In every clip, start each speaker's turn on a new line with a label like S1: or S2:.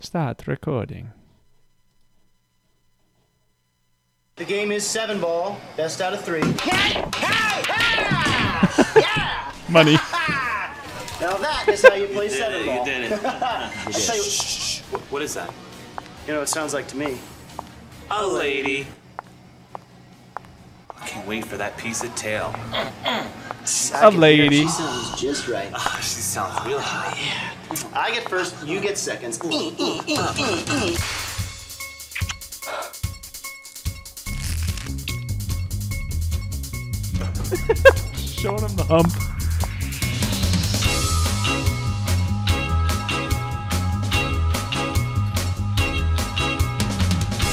S1: Start recording.
S2: The game is seven ball, best out of three.
S1: Money.
S2: Now that is how you play
S3: You
S2: seven
S3: did it,
S2: ball.
S3: you did it.
S2: I'll tell you, you
S3: What is that?
S2: know what it sounds like to me.
S3: A lady. I can't wait for that piece of tail.
S1: A lady.
S2: sounds just right.
S3: Ah, she sounds real hot.
S2: I get first, you get seconds.
S1: Showing him the hump.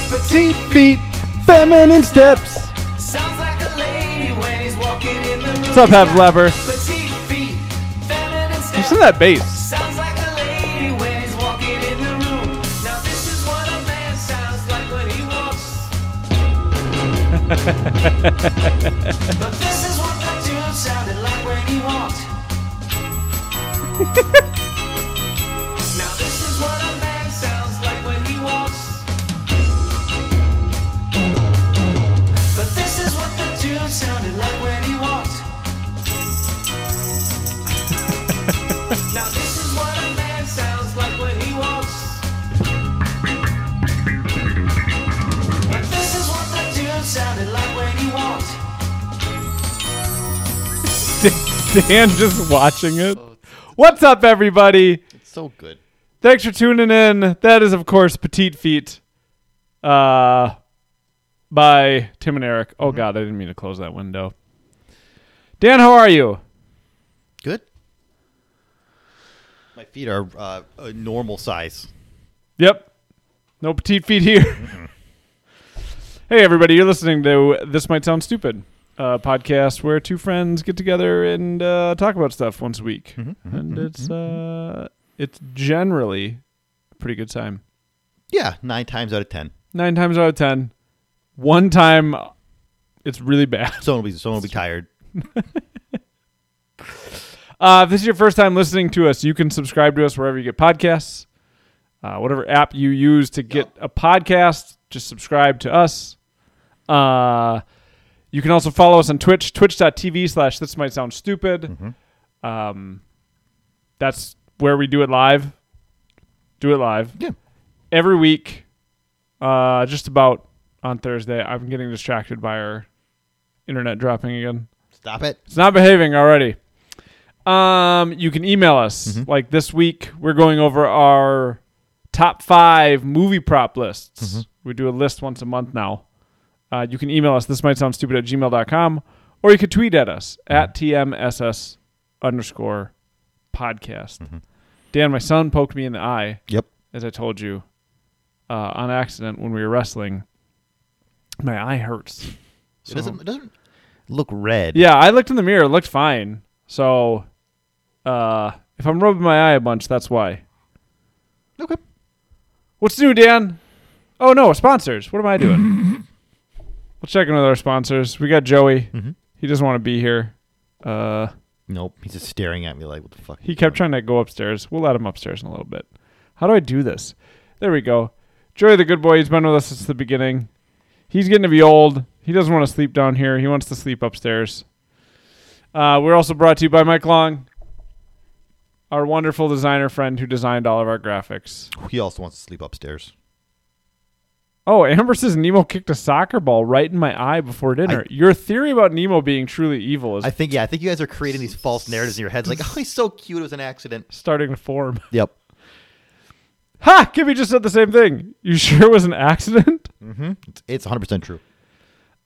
S1: Petite feet, feminine steps.
S3: Sounds like a lady when he's walking in the room.
S1: What's up, Hev Lever?
S3: Petite feet, feminine
S1: Listen to that bass.
S3: Sounds like a lady when he's walking in the room. Now this is what a man sounds like when he walks. but this is what that dude sounded like when he walked. now this is what a man sounds like when he walks. But this is what the dude sounded like when he walked. Now this is what a man sounds like when he walks. And this is what the dude sounded like when he walked.
S1: Dan just watching it. What's up, everybody?
S4: So good.
S1: Thanks for tuning in. That is, of course, Petite Feet uh, by Tim and Eric.
S4: Mm-hmm.
S1: Oh, God, I didn't mean to close that window. Dan, how are you?
S4: Good. My feet are uh, a normal size.
S1: Yep. No petite feet here. hey, everybody, you're listening to This Might Sound Stupid, a podcast where two friends get together and uh, talk about stuff once a week. and it's, uh, it's generally a pretty good time.
S4: Yeah, nine times out of ten.
S1: Nine times out of ten. One time, it's really bad.
S4: Someone will be someone will be tired.
S1: Uh, if this is your first time listening to us, you can subscribe to us wherever you get podcasts. Uh, whatever app you use to get a podcast, just subscribe to us. Uh, you can also follow us on Twitch, twitch.tv slash this might sound stupid. Um, that's where we do it live. Do it live.
S4: Yeah.
S1: Every week, uh, just about on Thursday. I'm getting distracted by our internet dropping again.
S4: Stop it.
S1: It's not behaving already. Um, you can email us. Like this week, we're going over our top five movie prop lists. We do a list once a month now. Uh, you can email us. This might sound stupid at gmail.com, or you could tweet at us at TMSS underscore podcast. Dan, my son poked me in the eye
S4: Yep.
S1: as I told you, uh, on accident when we were wrestling. My eye hurts.
S4: It doesn't. It doesn't look red.
S1: Yeah, I looked in the mirror. It looked fine. So, uh, if I'm rubbing my eye a bunch, that's why.
S4: Okay.
S1: What's new, Dan? Oh no, sponsors. What am I doing? Let's check in with our sponsors. We got Joey. He doesn't want to be here. Uh,
S4: Nope. He's just staring at me like, what the fuck?
S1: he kept trying to go upstairs. We'll let him upstairs in a little bit. How do I do this? There we go. Joey, the good boy. He's been with us since the beginning. He's getting to be old. He doesn't want to sleep down here. He wants to sleep upstairs. Uh, we're also brought to you by Mike Long, our wonderful designer friend who designed all of our graphics.
S4: He also wants to sleep upstairs.
S1: Oh, Amber says Nemo kicked a soccer ball right in my eye before dinner. Your theory about Nemo being truly evil is
S4: I think. Yeah. I think you guys are creating these false narratives in your heads. Like, oh, he's so cute. It was an accident.
S1: starting to form.
S4: Yep.
S1: Ha! Kimmy just said the same thing. You sure it was an accident?
S4: It's 100 percent true.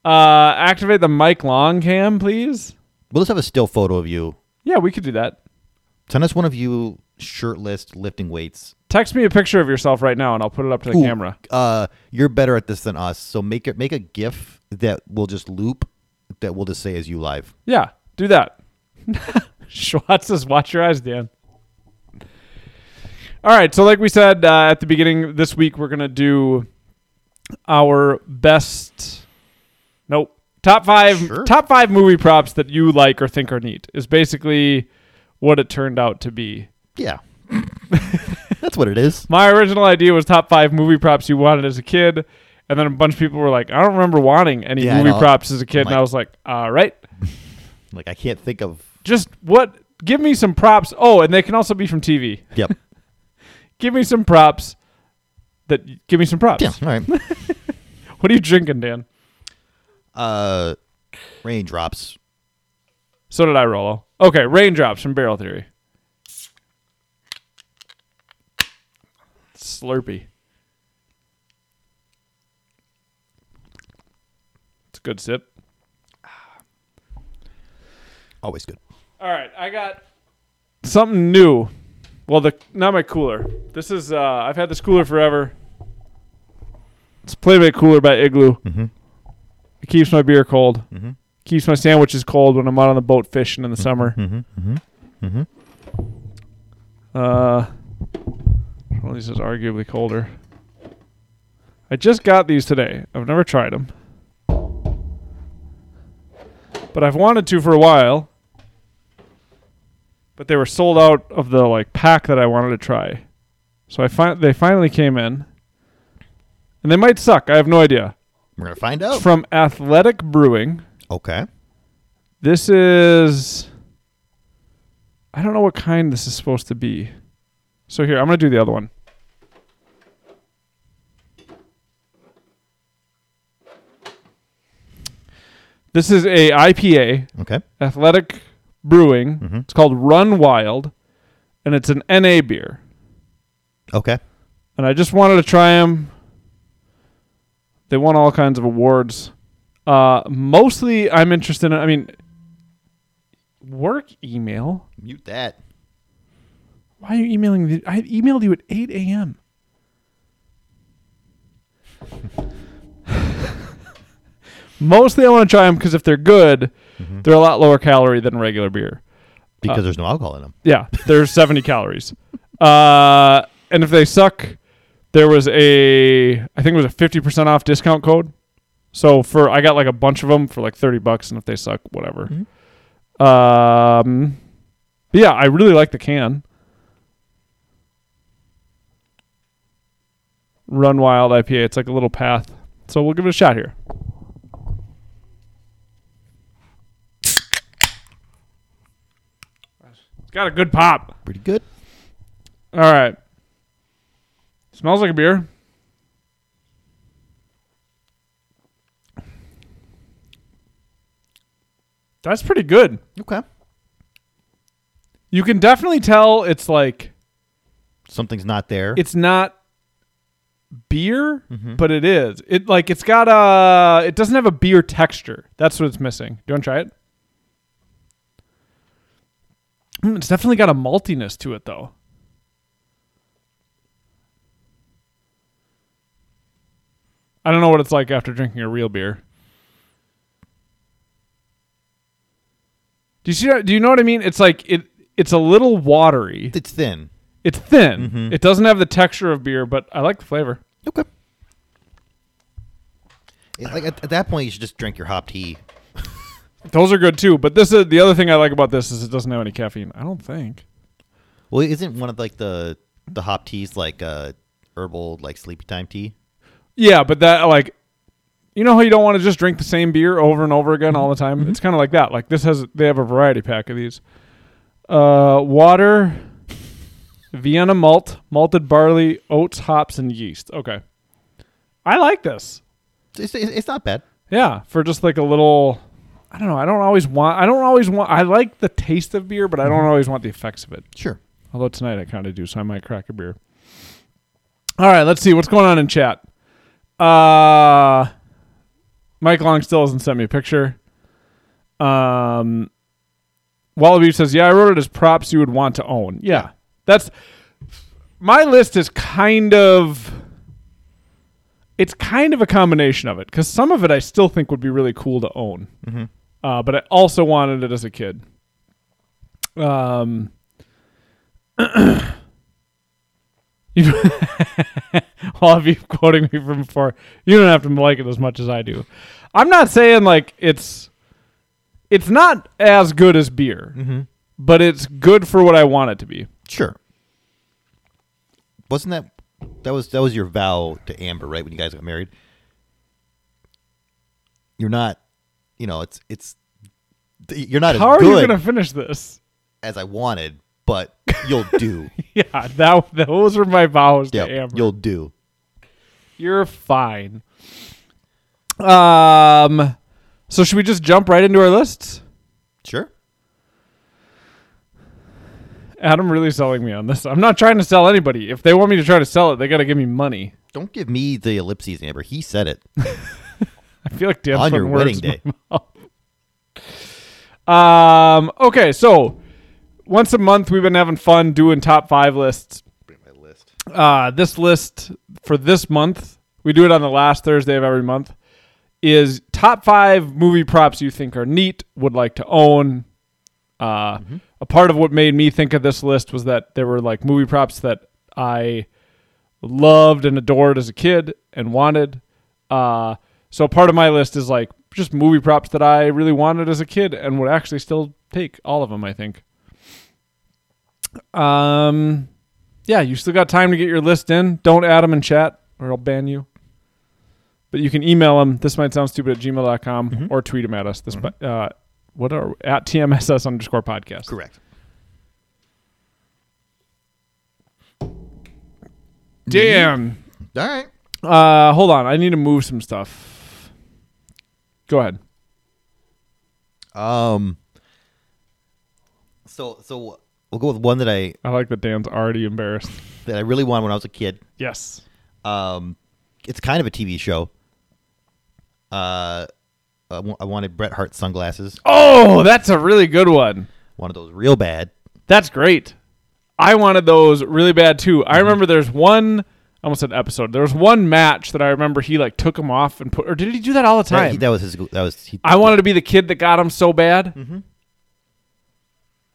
S1: Uh, activate the Mike Long cam, please.
S4: We'll just have a still photo of you.
S1: Yeah, we could do that.
S4: Send us one of you shirtless lifting weights.
S1: Text me a picture of yourself right now, and I'll put it up to the
S4: Ooh,
S1: camera.
S4: Uh, you're better at this than us. So make it make a GIF that will just loop that will just say as you live.
S1: Yeah, do that. Schwartz says, "Watch your eyes, Dan." All right, so like we said uh, at the beginning, this week we're gonna do our best. Nope, top five
S4: Sure.
S1: top five movie props that you like or think are neat is basically what it turned out to be.
S4: Yeah. That's what it is.
S1: My original idea was top five movie props you wanted as a kid, and then a bunch of people were like, "I don't remember wanting any
S4: Yeah, I
S1: movie
S4: know.
S1: props as a kid," and
S4: Like-
S1: I was like, "All right,
S4: Like I can't think of.
S1: just what? Give me some props. Oh, and they can also be from TV.
S4: Yep.
S1: Give me some props. That give me some props.
S4: yeah. All right.
S1: What are you drinking, Dan?
S4: Uh, raindrops.
S1: So did I, Rolo. Okay, raindrops from Barrel Theory. Slurpee. It's a good sip.
S4: Always good.
S1: All right, I got something new. Well, the not my cooler. This is uh, I've had this cooler forever. It's Playmate Cooler by Igloo. Mm-hmm. It keeps my beer cold. Mm-hmm. Keeps my sandwiches cold when I'm out on the boat fishing in the summer. Mm-hmm. Mm-hmm. Uh, well, this is arguably colder. I just got these today. I've never tried them, but I've wanted to for a while but they were sold out of the like pack that I wanted to try. So I fin- they finally came in, and they might suck. I have no idea.
S4: We're gonna find out.
S1: From Athletic Brewing,
S4: okay.
S1: this is. I don't know what kind this is supposed to be. So here, I'm gonna do the other one. This is a IPA
S4: Okay.
S1: Athletic Brewing. It's called Run Wild, and it's an NA beer.
S4: Okay.
S1: And I just wanted to try them. They won all kinds of awards. Uh, mostly, I'm interested in. I mean, work email.
S4: Mute that.
S1: Why are you emailing? The, I emailed you at 8 a.m. mostly, I want to try them because if they're good, they're a lot lower calorie than regular beer.
S4: Because there's no alcohol in them.
S1: Yeah, there's 70 calories. Uh, and if they suck, there was a I think it was a 50% off discount code. So for I got like a bunch of them for like 30 bucks and if they suck, whatever. Um but yeah, I really like the can. Run Wild IPA. It's like a little path. So we'll give it a shot here. It's got a good pop.
S4: Pretty good.
S1: All right. Smells like a beer. That's pretty good.
S4: Okay.
S1: You can definitely tell it's like
S4: Something's not there.
S1: it's not beer, but it is. It like it's got a it doesn't have a beer texture. That's what it's missing. Do you want to try it? Mm, it's definitely got a maltiness to it though. I don't know what it's like after drinking a real beer. Do you see that? Do you know what I mean? It's like it it's a little watery.
S4: it's thin.
S1: It's thin. It doesn't have the texture of beer, but I like the flavor.
S4: Okay. It- like at, at that point, you should just drink your hop tea.
S1: Those are good too. But this is the other thing I like about this is it doesn't have any caffeine. I don't think.
S4: Well, isn't one of like the the hop teas like uh herbal like sleepy time tea?
S1: Yeah, but that like, you know how you don't want to just drink the same beer over and over again all the time. It's kind of like that. Like this has they have a variety pack of these. Uh, water, Vienna malt, malted barley, oats, hops, and yeast. Okay, I like this.
S4: It's, it's, it's not bad.
S1: Yeah, for just like a little. I don't know. I don't always want. I don't always want. I like the taste of beer, but I don't always want the effects of it.
S4: Sure.
S1: Although tonight I kind of do, so I might crack a beer. All right, let's see what's going on in chat. Uh, Mike Long still hasn't sent me a picture. Um, Wallaby says, "Yeah, I wrote it as props you would want to own." Yeah, that's my list is kind of it's kind of a combination of it because some of it I still think would be really cool to own, uh, but I also wanted it as a kid. Um, you all of you quoting me from before. You don't have to like it as much as I do. I'm not saying like it's it's not as good as
S4: Mm-hmm.
S1: beer, but it's good for what I want it to be.
S4: Sure. Wasn't that that was that was your vow to Amber, right? When you guys got married, you're not, you know, it's it's you're not
S1: How
S4: as
S1: are you
S4: good
S1: going to finish this?
S4: as I wanted, but you'll do.
S1: Yeah, that those were my vows
S4: yeah,
S1: to Amber.
S4: you'll do.
S1: You're fine. Um, so should we just jump right into our lists?
S4: Sure.
S1: Adam really selling me on this. I'm not trying to sell anybody. If they want me to try to sell it, they got to give me money.
S4: Don't give me the ellipses, Amber. He said it
S1: I feel like Dan's
S4: on your
S1: putting words
S4: wedding
S1: in my
S4: day.
S1: Um. Okay. So once a month, we've been having fun doing top five lists. Uh, this list for this month, we do it on the last Thursday of every month, is top five movie props you think are neat, would like to own. Uh, A part of what made me think of this list was that there were like movie props that I loved and adored as a kid and wanted. Uh, so part of my list is like just movie props that I really wanted as a kid and would actually still take all of them. I think. Um, yeah, you still got time to get your list in. Don't add them in chat or I'll ban you. But you can email them. This might sound stupid at gmail.com or tweet them at us. This po- uh, what are we? at tmss underscore podcast.
S4: Correct.
S1: Damn.
S4: All right.
S1: Uh, hold on. I need to move some stuff. Go ahead.
S4: Um. So so we'll go with one that I
S1: I like that Dan's already embarrassed.
S4: that I really wanted when I was a kid.
S1: Yes.
S4: Um, it's kind of a TV show. Uh, I wa- I wanted Bret Hart sunglasses.
S1: Oh, that's a really good one.
S4: Wanted those real bad.
S1: That's great. I wanted those really bad too. I remember there's one I almost said episode. There was one match that I remember he like took them off and put or did he do that all the
S4: That,
S1: time?
S4: he, that was his. That was he,
S1: I wanted to be the kid that got him so bad.
S4: Mm-hmm.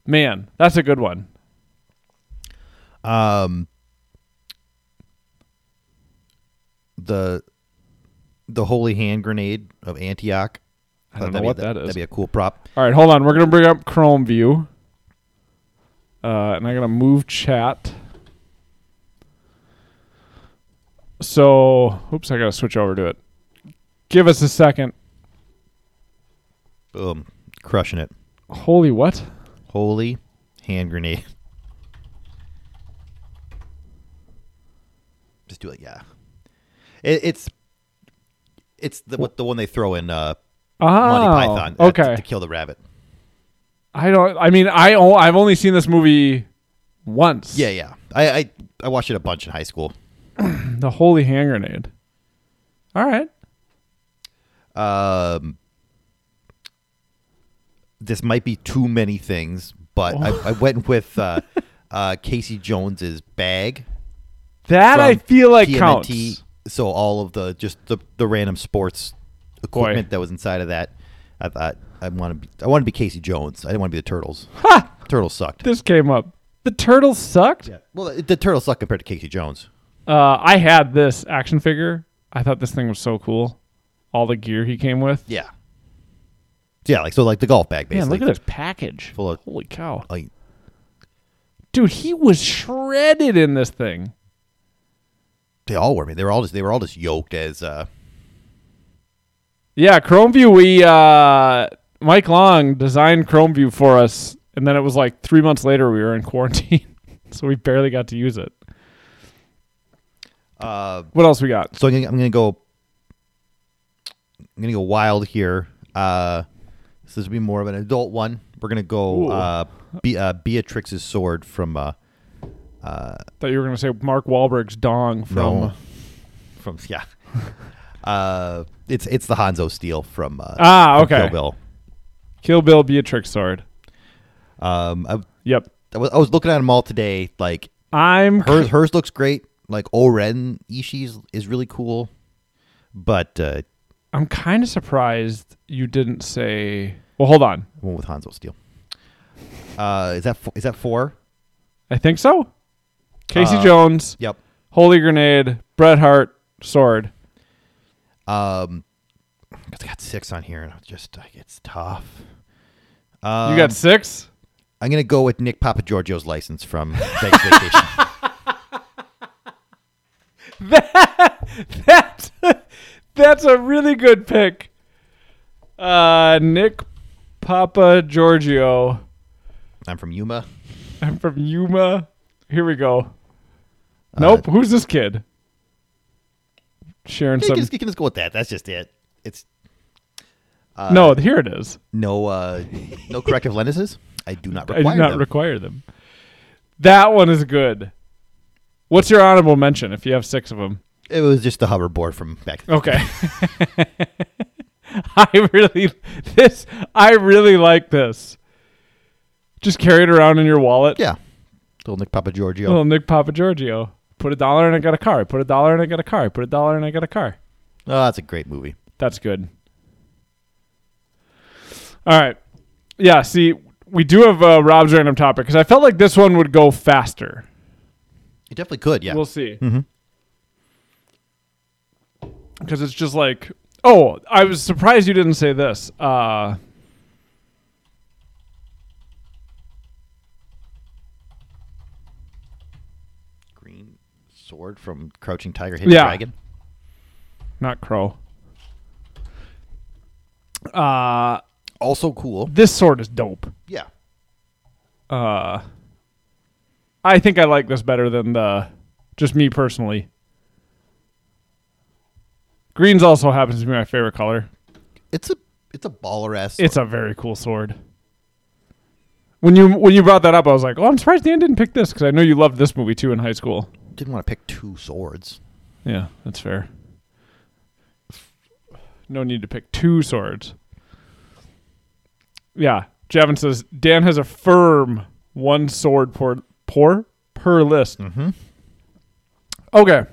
S1: Man, that's a good one.
S4: um the the holy hand grenade of Antioch. I
S1: don't know what that is.
S4: That'd be a cool prop.
S1: All right, hold on. We're gonna bring up Chrome View, uh, and I'm gonna move chat. So, oops, I gotta switch over to it. Give us a second.
S4: Boom, crushing it.
S1: Holy what?
S4: Holy hand grenade. Just do it. Yeah, it, it's it's the what the one they throw in uh, Monty
S1: Oh,
S4: Python. uh,
S1: Okay.
S4: to, to kill the rabbit.
S1: I don't. I mean, I o- I've only seen this movie once.
S4: Yeah, yeah. I, I I watched it a bunch in high school.
S1: The holy hand grenade. All right.
S4: Um, this might be too many things, but I, I went with uh, uh, Casey Jones's bag. Um,
S1: That I
S4: from
S1: feel like
S4: TMNT.
S1: counts.
S4: So all of the just the, the random sports equipment that was inside of that, I thought I want to be I want to be Casey Jones. I didn't want to be the Turtles. Ha! Turtles sucked.
S1: This came up. The turtles sucked.
S4: well, the, the Turtles sucked compared to Casey Jones.
S1: Uh, I had this action figure. I thought this thing was so cool. All the gear he came with.
S4: Yeah. Yeah, like so, like the golf bag
S1: Man,
S4: basically.
S1: look at this package.
S4: Full of-
S1: Holy cow.
S4: Like,
S1: Dude, he was shredded in this thing.
S4: they all were. I mean, they were all just they were all just yoked as uh,
S1: Yeah, Chromeview, we uh Mike Long designed Chromeview for us, and then it was like three months later we were in quarantine. so we barely got to use it.
S4: uh
S1: What else we got?
S4: So I'm gonna, I'm gonna go. I'm gonna go wild here. Uh, this is gonna be more of an adult one. We're gonna go
S1: Ooh.
S4: uh, Be- uh, Beatrix's sword from uh,
S1: Thought you were gonna say Mark Wahlberg's dong from
S4: from from yeah. uh, it's it's the Hanzo steel from uh,
S1: Ah,
S4: from
S1: okay.
S4: Kill Bill.
S1: Kill Bill Beatrix Sword.
S4: Um, I,
S1: Yep.
S4: I was I was looking at them all today. Like
S1: I'm
S4: hers hers looks great. Like Oren Ishii's is really cool, but uh,
S1: I'm kind of surprised you didn't say. Well, hold on.
S4: I went with Hanzo steel. Uh, is that fo- is that four?
S1: I think so. Casey Jones,
S4: Yep.
S1: Holy Grenade, Bret Hart, Sword.
S4: Um, 'cause I got six on here, and I'm just like, it's tough.
S1: you got six.
S4: I'm gonna go with Nick Papagiorgio's license from Thanks Vacation.
S1: that that's a really good pick. Uh, Nick Papa Giorgio.
S4: I'm from Yuma.
S1: I'm from Yuma. Here we go. Nope. Who's this kid? Sharing
S4: You
S1: some.
S4: can, just, you can just go with that. That's just it. It's
S1: no, here it is.
S4: no uh, no corrective lenses. I do not
S1: I
S4: require
S1: do not
S4: them.
S1: require them. That one is good. What's your honorable mention if you have six of them?
S4: it was just the hoverboard from back.
S1: Okay. I really this I really like this. Just carry it around in your wallet.
S4: Yeah, little Nick Papa Giorgio.
S1: Little Nick Papa Giorgio. Put a dollar and I got a car. Put a dollar and I got a car. Put a dollar and I got a car.
S4: Oh, that's a great movie.
S1: That's good. All right. Yeah, see, we do have uh, Rob's random topic because I felt like this one would go faster.
S4: You definitely could. Yeah.
S1: We'll see. Because it's just like, oh, I was surprised you didn't say this. Uh,
S4: Green sword from Crouching Tiger, Hidden
S1: Yeah.
S4: Dragon.
S1: not crow. Uh,
S4: Also cool.
S1: this sword is dope.
S4: Yeah.
S1: I think I like this better than the, just me personally. Green's also happens to be my favorite color.
S4: It's a it's a baller ass.
S1: It's a very cool sword. When you when you brought that up, I was like, "Oh, I'm surprised Dan didn't pick this because I know you loved this movie too in high school."
S4: didn't want to pick two swords.
S1: Yeah, that's fair. No need to pick two swords. Yeah, Javin says Dan has a firm one sword per per per list. Mm-hmm. Okay,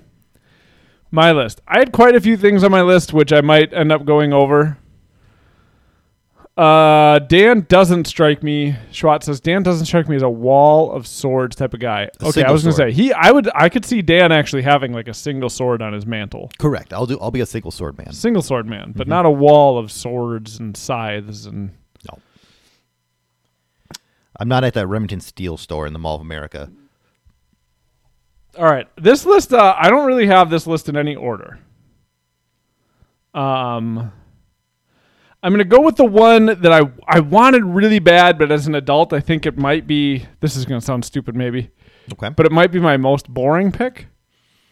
S1: my list. I had quite a few things on my list, which I might end up going over. Uh, Dan doesn't strike me. Schwat says Dan doesn't strike me as a wall of swords type of guy. okay, I
S4: single
S1: was gonna
S4: sword.
S1: say he. I would. I could see Dan actually having like a single sword on his mantle,
S4: Correct. I'll do. I'll be a single sword man.
S1: single sword man, but not a wall of swords and scythes and.
S4: No. I'm not at that Remington Steel store in the Mall of America.
S1: All right, this list. Uh, I don't really have this list in any order. Um, I'm gonna go with the one that I I wanted really bad, but as an adult, I think it might be. This is gonna sound stupid, maybe.
S4: Okay.
S1: but it might be my most boring pick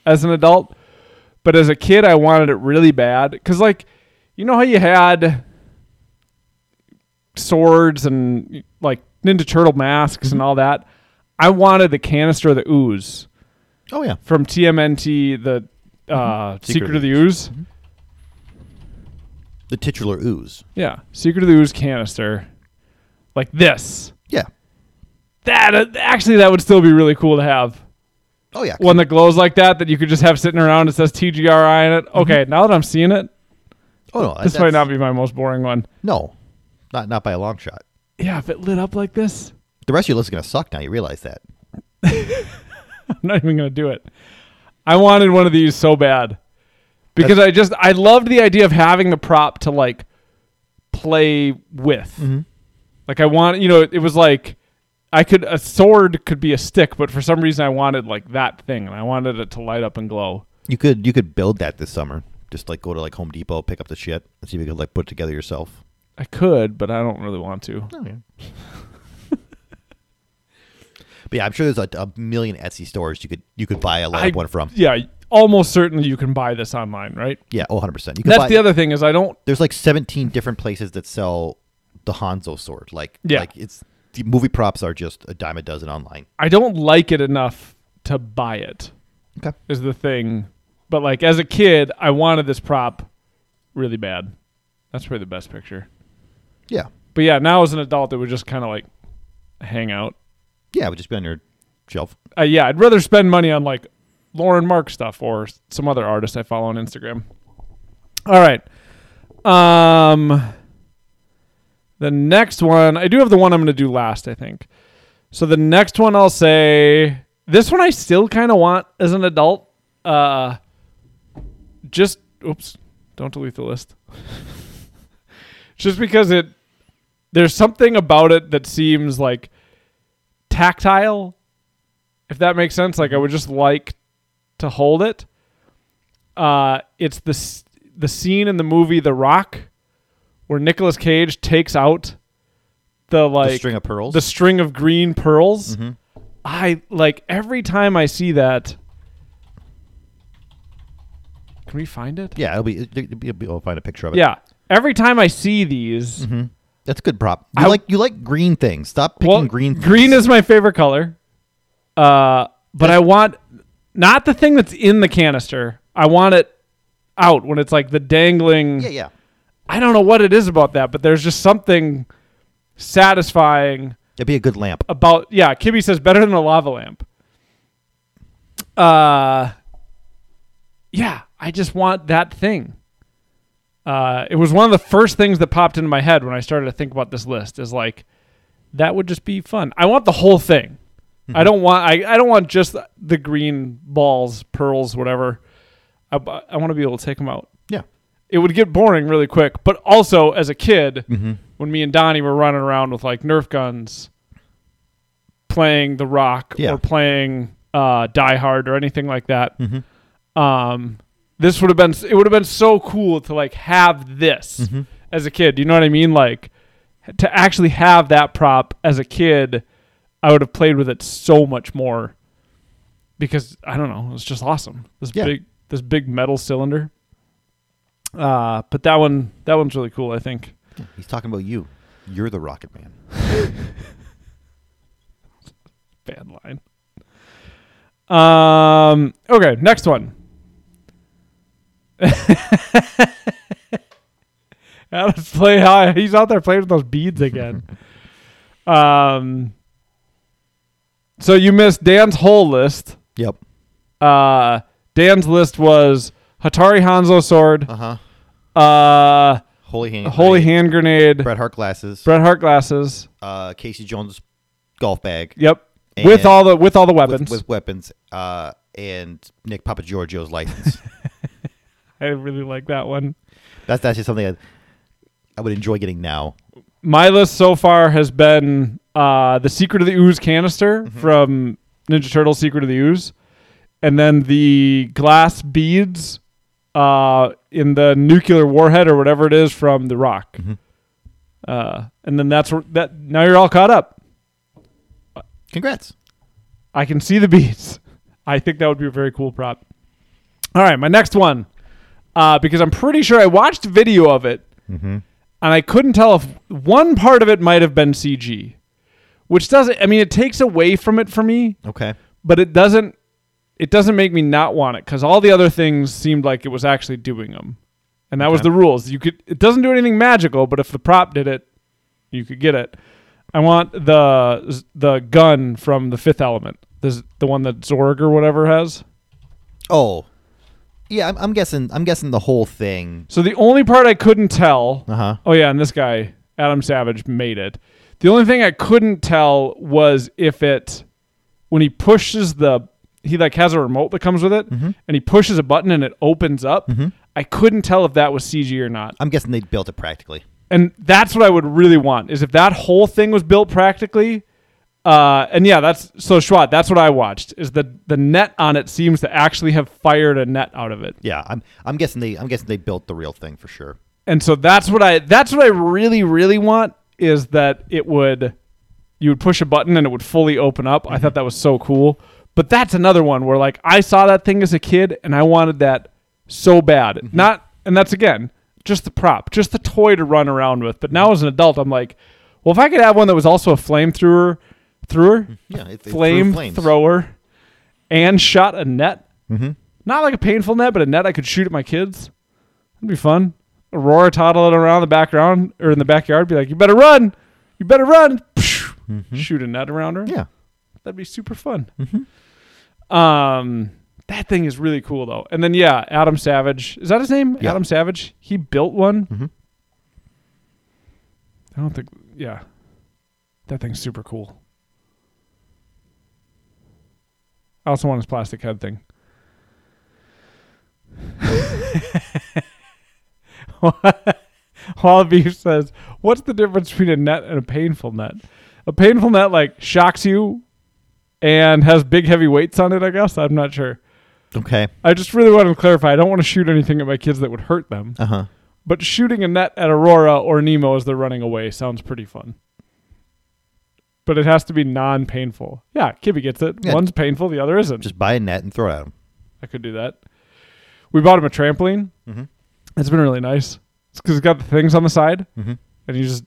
S1: as an adult. But as a kid, I wanted it really bad because, like, you know how you had swords and like Ninja Turtle masks and all that. I wanted the canister of the ooze
S4: oh yeah.
S1: from TMNT, the uh, Secret, of the Ooze. Mm-hmm.
S4: The titular ooze.
S1: Yeah, Secret of the Ooze canister, like this.
S4: Yeah.
S1: That uh, actually, that would still be really cool to have.
S4: Oh yeah.
S1: one that glows like that that you could just have sitting around. It says TGRI in it. Okay, now that I'm seeing it,
S4: oh no.
S1: this
S4: that's-
S1: might not be my most boring one.
S4: No. Not not by a long shot.
S1: Yeah, if it lit up like this,
S4: The rest of your list is gonna suck now. You realize that.
S1: I'm not even gonna do it. I wanted one of these so bad because I just I loved the idea of having the prop to like play with. Like I want, you know, it was like I could a sword could be a stick, but for some reason I wanted like that thing and I wanted it to light up and glow.
S4: You could you could build that this summer. Just like go to like Home Depot, pick up the shit, and see if you could like put it together yourself.
S1: I could, but I don't really want to.
S4: Oh yeah. but yeah, I'm sure there's a, a million Etsy stores you could you could buy a
S1: I-
S4: light up one from.
S1: Yeah, almost certainly you can buy this online, right?
S4: Yeah, oh, 100 percent.
S1: That's the other thing is I don't.
S4: There's like 17 different places that sell the Hanzo sword. Like
S1: Yeah.
S4: like it's the movie props are just a dime a dozen online.
S1: I don't like it enough to buy it.
S4: Okay.
S1: Is the thing, but like as a kid, I wanted this prop really bad. That's probably the best picture.
S4: Yeah.
S1: But yeah, now as an adult, it would just kind of like hang out.
S4: Yeah, it would just be on your shelf.
S1: Uh, yeah, I'd rather spend money on like Lauren Mark stuff or s- some other artist I follow on Instagram. All right. Um, the next one, I do have the one I'm going to do last, I think. So the next one I'll say, this one I still kind of want as an adult. Uh, just, oops, don't delete the list. just because it, there's something about it that seems like tactile if that makes sense. Like I would just like to hold it, Uh, it's the s- the scene in the movie The Rock where Nicolas Cage takes out the like
S4: string of pearls? Mm-hmm.
S1: the string of green pearls. I like every time I see that. Can we find it?
S4: Yeah, it'll be, it'll be, it'll find a picture of it.
S1: Yeah. Every time I see these,
S4: Mm-hmm. that's a good prop. You
S1: I-
S4: like you like green things. Stop picking
S1: well,
S4: green. Things.
S1: green is my favorite color. Uh, but I want not the thing that's in the canister. I want it out when it's like the dangling.
S4: Yeah, yeah.
S1: I don't know what it is about that, but there's just something satisfying
S4: It'd be a good lamp.
S1: about. Yeah, Kibby says better than a lava lamp. Uh, yeah, I just want that thing. Uh, it was one of the first things that popped into my head when I started to think about this list. Is like that would just be fun. I want the whole thing. I don't want. I, I don't want just the green balls, pearls, whatever. I, I want to be able to take them out
S4: Yeah.
S1: it would get boring really quick. But also, as a kid, when me and Donnie were running around with like Nerf guns, playing The Rock
S4: Yeah.
S1: or playing uh, Die Hard or anything like that, um, this would have been it would have been so cool to like have this as a kid. You know what I mean? Like to actually have that prop as a kid, I would have played with it so much more because I don't know, it was just awesome. This
S4: Yeah.
S1: big this big metal cylinder. Uh, but that one that one's really cool, I think.
S4: He's talking about you. You're the Rocket Man.
S1: Bad line. Um okay, next one. Let's play how he's out there playing with those beads again. um so you missed Dan's whole list.
S4: Yep.
S1: uh, Dan's list was Hatari Hanzo sword,
S4: Uh
S1: uh,
S4: Holy hand.
S1: a holy
S4: grenade,
S1: hand grenade, Bret,
S4: Bret Hart glasses.
S1: Hart glasses.
S4: Uh, Casey Jones golf bag.
S1: Yep,
S4: And-
S1: with all the with all the
S4: With
S1: weapons.
S4: with weapons. Uh, and Nick Papa Giorgio's license.
S1: I really like that one.
S4: that's that's just something I, I would enjoy getting now.
S1: My list so far has been uh, the Secret of the Ooze canister from Ninja Turtles: Secret of the Ooze, and then the glass beads uh, in the nuclear warhead or whatever it is from The Rock. Uh, and then that's where that. Now you're all caught up.
S4: Congrats.
S1: I can see the beats. I think that would be a very cool prop. All right, my next one, uh, because I'm pretty sure I watched video of it, and I couldn't tell if one part of it might have been CG, which doesn't. I mean, it takes away from it for me,
S4: Okay.
S1: but it doesn't. It doesn't make me not want it because all the other things seemed like it was actually doing them, and that was the rules. You could. It doesn't do anything magical, but if the prop did it, you could get it. I want the the gun from the Fifth Element. This the one that Zorg or whatever has.
S4: Oh. Yeah, I'm, I'm guessing. I'm guessing the whole thing.
S1: So the only part I couldn't tell.
S4: Uh-huh.
S1: Oh yeah, and this guy Adam Savage made it. The only thing I couldn't tell was if it when he pushes the he like has a remote that comes with it and he pushes a button and it opens up. I couldn't tell if that was CG or not.
S4: I'm guessing they built it practically.
S1: and that's what I would really want is if that whole thing was built practically. Uh, and yeah, that's so Schwat. That's what I watched. Is the the net on it seems to actually have fired a net out of it,
S4: Yeah, I'm. I'm guessing they. I'm guessing they built the real thing for sure.
S1: and so that's what I that's what I really really want is that it would you would push a button and it would fully open up. I thought that was so cool. But that's another one where like I saw that thing as a kid and I wanted that so bad. Not and that's again just the prop, just the toy to run around with. But now as an adult, I'm like, well, if I could have one that was also a flamethrower, thrower,
S4: Yeah, it- it threw
S1: flame
S4: flames. Mm-hmm.
S1: thrower, and shot a net. Not like a painful net, but a net I could shoot at my kids. That'd be fun. Aurora toddling around the background or in the backyard, be like, "You better run, you better run." Shoot a net around her.
S4: Mm-hmm. Yeah.
S1: That'd be super fun. Um, that thing is really cool though. And then yeah, Adam Savage is that his name?
S4: Yeah.
S1: Adam Savage. He built one. I don't think. Yeah, that thing's super cool. I also want his plastic head thing. Wallaby says, "What's the difference between a net and a painful net? A painful net like shocks you and has big heavy weights on it. I guess I'm not sure.
S4: Okay.
S1: I just really want to clarify. I don't want to shoot anything at my kids that would hurt them.
S4: Uh huh.
S1: But shooting a net at Aurora or Nemo as they're running away sounds pretty fun. But it has to be non painful. Yeah, Kibby gets it.
S4: Yeah.
S1: One's painful, the other isn't.
S4: Just buy a net and throw it at them.
S1: I could do that. We bought him a trampoline.
S4: Mhm.
S1: It's been really nice. It's because it's got the things on the side,
S4: Mhm.
S1: and you just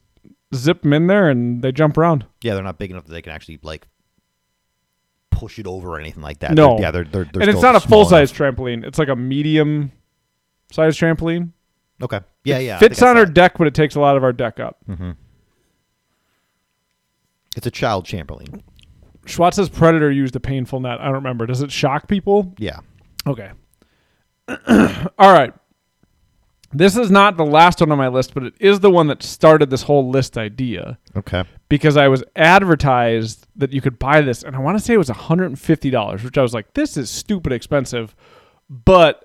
S1: zip them in there and they jump around.
S4: Yeah, they're not big enough that they can actually like push it over or anything like that.
S1: No.
S4: They're- yeah, they're they're. they're
S1: and it's
S4: still
S1: not a
S4: small
S1: full size trampoline. It's like a medium size trampoline.
S4: enough. Okay. Yeah, yeah. I
S1: Fits
S4: think I
S1: on
S4: saw Hmm.
S1: our
S4: it.
S1: deck, but it takes a lot of our deck up.
S4: It's a child trampoline.
S1: Schwartz says Predator used a painful net. I don't remember. Does it shock people?
S4: Yeah.
S1: Okay. All right. This is not the last one on my list, but it is the one that started this whole list idea
S4: Okay.
S1: because I was advertised that you could buy this, and I want to say it was $150, which I was like, this is stupid expensive, but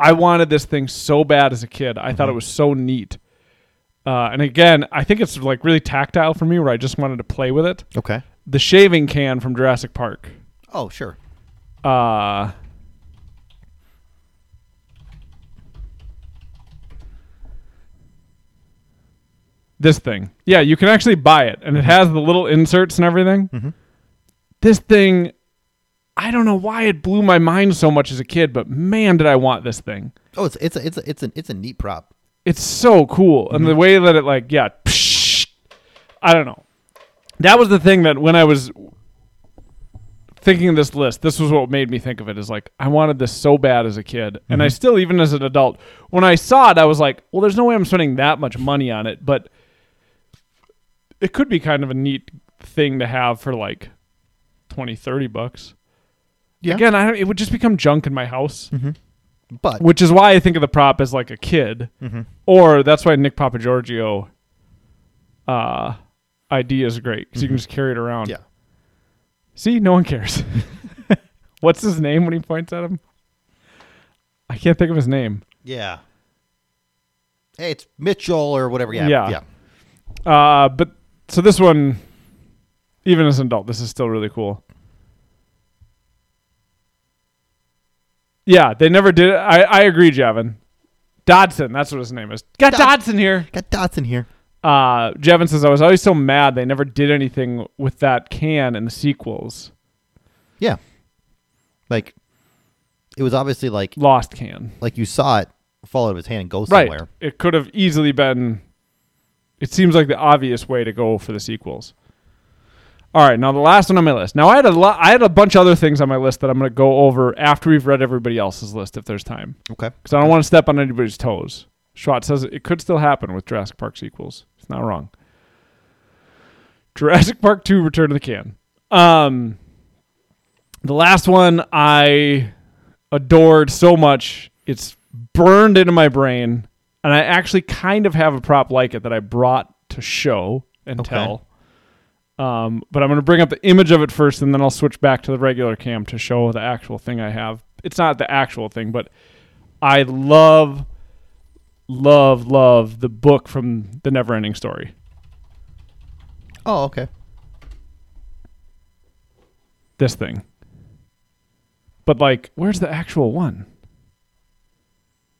S1: I wanted this thing so bad as a kid. I thought it was so neat. Uh, and again, I think it's like really tactile for me where I just wanted to play with it.
S4: Okay.
S1: The shaving can from Jurassic Park.
S4: Oh sure.
S1: Uh, this thing. Yeah, you can actually buy it, and it has the little inserts and everything. This thing, I don't know why it blew my mind so much as a kid, but man, did I want this thing.
S4: Oh, it's it's a, it's a, it's an it's a neat prop.
S1: It's so cool, and the way that it like, yeah, I don't know. That was the thing that when I was thinking of this list, this was what made me think of it. Is like I wanted this so bad as a kid, and I still, even as an adult, when I saw it, I was like, "Well, there's no way I'm spending that much money on it," but it could be kind of a neat thing to have for like 20, 30 bucks.
S4: Yeah.
S1: Again, I don't, it would just become junk in my house,
S4: But
S1: which is why I think of the prop as like a kid,
S4: Mm-hmm.
S1: or that's why Nick Papa Giorgio uh, idea is great because you can just carry it around.
S4: Mm-hmm. yeah.
S1: See, no one cares. What's his name when he points at him? I can't think of his name.
S4: Yeah. Hey, it's Mitchell or whatever. Yeah.
S1: Yeah.
S4: Yeah.
S1: Uh, but so this one, even as an adult, this is still really cool. Yeah, they never did. I I agree, Javin. Dodson, that's what his name is. Got
S4: Dod-
S1: Dodson here.
S4: Got dots in here.
S1: Uh, Javin says I was always so mad they never did anything with that can in the sequels.
S4: Yeah. Like it was obviously like
S1: Lost can.
S4: like you saw it fall out of his hand and go
S1: Right.
S4: somewhere.
S1: It could have easily been. It seems like the obvious way to go for the sequels. All right, now the last one on my list. Now I had a lo- I had a bunch of other things on my list that I'm going to go over after we've read everybody else's list if there's time,
S4: Okay.
S1: because I don't want to step on anybody's toes. Schwartz says it could still happen with Jurassic Park sequels. It's not wrong. Jurassic Park Two: Return to the Can. Um, the last one I adored so much. It's burned into my brain. And I actually kind of have a prop like it that I brought to show and
S4: Okay.
S1: tell. Um, but I'm going to bring up the image of it first, and then I'll switch back to the regular cam to show the actual thing I have. It's not the actual thing, but I love, love, love the book from The Never Ending Story.
S4: Oh, okay.
S1: This thing. But, like, where's the actual one?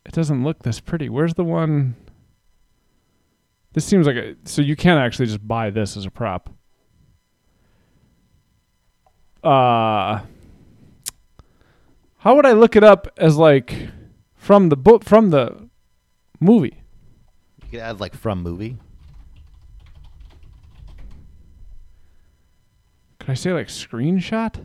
S1: It doesn't look this pretty. Where's the one? This seems like a. So you can actually just buy this as a prop. Uh, how would I look it up as like from the book from the movie?
S4: You could add like from movie.
S1: Could I say like screenshot?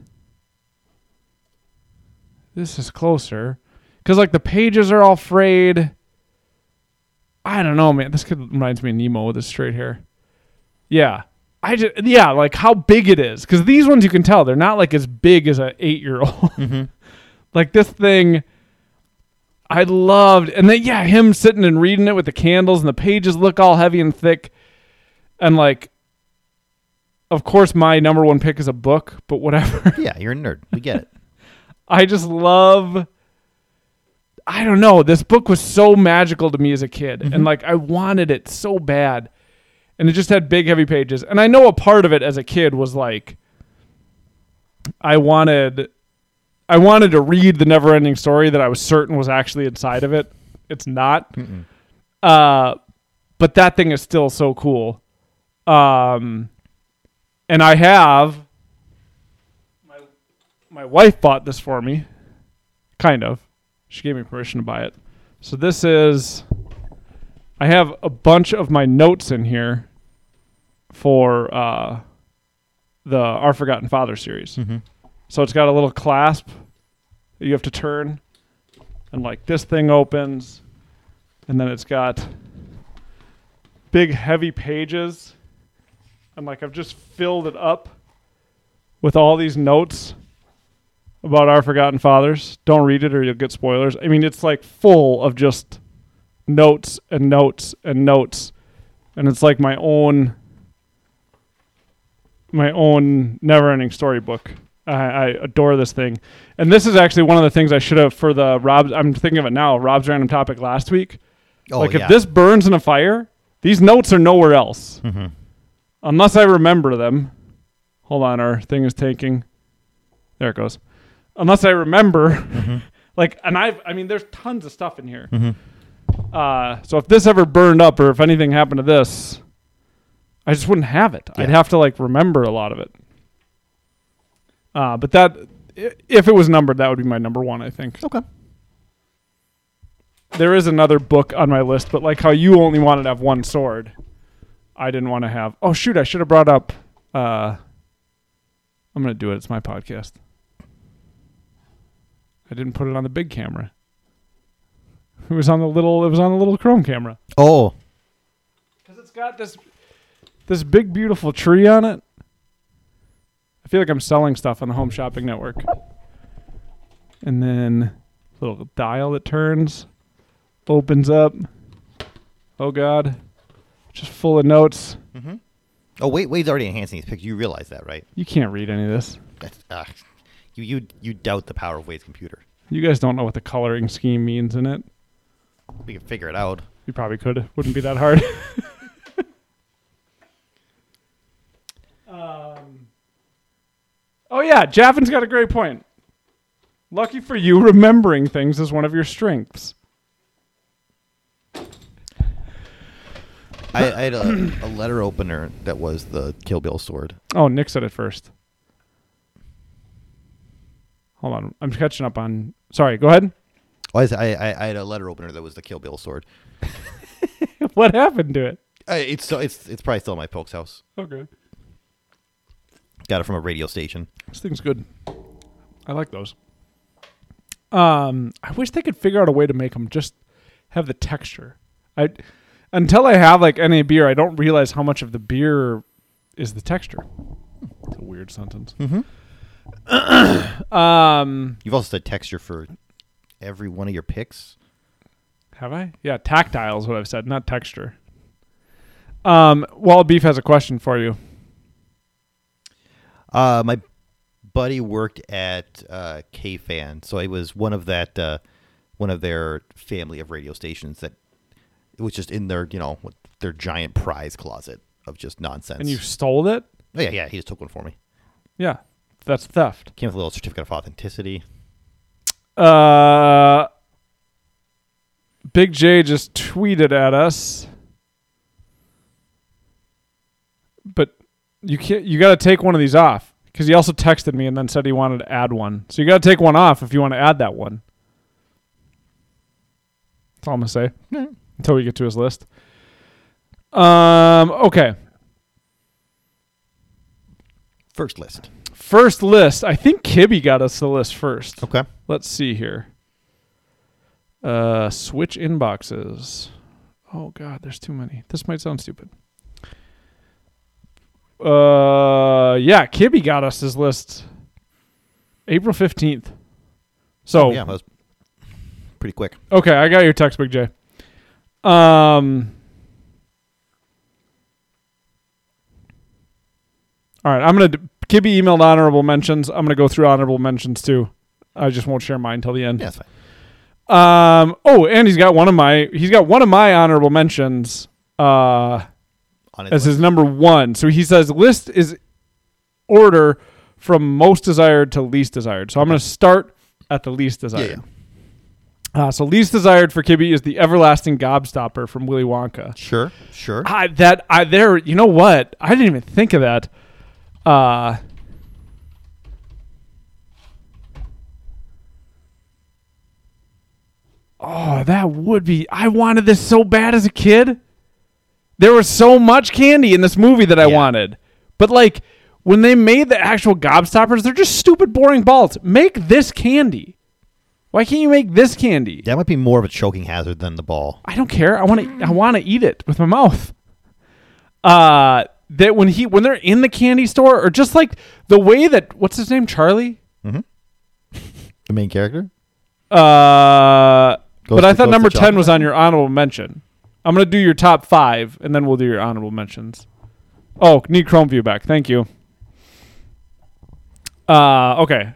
S1: This is closer. Cause like the pages are all frayed. I don't know, man. This kid reminds me of Nemo with his straight hair. Yeah. I just yeah, like how big it is. Cause these ones you can tell they're not like as big as an eight year old. like this thing I loved and then yeah, him sitting and reading it with the candles and the pages look all heavy and thick. And like of course my number one pick is a book, but whatever.
S4: Yeah, you're a nerd. We get it.
S1: I just love I don't know, this book was so magical to me as a kid and like I wanted it so bad. And it just had big heavy pages. And I know a part of it as a kid was like I wanted I wanted to read the never ending story that I was certain was actually inside of it. It's not. Uh, but that thing is still so cool. Um, and I have my my wife bought this for me, kind of. She gave me permission to buy it. So this is I have a bunch of my notes in here for uh, the Our Forgotten Father series. So it's got a little clasp that you have to turn, and like this thing opens, and then it's got big heavy pages, and like I've just filled it up with all these notes about our forgotten fathers. Don't read it or you'll get spoilers. I mean, it's like full of just notes and notes and notes, and it's like my own my own never-ending storybook. I, I adore this thing, and this is actually one of the things I should have for the Rob's. I'm thinking of it now. Rob's random topic last week.
S4: Oh,
S1: like
S4: yeah.
S1: if this burns in a fire, these notes are nowhere else,
S4: Mm-hmm.
S1: unless I remember them. Hold on, our thing is tanking. There it goes. Unless I remember,
S4: Mm-hmm.
S1: like, and I've, I mean, there's tons of stuff in here.
S4: Mm-hmm.
S1: Uh, so if this ever burned up, or if anything happened to this, I just wouldn't have it. I'd
S4: Yeah.
S1: have to like remember a lot of it. Uh, but that, i- if it was numbered, that would be my number one. I think
S4: Okay.
S1: there is another book on my list, but like how you only wanted to have one sword, I didn't want to have. Oh shoot, I should have brought up. Uh, I'm gonna do it. It's my podcast. I didn't put it on the big camera. It was on the little. It was on the little Chrome camera
S4: Oh,
S1: because it's got this this big beautiful tree on it. I feel like I'm selling stuff on the Home Shopping Network. And then little dial that turns, opens up. Oh God, just full of notes.
S4: oh, wait, Wade's already enhancing his picture. You realize that, right?
S1: You can't read any of this.
S4: That's, uh, you you you doubt the power of Wade's computer.
S1: You guys don't know what the coloring scheme means in it.
S4: We can figure it out.
S1: You probably could. Wouldn't be that hard. um, oh yeah, Jaffin's got a great point. Lucky for you, remembering things is one of your strengths.
S4: I, I had a, a letter opener that was the Kill Bill sword.
S1: Oh, Nick said it first. Hold on, I'm catching up on. Sorry, go ahead.
S4: Oh, I, said- I, I I had a letter opener that was the Kill Bill sword.
S1: what happened to it?
S4: I, it's still- it's it's probably still in my folks' house.
S1: Okay,
S4: Got it from a radio station.
S1: this thing's good. I like those. Um, I wish they could figure out a way to make them just have the texture. I until I have like any beer, I don't realize how much of the beer is the texture. It's a weird sentence. um,
S4: You've also said texture for every one of your picks.
S1: have I? Yeah, tactile is what I've said, not texture. Um, Wild Beef has a question for you.
S4: Uh, my buddy worked at uh, K Fan, so it was one of that uh, one of their family of radio stations that it was just in their you know what- their giant prize closet of just nonsense.
S1: And you stole it?
S4: oh, yeah, yeah, he just took one for me.
S1: Yeah, that's theft.
S4: Came with a little certificate of authenticity.
S1: Uh, Big J just tweeted at us, but you can't. You got to take one of these off because he also texted me and then said he wanted to add one. So you got to take one off if you want to add that one. That's all I'm gonna say until we get to his list. Um. Okay.
S4: First list.
S1: First list. I think Kibby got us the list first.
S4: Okay.
S1: Let's see here. Uh, switch inboxes. Oh God, there's too many. This might sound stupid. Uh, yeah, Kibby got us his list. April fifteenth. So
S4: Oh, Yeah, that was pretty quick.
S1: okay, I got your text, Big J. Um. All right, I'm gonna d- Kibby emailed honorable mentions. I'm gonna go through honorable mentions too. I just won't share mine till the end.
S4: Yeah, that's fine.
S1: Um. Oh, and he's got one of my he's got one of my honorable mentions uh,
S4: On
S1: as
S4: his list.
S1: his number one. So he says list is order from most desired to least desired. So I'm going to start at the least desired. Uh, so least desired for Kibby is the everlasting gobstopper from Willy Wonka.
S4: Sure, sure.
S1: I, that I there, you know what? I didn't even think of that. Uh, oh, that would be. I wanted this so bad as a kid. There was so much candy in this movie that I
S4: Yeah.
S1: wanted, but like when they made the actual gobstoppers, they're just stupid, boring balls. Make this candy. Why can't you make this candy?
S4: That might be more of a choking hazard than the ball.
S1: I don't care. I want to. I want to eat it with my mouth. Uh that when he when they're in the candy store, or just like the way that what's his name, Charlie.
S4: The main character?
S1: Uh, but I
S4: Goes to- goes
S1: thought
S4: to
S1: number ten
S4: chocolate.
S1: was on your honorable mention. I'm gonna do your top five, and then we'll do your honorable mentions. Oh, need Chrome View back. Thank you. Uh, okay.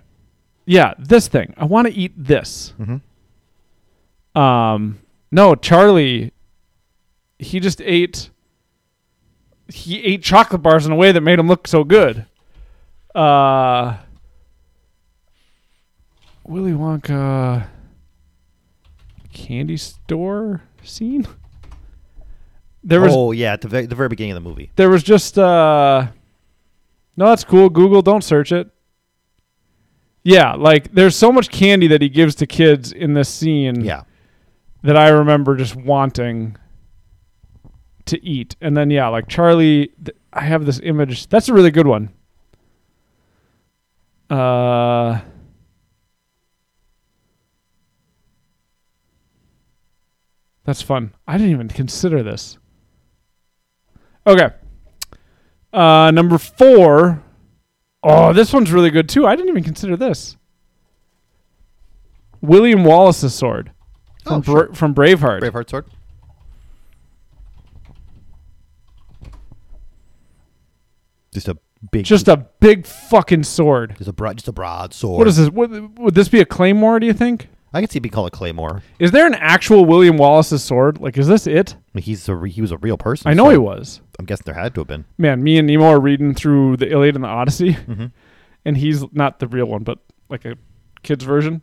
S1: Yeah, this thing. I want to eat this. Um, no, Charlie. He just ate. He ate chocolate bars in a way that made him look so good. Uh, Willy Wonka candy store scene. There was
S4: oh, yeah, at the very, the very beginning of the movie.
S1: there was just uh no that's cool google don't search it yeah like there's so much candy that he gives to kids in this scene
S4: Yeah.
S1: that i remember just wanting to eat and then yeah like charlie th- i have this image that's a really good one uh that's fun i didn't even consider this Okay. Uh, number four. Oh, this one's really good too. I didn't even consider this. William Wallace's sword from,
S4: Oh,
S1: Bra-
S4: sure.
S1: from Braveheart.
S4: Braveheart sword? Just a big.
S1: Just a big fucking sword.
S4: Just a broad, just a broad sword.
S1: What is this? Would, would this be a claymore? Do you think?
S4: I can see it being called a claymore.
S1: Is there an actual William Wallace's sword? Like, is this it?
S4: Like, He's a re- he was a real person.
S1: I know he
S4: so
S1: was.
S4: I'm guessing there had to have been.
S1: Man, me and Nemo are reading through the Iliad and the Odyssey,
S4: Mm-hmm.
S1: and he's not the real one, but like a kid's version.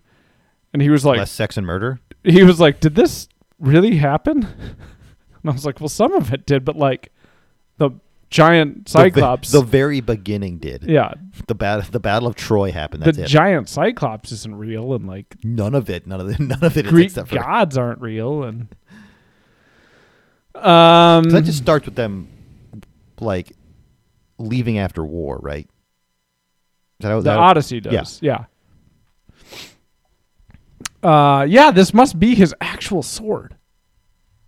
S1: And he was like,
S4: Less sex and murder.
S1: he was like, "Did this really happen?" And I was like, "Well, some of it did, but like the giant
S4: The ve-
S1: cyclops,
S4: The, very beginning did.
S1: yeah,
S4: The bat- the battle of Troy happened.
S1: the
S4: That's it.
S1: giant cyclops isn't real, and like
S4: none of it. None of it. None of it is
S1: Greek
S4: except for.
S1: gods aren't real, and um,
S4: That just starts with them, like, leaving after war, right? Is that how-
S1: the
S4: that-
S1: Odyssey does, yeah." Uh, yeah, this must be his actual sword.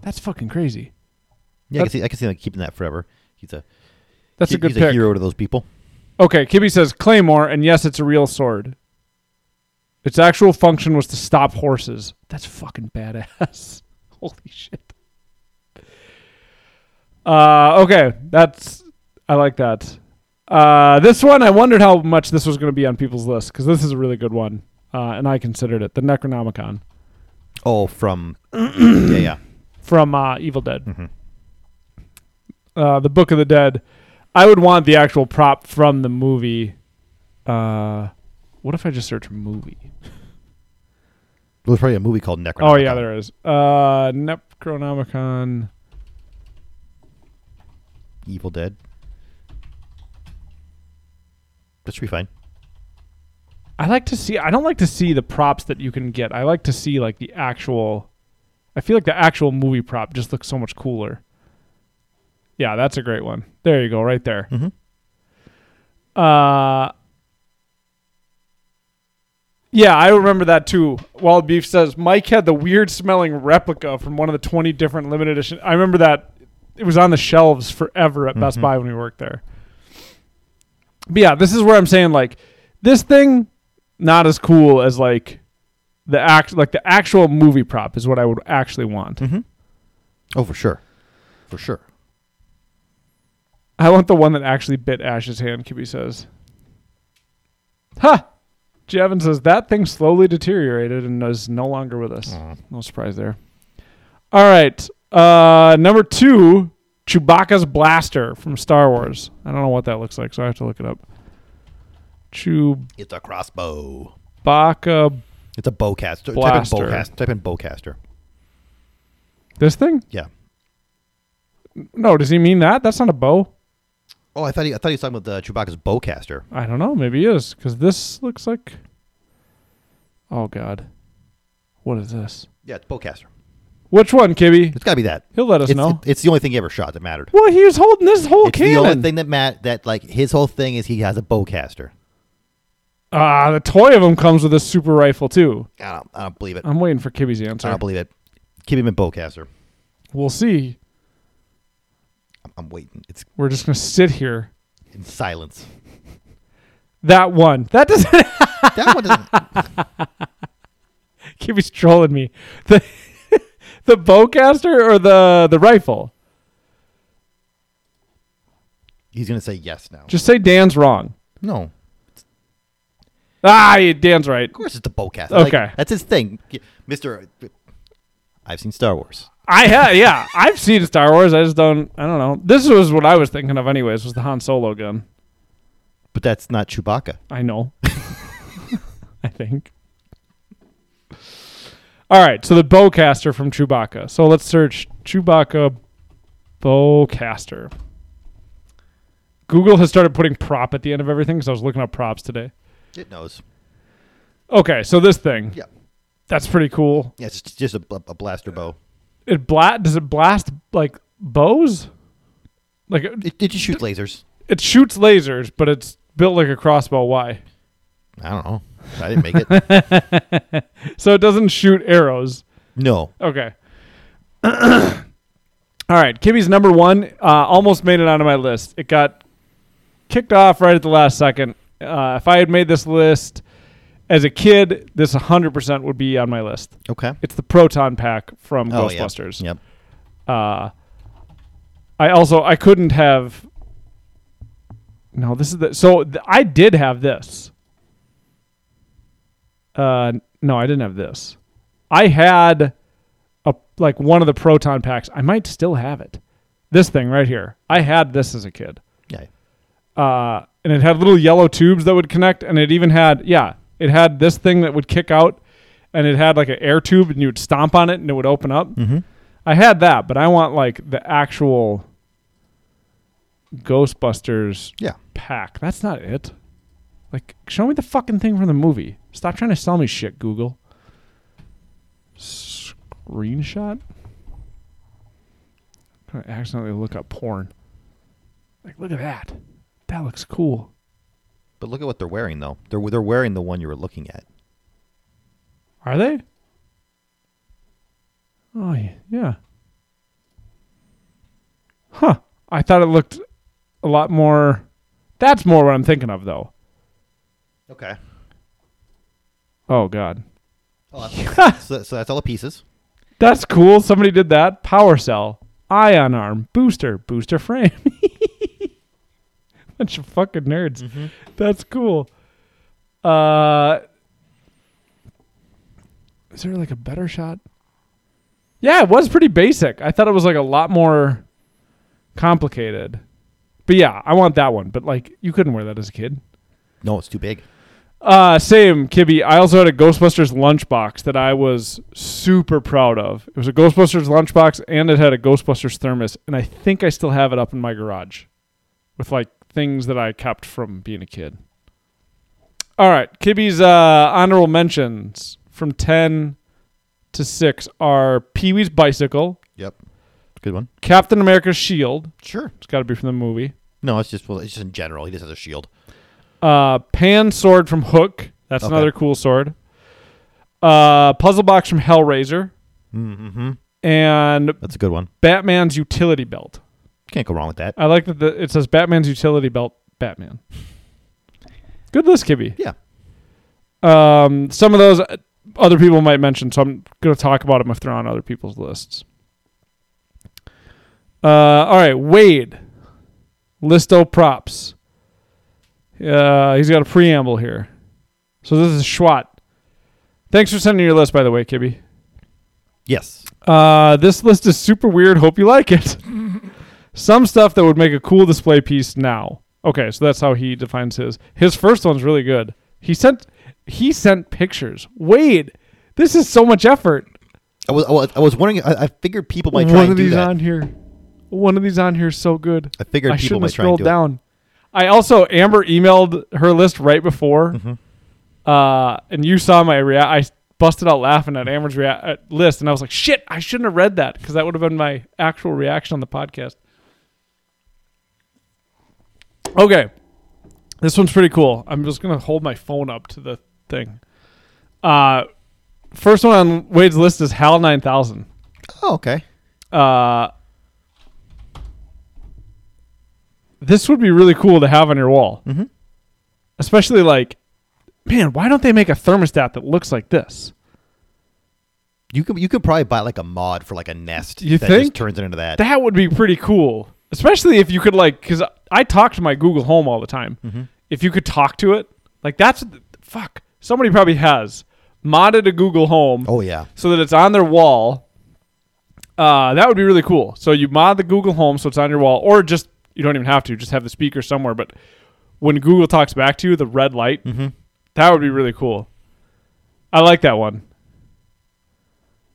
S1: That's fucking crazy.
S4: Yeah, I can see. I can see them keeping that forever. He's a
S1: That's a
S4: he-
S1: good
S4: he's
S1: pick.
S4: a hero to those people.
S1: Okay, Kibby says claymore, and yes, it's a real sword. Its actual function was to stop horses. That's fucking badass. Holy shit. Uh, okay, that's I like that. Uh, this one I wondered how much this was going to be on people's list because this is a really good one, uh, and I considered it the Necronomicon
S4: Oh, from yeah, yeah.
S1: from uh, Evil Dead, uh, the Book of the Dead. I would want the actual prop from the movie. Uh, what if I just search movie?
S4: There was probably a movie called Necronomicon.
S1: Oh yeah, there is. Uh, Necronomicon.
S4: Evil Dead. That should be fine.
S1: I like to see. I don't like to see the props that you can get. I like to see like the actual. I feel like the actual movie prop just looks so much cooler. Yeah, that's a great one. There you go, right there. Uh, yeah, I remember that too. Wild Beef says Mike had the weird smelling replica from one of the twenty different limited edition. I remember that it was on the shelves forever at Best Buy when we worked there. But yeah, this is where I'm saying like this thing not as cool as like the act like the actual movie prop is what I would actually want.
S4: Oh, for sure, for sure.
S1: I want the one that actually bit Ash's hand, Kibby says. Ha! Javin says that thing slowly deteriorated and is no longer with us. No surprise there. All right. Uh, number two, Chewbacca's blaster from Star Wars. I don't know what that looks like, so I have to look it up. Chewbacca.
S4: It's a crossbow. It's a
S1: Blaster.
S4: bowcaster. Type in bowcaster. Type in bowcaster.
S1: This thing?
S4: Yeah.
S1: No, does he mean that? That's not a bow.
S4: Oh, I thought he, I thought he was talking about the Chewbacca's bowcaster.
S1: I don't know. Maybe he is because this looks like. Oh God, what is this?
S4: Yeah, it's bowcaster.
S1: Which one, Kibby?
S4: It's got to be that.
S1: He'll let us
S4: it's,
S1: know.
S4: it- it's the only thing he ever shot that mattered.
S1: well, he was holding this whole
S4: It's the
S1: cannon.
S4: only thing that Matt that like his whole thing is he has a bowcaster.
S1: Ah, the toy of him comes with a super rifle too.
S4: I don't, I don't believe it.
S1: I'm waiting for Kibby's answer.
S4: I don't believe it. Keep him in bowcaster.
S1: we'll see.
S4: I'm, I'm waiting. It's
S1: We're just gonna sit here.
S4: in silence.
S1: That one. That doesn't.
S4: That one doesn't.
S1: Kibby's trolling me. The the bowcaster or the the rifle.
S4: He's gonna say yes now.
S1: Just say Dan's wrong.
S4: no. Of
S1: Ah, yeah, Dan's right.
S4: course, it's the bowcaster. Like,
S1: Okay.
S4: that's his thing, Mister. I've seen Star Wars.
S1: I ha- yeah, I've seen Star Wars. I just don't. I don't know. This was what I was thinking of, anyways. Was the Han Solo gun?
S4: But that's not Chewbacca.
S1: I know. I think. All right, so the bowcaster from Chewbacca. So let's search Chewbacca bowcaster. Google has started putting prop at the end of everything because I was looking up props today.
S4: It knows.
S1: Okay, so this thing.
S4: Yeah.
S1: That's pretty cool.
S4: Yeah, it's just, just a, bl- a blaster bow.
S1: It bla- does it blast like bows? Like it,
S4: It, it just shoots lasers.
S1: it shoots lasers, but it's built like a crossbow. Why?
S4: I don't know. I didn't make it.
S1: So it doesn't shoot arrows.
S4: No.
S1: Okay. All right, Kibby's number one uh, almost made it onto my list. It got kicked off right at the last second. Uh, if I had made this list as a kid, this 100% would be on my list.
S4: Okay.
S1: It's the proton pack from
S4: Oh, yeah.
S1: Ghostbusters.
S4: Yep.
S1: I also I couldn't have. No, this is the so th- I did have this. Uh, no, I didn't have this. I had a like one of the proton packs. I might still have it. This thing right here. I had this as a kid,
S4: Yeah.
S1: uh, and it had little yellow tubes that would connect, and it even had yeah, it had this thing that would kick out, and it had like an air tube, and you would stomp on it, and it would open up. I had that, but I want like the actual Ghostbusters
S4: Yeah.
S1: pack. That's not it. Like, show me the fucking thing from the movie. Stop trying to sell me shit, Google. Screenshot? i going to accidentally look up porn. Like, look at that. That looks cool.
S4: But look at what they're wearing though. They're they're wearing the one you were looking at.
S1: Are they? Oh, y- yeah. Huh. I thought it looked a lot more. That's more what I'm thinking of, though.
S4: Okay.
S1: Oh, God.
S4: so, so that's all the pieces.
S1: That's cool. Somebody did that. Power cell, ion arm, booster, booster frame. Bunch of fucking nerds. That's cool. Uh, is there like a better shot? Yeah, it was pretty basic. I thought it was like a lot more complicated. But yeah, I want that one. But like, you couldn't wear that as a kid.
S4: No, it's too big.
S1: Uh, same, Kibby. I also had a Ghostbusters lunchbox that I was super proud of. It was a Ghostbusters lunchbox and it had a Ghostbusters thermos, and I think I still have it up in my garage with like things that I kept from being a kid. All right, Kibby's uh, honorable mentions from 10 to 6 are Pee Wee's bicycle,
S4: Yep. Good one.
S1: Captain America's shield.
S4: Sure.
S1: It's got to be from the movie.
S4: No, it's just well, it's just in general. He just has a shield.
S1: Uh, Pan sword from Hook. That's
S4: Okay.
S1: another cool sword. Uh, puzzle box from Hellraiser. Mm-hmm. And
S4: That's a good one.
S1: Batman's utility belt.
S4: Can't go wrong with that.
S1: I like that the, it says Batman's utility belt. Batman. Good list, Kibby.
S4: yeah.
S1: Um, some of those uh, other people might mention, so I'm going to talk about them if they're on other people's lists. Uh, all right, Wade. Listo props. Uh, he's got a preamble here. So this is Schwat. Thanks for sending your list, by the way, Kibby.
S4: Yes.
S1: Uh, this list is super weird. Hope you like it. Some stuff that would make a cool display piece now. Okay, so that's how he defines his. His first one's really good. He sent he sent pictures. Wade, this is so much effort.
S4: I was, I was, I was wondering. I, I figured people might try
S1: One
S4: and
S1: of
S4: do
S1: these
S4: that.
S1: on here. One of these on here is so good.
S4: I figured
S1: I
S4: people
S1: shouldn't
S4: might
S1: have
S4: try
S1: scrolled
S4: and do it.
S1: down. I also Amber emailed her list right before,
S4: Mm-hmm.
S1: uh, and you saw my react. I busted out laughing at Amber's rea- uh, list, and I was like, "Shit, I shouldn't have read that because that would have been my actual reaction on the podcast." Okay, this one's pretty cool. I'm just gonna hold my phone up to the thing. Uh, first one on Wade's list is Hal Nine Thousand.
S4: Oh, okay.
S1: Uh, this would be really cool to have on your wall. Mm-hmm. Especially like, man, why don't they make a thermostat that looks like this?
S4: You can you could probably buy like a mod for like a nest.
S1: You
S4: that
S1: think?
S4: just turns it into that?
S1: That would be pretty cool. Especially if you could like, because I talk to my Google Home all the time. If you could talk to it, like that's fuck. Somebody probably has modded a Google Home.
S4: oh yeah.
S1: so that it's on their wall. Uh, that would be really cool. So you mod the Google Home so it's on your wall, or just you don't even have to, just have the speaker somewhere. But when Google talks back to you, the red light, that would be really cool. I like that one.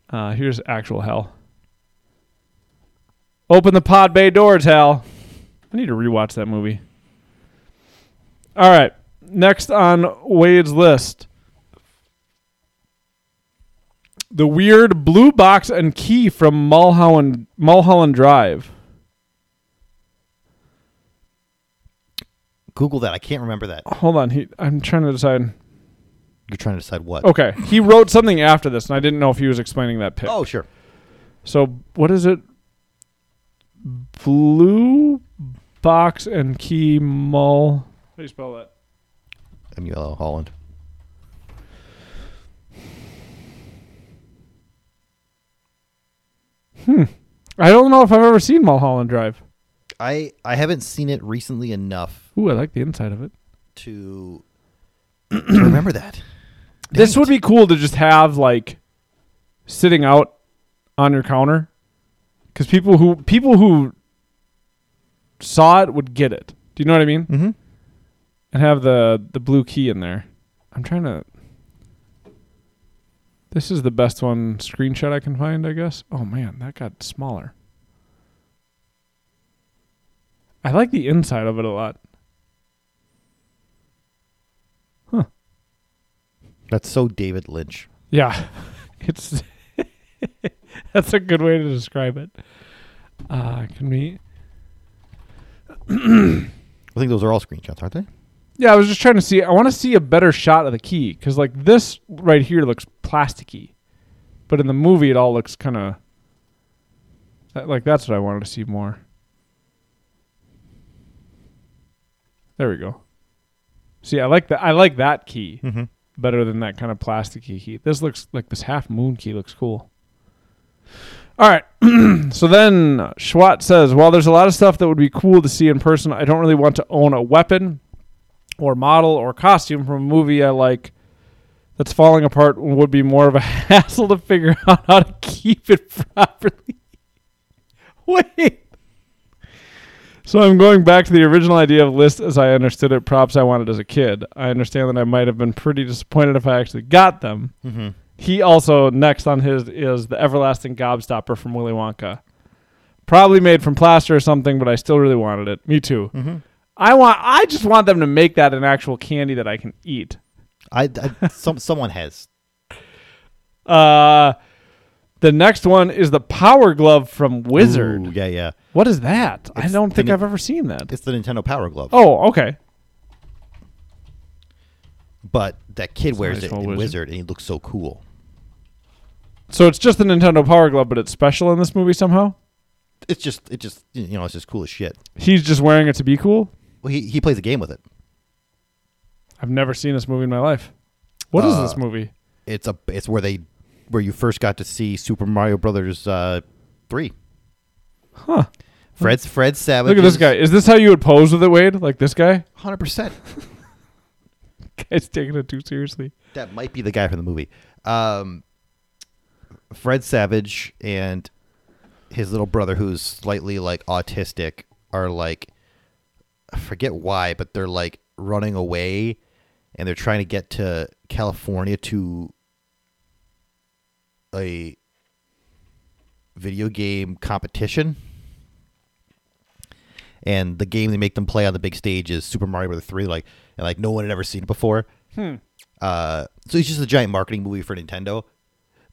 S1: Uh, here's actual hell. Open the pod bay doors, Hal. I need to rewatch that movie. All right, next on Wade's list. the weird blue box and key from Mulholland Mulholland Drive.
S4: Google that. I can't remember that.
S1: Hold on, he, I'm trying to decide.
S4: You're trying to decide what.
S1: Okay, he wrote something after this, and I didn't know if he was explaining that pic.
S4: Oh sure.
S1: So what is it? Blue box and key mul. How do you spell that?
S4: MUL Holland.
S1: I don't know if I've ever seen Mulholland Drive.
S4: I I haven't seen it recently enough
S1: Ooh, I like the inside of it.
S4: to to remember that.
S1: this would be cool to just have like sitting out on your counter because people who people who saw it would get it do you know what i mean mm-hmm. and have the the blue key in there i'm trying to this is the best one screenshot i can find i guess oh man that got smaller i like the inside of it a lot
S4: That's so David Lynch.
S1: Yeah, it's that's a good way to describe it. Uh, can we?
S4: I think those are all screenshots, aren't they?
S1: Yeah, I was just trying to see. I want to see a better shot of the key because, like, this right here looks plasticky, but in the movie, it all looks kind of like that's what I wanted to see more. There we go. See, I like that. I like that key better than that kind of plasticky key. This looks like this half moon key looks cool. All right. so then Schwat says, "While there's a lot of stuff that would be cool to see in person, I don't really want to own a weapon or model or costume from a movie I like that's falling apart would be more of a hassle to figure out how to keep it properly. Wait. So I'm going back to the original idea of list as I understood it, props I wanted as a kid. I understand that I might have been pretty disappointed if I actually got them. He also next on his is the everlasting gobstopper from Willy Wonka. Probably made from plaster or something, but I still really wanted it. Me too. I want. I just want them to make that an actual candy that I can eat.
S4: I, I some someone has.
S1: Uh, the next one is the Power Glove from Wizard.
S4: Ooh, yeah, yeah.
S1: What is that? I
S4: It's
S1: don't think
S4: the-
S1: I've ever seen that.
S4: It's the Nintendo Power Glove.
S1: Oh, okay.
S4: but that kid wears
S1: nice
S4: it in
S1: little
S4: Wizard.
S1: wizard.
S4: and he looks so cool.
S1: So it's just the Nintendo Power Glove, but it's special in this movie somehow.
S4: It's just it just you know it's just cool as shit.
S1: He's just wearing it to be cool.
S4: Well, he he plays a game with it.
S1: I've never seen this movie in my life. What is
S4: Uh,
S1: this movie?
S4: It's a it's where they where you first got to see Super Mario Brothers uh, three.
S1: Huh.
S4: Fred's Fred Savage.
S1: Look at this guy. Is this how you would pose with it, Wade? Like this guy?
S4: Hundred percent.
S1: Guy's taking it too seriously.
S4: That might be the guy from the movie. Um, Fred Savage and his little brother, who's slightly like autistic, are like I forget why, but they're like running away and they're trying to get to California to a video game competition. And the game they make them play on the big stage is Super Mario Brother 3 like and like no one had ever seen it before. Uh, so it's just a giant marketing movie for Nintendo,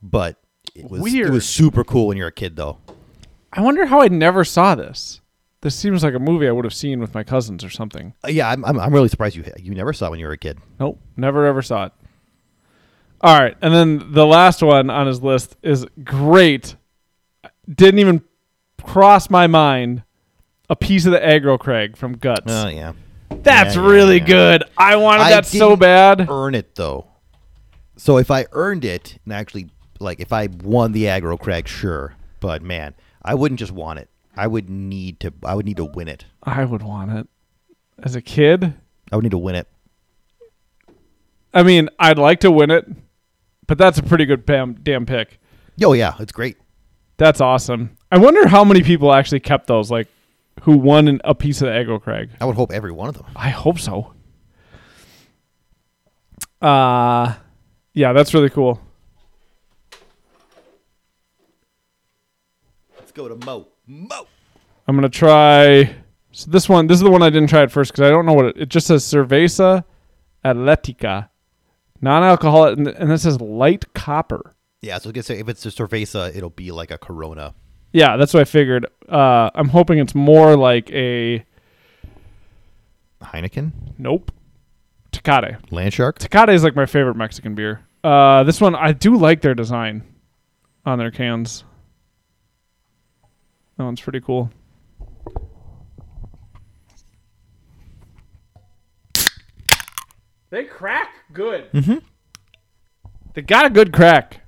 S4: but it was it
S1: Weird.
S4: was super cool when you're a kid though.
S1: I wonder how I never saw this. This seems like a movie I would have seen with my cousins or something.
S4: Uh, yeah, I'm, I'm I'm really surprised you you never saw it when you were a kid.
S1: Nope, never ever saw it. All right, and then the last one on his list is great. Didn't even cross my mind. A piece of the aggro Craig from Guts.
S4: Oh yeah.
S1: That's
S4: yeah, yeah,
S1: really
S4: yeah.
S1: good. I wanted
S4: I
S1: that so
S4: didn't
S1: bad.
S4: Earn it though. So if I earned it and actually like if I won the aggro crag, sure. But man, I wouldn't just want it. I would need to. I would need to win it.
S1: I would want it as a kid.
S4: I would need to win it.
S1: I mean, I'd like to win it, but that's a pretty good damn, damn pick.
S4: Yo, yeah, it's great.
S1: That's awesome. I wonder how many people actually kept those, like who won an, a piece of the aggro Craig.
S4: I would hope every one of them.
S1: I hope so. Uh yeah, that's really cool.
S4: Let's go to Mo. Mo.
S1: I'm gonna try. So this one, this is the one I didn't try at first because I don't know what it. It just says Cerveza Atletica, non-alcoholic, and, and this says light copper.
S4: Yeah, so I was gonna say if it's a Cerveza, it'll be like a Corona.
S1: Yeah, that's what I figured. Uh, I'm hoping it's more like a
S4: Heineken,
S1: nope, Tecate.
S4: Landshark.
S1: Tecate is like my favorite Mexican beer. Uh, this one I do like their design on their cans. That one's pretty cool. They crack good. Mm-hmm. They got a good crack.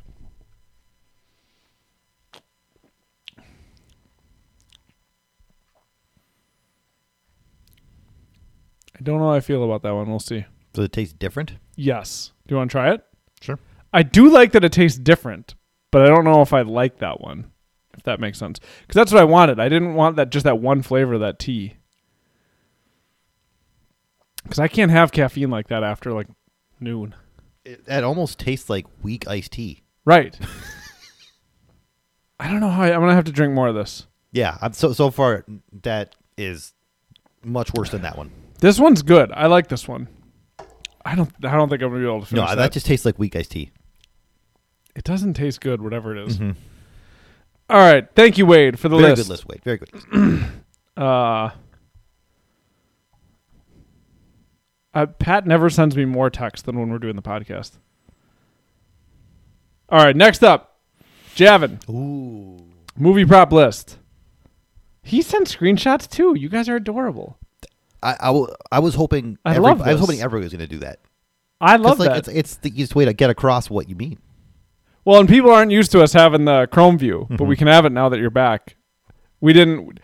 S1: I don't know how I feel about that one. We'll see.
S4: Does it taste different?
S1: Yes. Do you want to try it?
S4: Sure.
S1: I do like that it tastes different, but I don't know if I like that one, if that makes sense. Because that's what I wanted. I didn't want that just that one flavor of that tea. Because I can't have caffeine like that after like noon.
S4: It, that almost tastes like weak iced tea.
S1: Right. I don't know how I, I'm gonna have to drink more of this.
S4: Yeah, I'm so so far that is much worse than that one.
S1: This one's good. I like this one. I don't. I don't think I'm gonna be able to
S4: No,
S1: finish
S4: that.
S1: that.
S4: just tastes like weak iced tea.
S1: it doesn't taste good, whatever it is. All right. Thank you, Wade, for the
S4: Mm-hmm. Very
S1: list.
S4: good list, Wade. Very good list.
S1: uh, uh, Pat never sends me more text than when we're doing the podcast. All right, next up, Javin. Ooh. Movie prop list. He sent screenshots too. You guys are adorable.
S4: I, I, w- I was hoping
S1: I
S4: every-
S1: love
S4: I was
S1: this.
S4: hoping everyone was going to do that.
S1: I
S4: 'Cause,
S1: love
S4: like,
S1: that.
S4: It's, it's the easiest way to get across what you mean.
S1: Well, and people aren't used to us having the Chrome view, but
S4: Mm-hmm.
S1: we can have it now that you're back. We didn't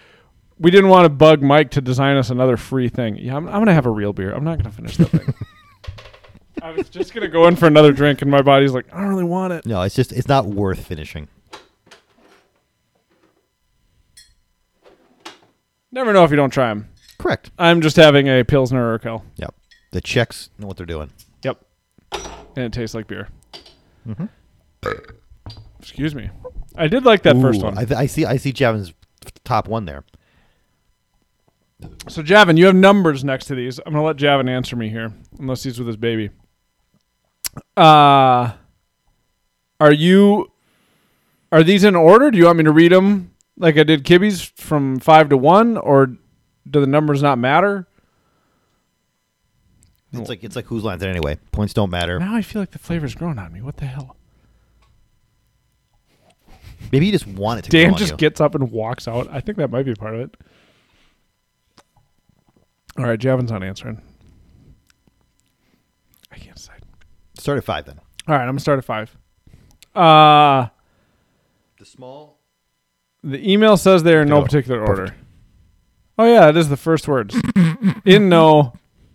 S1: we didn't want to bug Mike to design us another free thing. Yeah, I'm, I'm gonna have a real beer. I'm not gonna finish that thing. I was just gonna go in for another drink, and my body's like, I don't really want it.
S4: No, it's just it's not worth finishing.
S1: Never know if you don't try them.
S4: Correct.
S1: I'm just having a pilsner or Urkel.
S4: Yep. The Czechs know what they're doing.
S1: Yep, Mm-hmm. and it tastes like beer. Excuse me. I did like that first
S4: Ooh,
S1: one.
S4: I, th- I see. I see Javin's top one there.
S1: So Javin, you have numbers next to these. I'm gonna let Javin answer me here, unless he's with his baby. Uh are you? Are these in order? Do you want me to read them like I did Kibby's from five to one, or do the numbers not matter?
S4: It's like it's like whose lines it anyway. Points don't matter.
S1: Now I feel like the flavor's grown on me. What the hell?
S4: Maybe you just want it to. grow
S1: Dan
S4: on
S1: just
S4: you.
S1: gets up and walks out. I think that might be part of it. All right, Javin's not answering. I can't decide.
S4: start at five then.
S1: All right, I'm gonna start at five. Uh
S4: The small.
S1: The email says they're in no
S4: Oh,
S1: particular order. Oh yeah, it is the first words. in no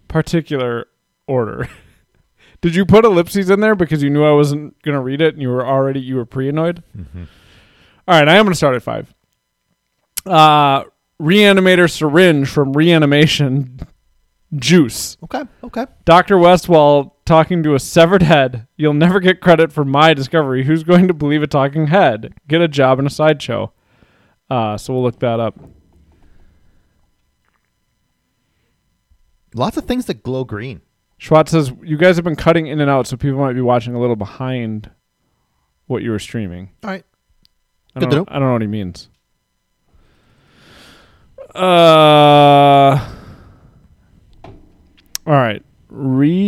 S1: particular order. Did you put ellipses in there because you knew I wasn't gonna read it and you were already you were pre annoyed? right, I am gonna start at five. Uh Reanimator syringe from Reanimation Juice.
S4: Okay. Okay.
S1: Dr. Westwall talking to a severed head. You'll never get credit for my discovery. Who's going to believe a talking head? Get a job in a sideshow. Uh, so we'll look that up.
S4: Lots of things that glow green.
S1: Schwartz says, You guys have been cutting in and out, so people might be watching a little behind what you were streaming.
S4: All right.
S1: I don't,
S4: Good to
S1: know,
S4: know.
S1: I don't know what he means. Uh, all right. Reanimator.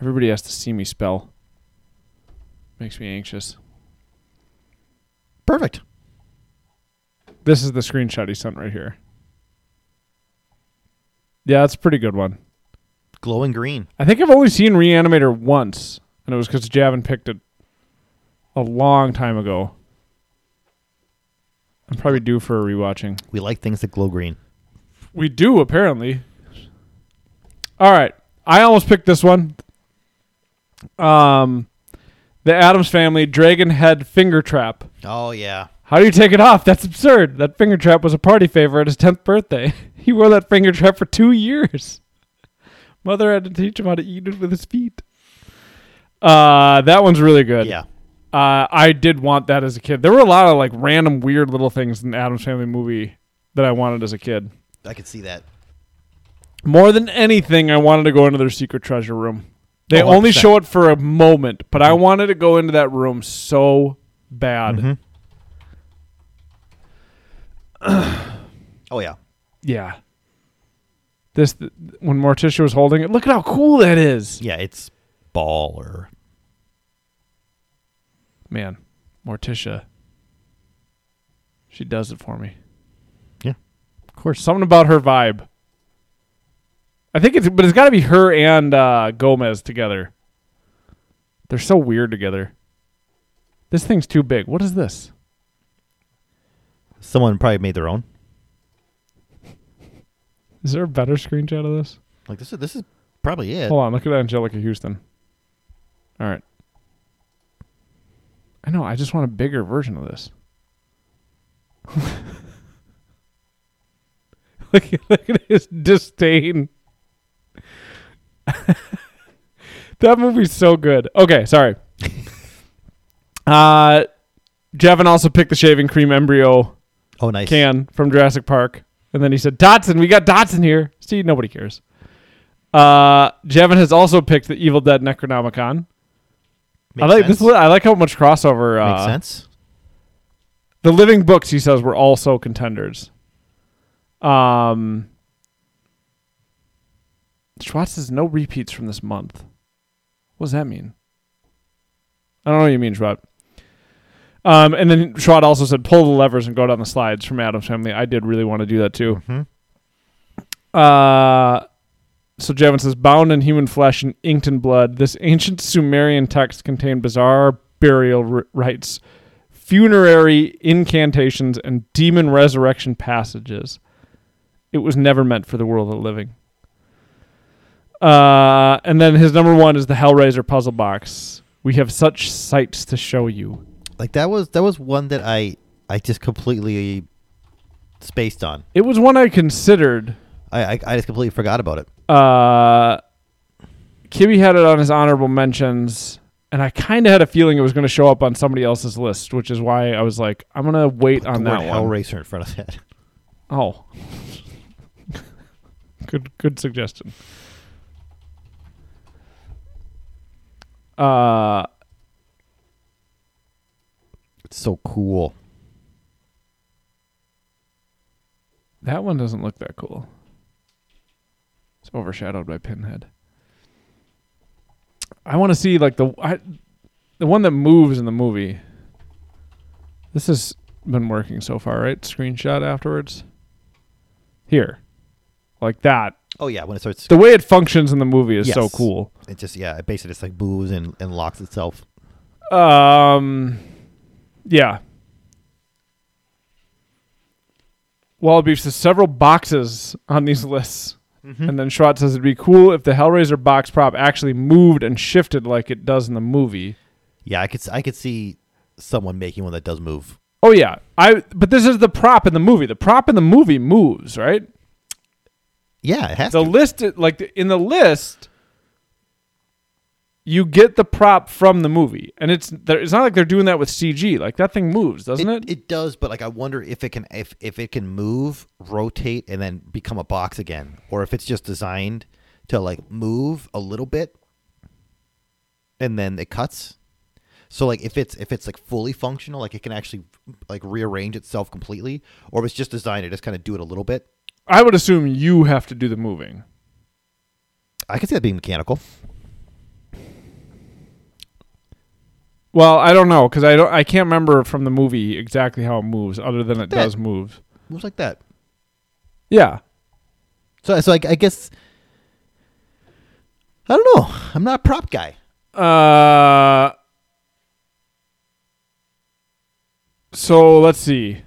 S1: Everybody has to see me spell. Makes me anxious.
S4: Perfect.
S1: This is the screenshot he sent right here. Yeah, that's a pretty good one.
S4: Glowing green.
S1: I think I've only seen Reanimator once, and it was because Javin picked it a long time ago. I'm probably due for a rewatching.
S4: We like things that glow green.
S1: We do, apparently. All right. I almost picked this one. Um, the Adams Family Dragon Head Finger Trap.
S4: Oh yeah.
S1: How do you take it off? That's absurd. That finger trap was a party favor at his 10th birthday. He wore that finger trap for two years. Mother had to teach him how to eat it with his feet. Uh, that one's really good.
S4: Yeah.
S1: Uh, I did want that as a kid. There were a lot of like random weird little things in the Adams Family movie that I wanted as a kid.
S4: I could see that.
S1: More than anything, I wanted to go into their secret treasure room. They
S4: Oh,
S1: only
S4: 100%.
S1: show it for a moment, but I wanted to go into that room so bad.
S4: Mm-hmm. Oh yeah.
S1: Yeah. This th- when Morticia was holding it. Look at how cool that is.
S4: Yeah, it's baller.
S1: Man, Morticia. She does it for me.
S4: Yeah.
S1: Of course, something about her vibe. I think it's but it's got to be her and uh Gomez together. They're so weird together. This thing's too big. What is this?
S4: Someone probably made their own.
S1: Is there a better screenshot of this?
S4: Like this is this is probably it.
S1: Hold on, look at Angelica Houston. All right. I know, I just want a bigger version of this. look, at- look at his disdain. that movie's so good. Okay, sorry. uh Jevin also picked the shaving cream embryo
S4: Oh nice.
S1: can from Jurassic Park. And then he said, Dotson, we got Dotson here. See, nobody cares. Uh, Jevin has also picked the Evil Dead Necronomicon. I
S4: Makes
S1: like this.
S4: sense.
S1: li- I like how much crossover. Uh,
S4: Makes sense.
S1: The living books, he says, were also contenders. Um, Schwartz says no repeats from this month. What does that mean? I don't know what you mean, Schwab. Um, and then Schwab also said, pull the levers and go down the slides from Adam's family. I did really want to do that too. Uh, so Jevin says, bound in human flesh and inked in blood, this ancient Sumerian text contained bizarre burial r- rites, funerary incantations, and demon resurrection passages. It was never meant for the world of the living. Uh, and then his number one is the Hellraiser puzzle box. We have such sights to show you.
S4: Like that was that was one that I I just completely spaced on.
S1: It was one I considered.
S4: I I, I just completely forgot about it.
S1: Uh, Kibby had it on his honorable mentions, and I kind of had a feeling it was going to show up on somebody else's list, which is why I was like, I'm going to wait on
S4: the word
S1: that one.
S4: Hellraiser in front of that.
S1: Oh, good, good suggestion. Uh,
S4: It's so cool.
S1: That one doesn't look that cool. It's overshadowed by Pinhead. I want to see like the I, the one that moves in the movie. This has been working so far, right? Screenshot afterwards. Here. Like that.
S4: Oh yeah, when it starts
S1: The way it functions in the movie is so
S4: Yes.
S1: cool.
S4: it just yeah, it basically just like moves and, and locks itself.
S1: Um, yeah. Wallaby says several boxes on these lists. And then Schwartz says it'd be cool if the Hellraiser box prop actually moved and shifted like it does in the movie.
S4: Yeah, I could s- I could see someone making one that does move.
S1: Oh yeah, I. But this is the prop in the movie. The prop in the movie moves, right?
S4: Yeah, it has
S1: The
S4: to.
S1: list, like in the list, you get the prop from the movie, and it's there- it's not like they're doing that with CG. Like that thing moves, doesn't it?
S4: it, it does, but like I wonder if it can if, if it can move, rotate, and then become a box again, or if it's just designed to like move a little bit, and then it cuts. So like if it's if it's like fully functional, like it can actually like rearrange itself completely, or if it's just designed to just kind of do it a little bit.
S1: I would assume you have to do the moving.
S4: I can see that being mechanical.
S1: Well, I don't know because I don't. I can't remember from the movie exactly how it moves, other than it
S4: That-
S1: does move.
S4: Moves like that.
S1: Yeah,
S4: So so I, I guess I don't know. I'm not a prop guy.
S1: Uh, so let's see.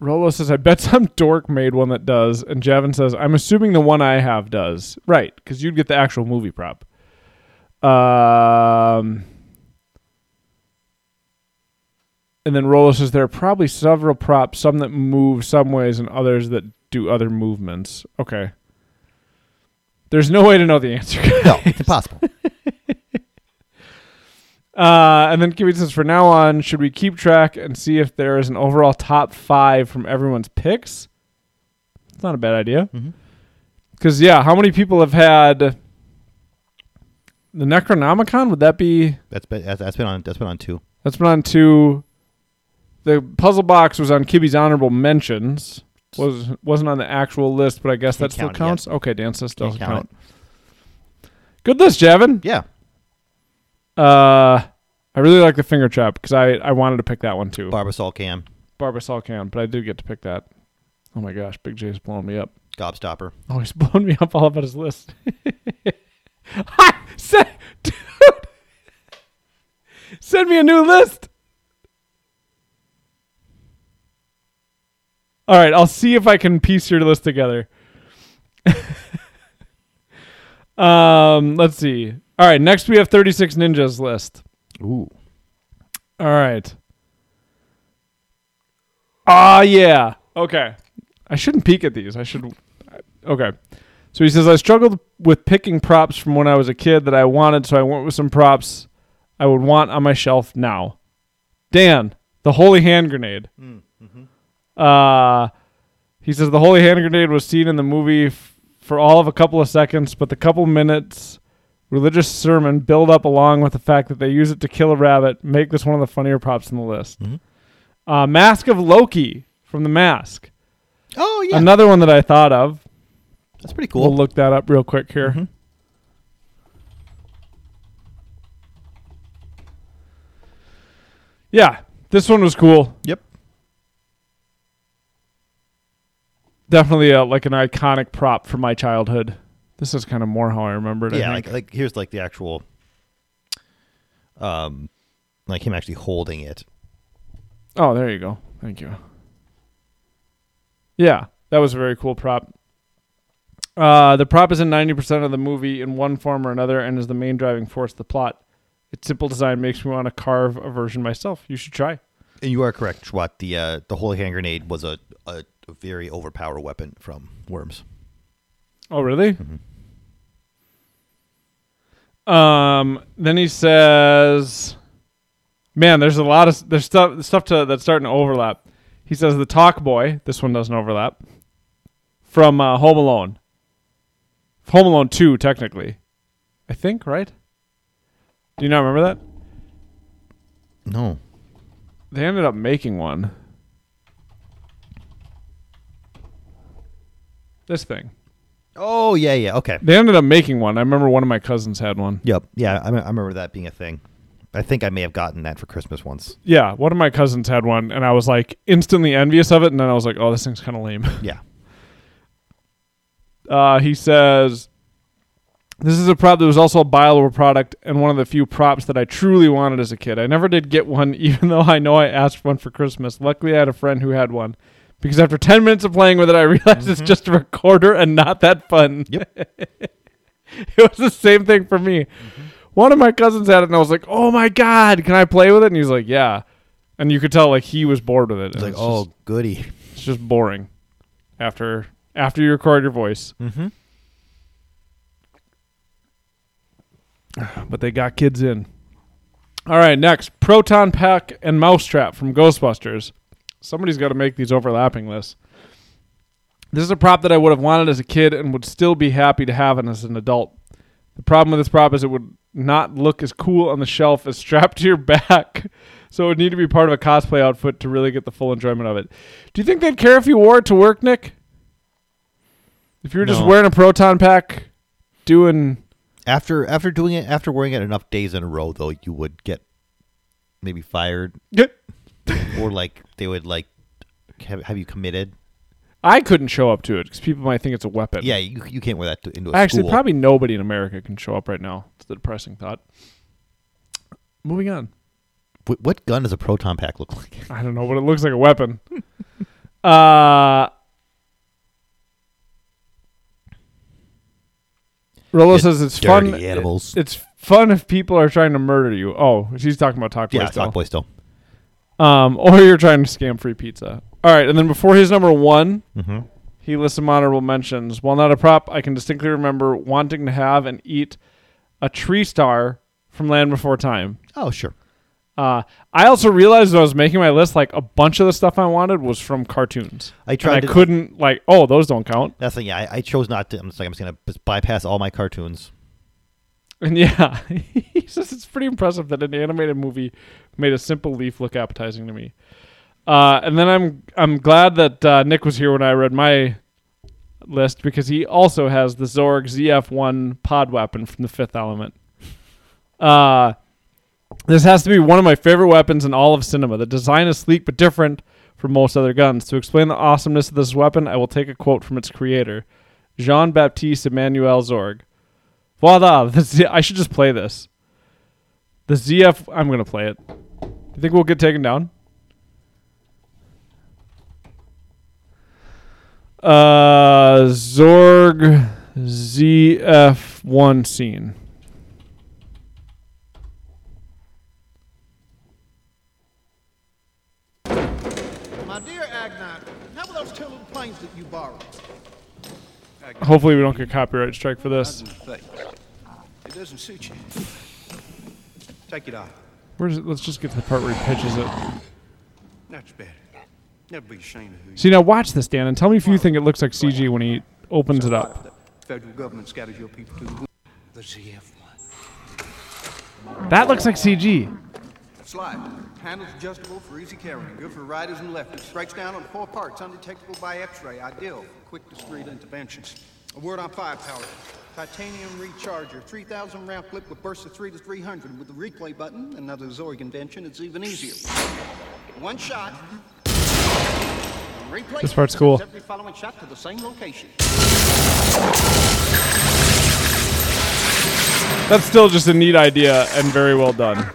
S1: Rolo says, I bet some dork made one that does. And Javin says, I'm assuming the one I have does. Right, because you'd get the actual movie prop. Um, and then Rolo says, there are probably several props, some that move some ways and others that do other movements. Okay. There's no way to know the answer.
S4: No, it's impossible.
S1: Uh, and then Kiwi says, for now on, should we keep track and see if there is an overall top five from everyone's picks? It's not a bad idea.
S4: Mm-hmm.
S1: Because, yeah, how many people have had the Necronomicon? Would that be.
S4: That's been that's that's been on that's been on two.
S1: That's been on two. The puzzle box was on Kibby's honorable mentions. Was wasn't on the actual list, but I guess that
S4: Can't
S1: still
S4: count it yet.
S1: counts. Okay, Dan says still
S4: Can't count
S1: count. Good list, Javin.
S4: Yeah.
S1: Uh, I really like the finger trap because I, I wanted to pick that one too.
S4: Barbasol can.
S1: Barbasol can, but I did get to pick that. Oh my gosh, Big J's blowing me up.
S4: Gobstopper.
S1: Oh, he's blowing me up all about his list. I said, dude, send me a new list. All right, I'll see if I can piece your list together. um, let's see. All right, next we have 36 Ninjas list.
S4: Ooh.
S1: All right. Ah, yeah. Okay. I shouldn't peek at these. I should. Okay. So he says, I struggled with picking props from when I was a kid that I wanted, so I went with some props I would want on my shelf now. Dan, the holy hand grenade. Uh, he says, the holy hand grenade was seen in the movie f- for all of a couple of seconds, but the couple minutes religious sermon build up along with the fact that they use it to kill a rabbit make this one of the funnier props on the list. Uh, Mask of Loki from The Mask.
S4: Oh yeah.
S1: Another one that I thought of.
S4: that's pretty
S1: We'll
S4: cool. Mm-hmm.
S1: look that up real quick here. Yeah, this one was cool.
S4: yep.
S1: Definitely uh like an iconic prop from my childhood. This is kind of more how I remember it. I
S4: Yeah,
S1: think.
S4: like, like here's like the actual um like him actually holding it.
S1: Oh, there you go. Thank you. Yeah, that was a very cool prop. Uh, the prop is in 90% of the movie in one form or another and is the main driving force of the plot. Its simple design makes me want to carve a version myself. You should try.
S4: And you are correct, Schwat. The uh the holy hand grenade was a, a, a very overpowered weapon from worms.
S1: Oh, really? Um. Then he says, "Man, there's a lot of there's stuff stuff to that's starting to overlap." He says the Talk Boy. This one doesn't overlap. From uh, Home Alone. Home Alone Two, technically, I think. Right? Do you not remember that?
S4: No.
S1: They ended up making one. This thing.
S4: Oh yeah, yeah. Okay.
S1: They ended up making one. I remember one of my cousins had one.
S4: Yep. Yeah, I, me- I remember that being a thing. I think I may have gotten that for Christmas once.
S1: Yeah, one of my cousins had one, and I was like instantly envious of it, and then I was like, "Oh, this thing's kind of lame."
S4: Yeah.
S1: Uh, he says, "This is a prop that was also a buyable product, and one of the few props that I truly wanted as a kid. I never did get one, even though I know I asked for one for Christmas. Luckily, I had a friend who had one, because after ten minutes of playing with it, I realized it's just a recorder and not that fun.
S4: Mm-hmm. Yep. Mm-hmm.
S1: it was the same thing for me." one of my cousins had it, and I was like, "Oh my god, can I play with it?" And he's like, "Yeah," and you could tell like he was bored with it.
S4: It's
S1: and
S4: like,
S1: it's
S4: oh,
S1: just,
S4: goody.
S1: it's just boring after after you record your voice. Mm-hmm. But they got kids in. All right, next Proton Pack and Mousetrap from Ghostbusters. Somebody's got to make these overlapping lists. This is a prop that I would have wanted as a kid and would still be happy to have as an adult. The problem with this prop is it would not look as cool on the shelf as strapped to your back. So it would need to be part of a cosplay outfit to really get the full enjoyment of it. Do you think they'd care if you wore it to work, Nick? If you were just
S4: No.
S1: wearing a proton pack doing
S4: After after doing it after wearing it enough days in a row though, you would get maybe fired or like they would like have, have you committed?
S1: I couldn't show up to it because people might think it's a weapon.
S4: Yeah, you, you can't wear that to, into a
S1: Actually,
S4: school.
S1: probably nobody in America can show up right now. It's the depressing thought. Moving on.
S4: Wh- what gun does a proton pack look like?
S1: I don't know, but it looks like a weapon. uh, Rolo
S4: You
S1: says it's
S4: dirty
S1: fun.
S4: animals.
S1: It's fun if people are trying to murder you. Oh, she's talking about Talk
S4: yeah,
S1: Boy still.
S4: Sock Boy still.
S1: Um, or you're trying to scam free pizza. All right, and then before his number one,
S4: Mm-hmm.
S1: he lists some honorable mentions. While not a prop, I can distinctly remember wanting to have and eat a tree star from Land Before Time.
S4: Oh, sure.
S1: Uh, I also realized as I was making my list, like a bunch of the stuff I wanted was from cartoons.
S4: I tried
S1: And I
S4: to-
S1: couldn't like, oh, those don't count.
S4: That's the thing. Yeah, I, I chose not to. I'm just like I'm just gonna b- bypass all my cartoons.
S1: And yeah, he says it's pretty impressive that an animated movie made a simple leaf look appetizing to me. Uh, and then I'm I'm glad that uh, Nick was here when I read my list because he also has the Zorg ZF1 pod weapon from the Fifth Element. Uh, this has to be one of my favorite weapons in all of cinema. The design is sleek but different from most other guns. To explain the awesomeness of this weapon, I will take a quote from its creator, Jean Baptiste Emmanuel Zorg. Voila! The Z- I should just play this. The ZF. I'm gonna play it. Do you think we'll get taken down? Uh, Zorg ZF1 scene.
S5: My dear Agnon, how were those two little planes that you borrowed?
S1: Hopefully, we don't get copyright strike for this.
S5: Thanks. Mm, It doesn't suit you. Take it off.
S1: Where's it? Let's just get to the part where he pitches it.
S5: That's better. Never be ashamed of who you
S1: See, now watch this, Dan, and tell me if you think it looks like CG when he opens it up.
S5: The federal government scatters your people to the wind. The ZF1.
S1: That looks like CG.
S5: Slide. Handles adjustable for easy carrying. Good for riders and lefties. Breaks down on four parts. Undetectable by x-ray. Ideal for quick, discreet interventions. A word on firepower. Titanium recharger. 3,000 round clip with bursts of 3 to 300. With the replay button, another Zorg invention, it's even easier. One shot. Replay.
S1: This part's cool.
S5: Every following shot to the same location.
S1: That's still just a neat idea and very well done.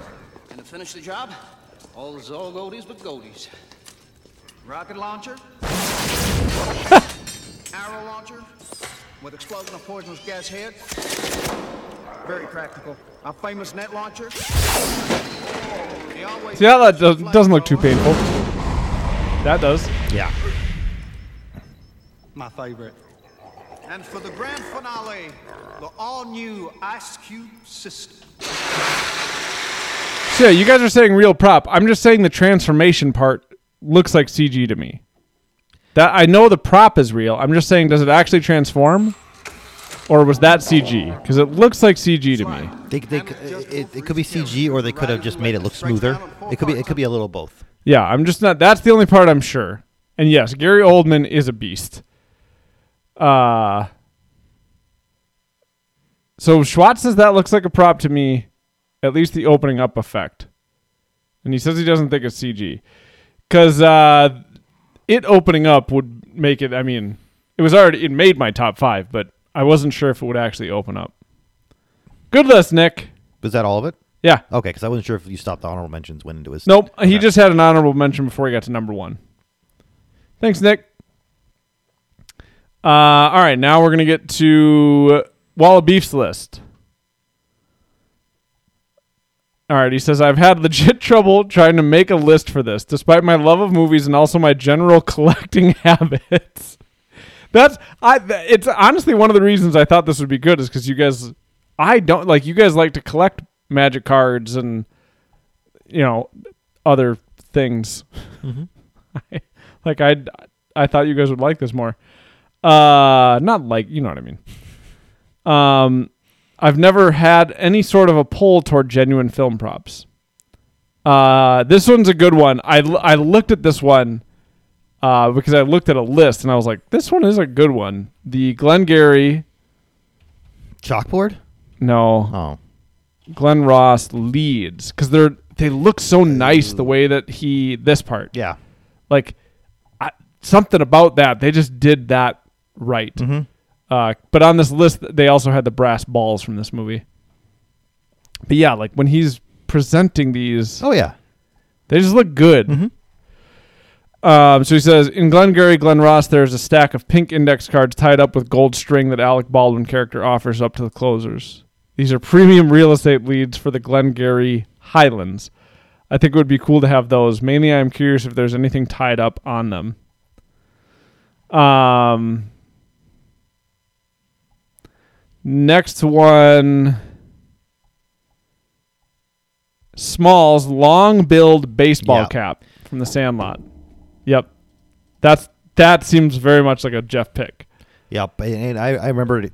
S5: And to finish the job, all the Zorg oldies but goldies. Rocket launcher. arrow launcher with exploding a poisonous gas head. Very practical. Our famous net launcher. The always-
S1: See, that does, doesn't look too painful. That does.
S4: Yeah.
S5: My favorite. And for the grand finale, the all-new Ice Cube system.
S1: So yeah, you guys are saying real prop. I'm just saying the transformation part looks like CG to me. That I know the prop is real. I'm just saying, does it actually transform, or was that CG? Because it looks like CG to me.
S4: They, they, c- it, it could be CG or they could have just made it look smoother. It could be it could be a little both.
S1: Yeah, I'm just not. That's the only part I'm sure. And yes, Gary Oldman is a beast. Uh so Schwartz says that looks like a prop to me, at least the opening up effect. And he says he doesn't think it's CG, because uh, it opening up would make it. I mean, it was already it made my top five, but I wasn't sure if it would actually open up. Good list, Nick.
S4: Was that all of it?
S1: Yeah.
S4: Okay, because I wasn't sure if you stopped the honorable mentions went into his.
S1: Nope. He
S4: Okay.
S1: just had an honorable mention before he got to number one. Thanks, Nick. Uh, all right, now we're gonna get to Wall of Beef's list. All right, he says, I've had legit trouble trying to make a list for this, despite my love of movies and also my general collecting habits. That's I. th- It's honestly one of the reasons I thought this would be good is because you guys, I don't like you guys like to collect magic cards and you know other things. I, like I, I thought you guys would like this more. Uh, not like you know what I mean. Um, I've never had any sort of a pull toward genuine film props. Uh, this one's a good one. I l- I looked at this one uh, because I looked at a list and I was like, this one is a good one. The Glengarry,
S4: Chalkboard?
S1: no,
S4: Oh.
S1: Glen Ross leads because they're they look so nice the way that he this part
S4: Yeah.
S1: like I, something about that they just did that right uh, but on this list they also had the brass balls from this movie but yeah like when he's presenting these
S4: Oh yeah.
S1: they just look good um, so he says in glengarry glen ross there's a stack of pink index cards tied up with gold string that alec baldwin character offers up to the closers these are premium real estate leads for the glengarry highlands i think it would be cool to have those mainly i'm curious if there's anything tied up on them um, next one Small's long billed baseball
S4: Yeah.
S1: cap from the Sandlot. Yep. That's that seems very much like a Jeff pick.
S4: Yep. And, and I, I remember it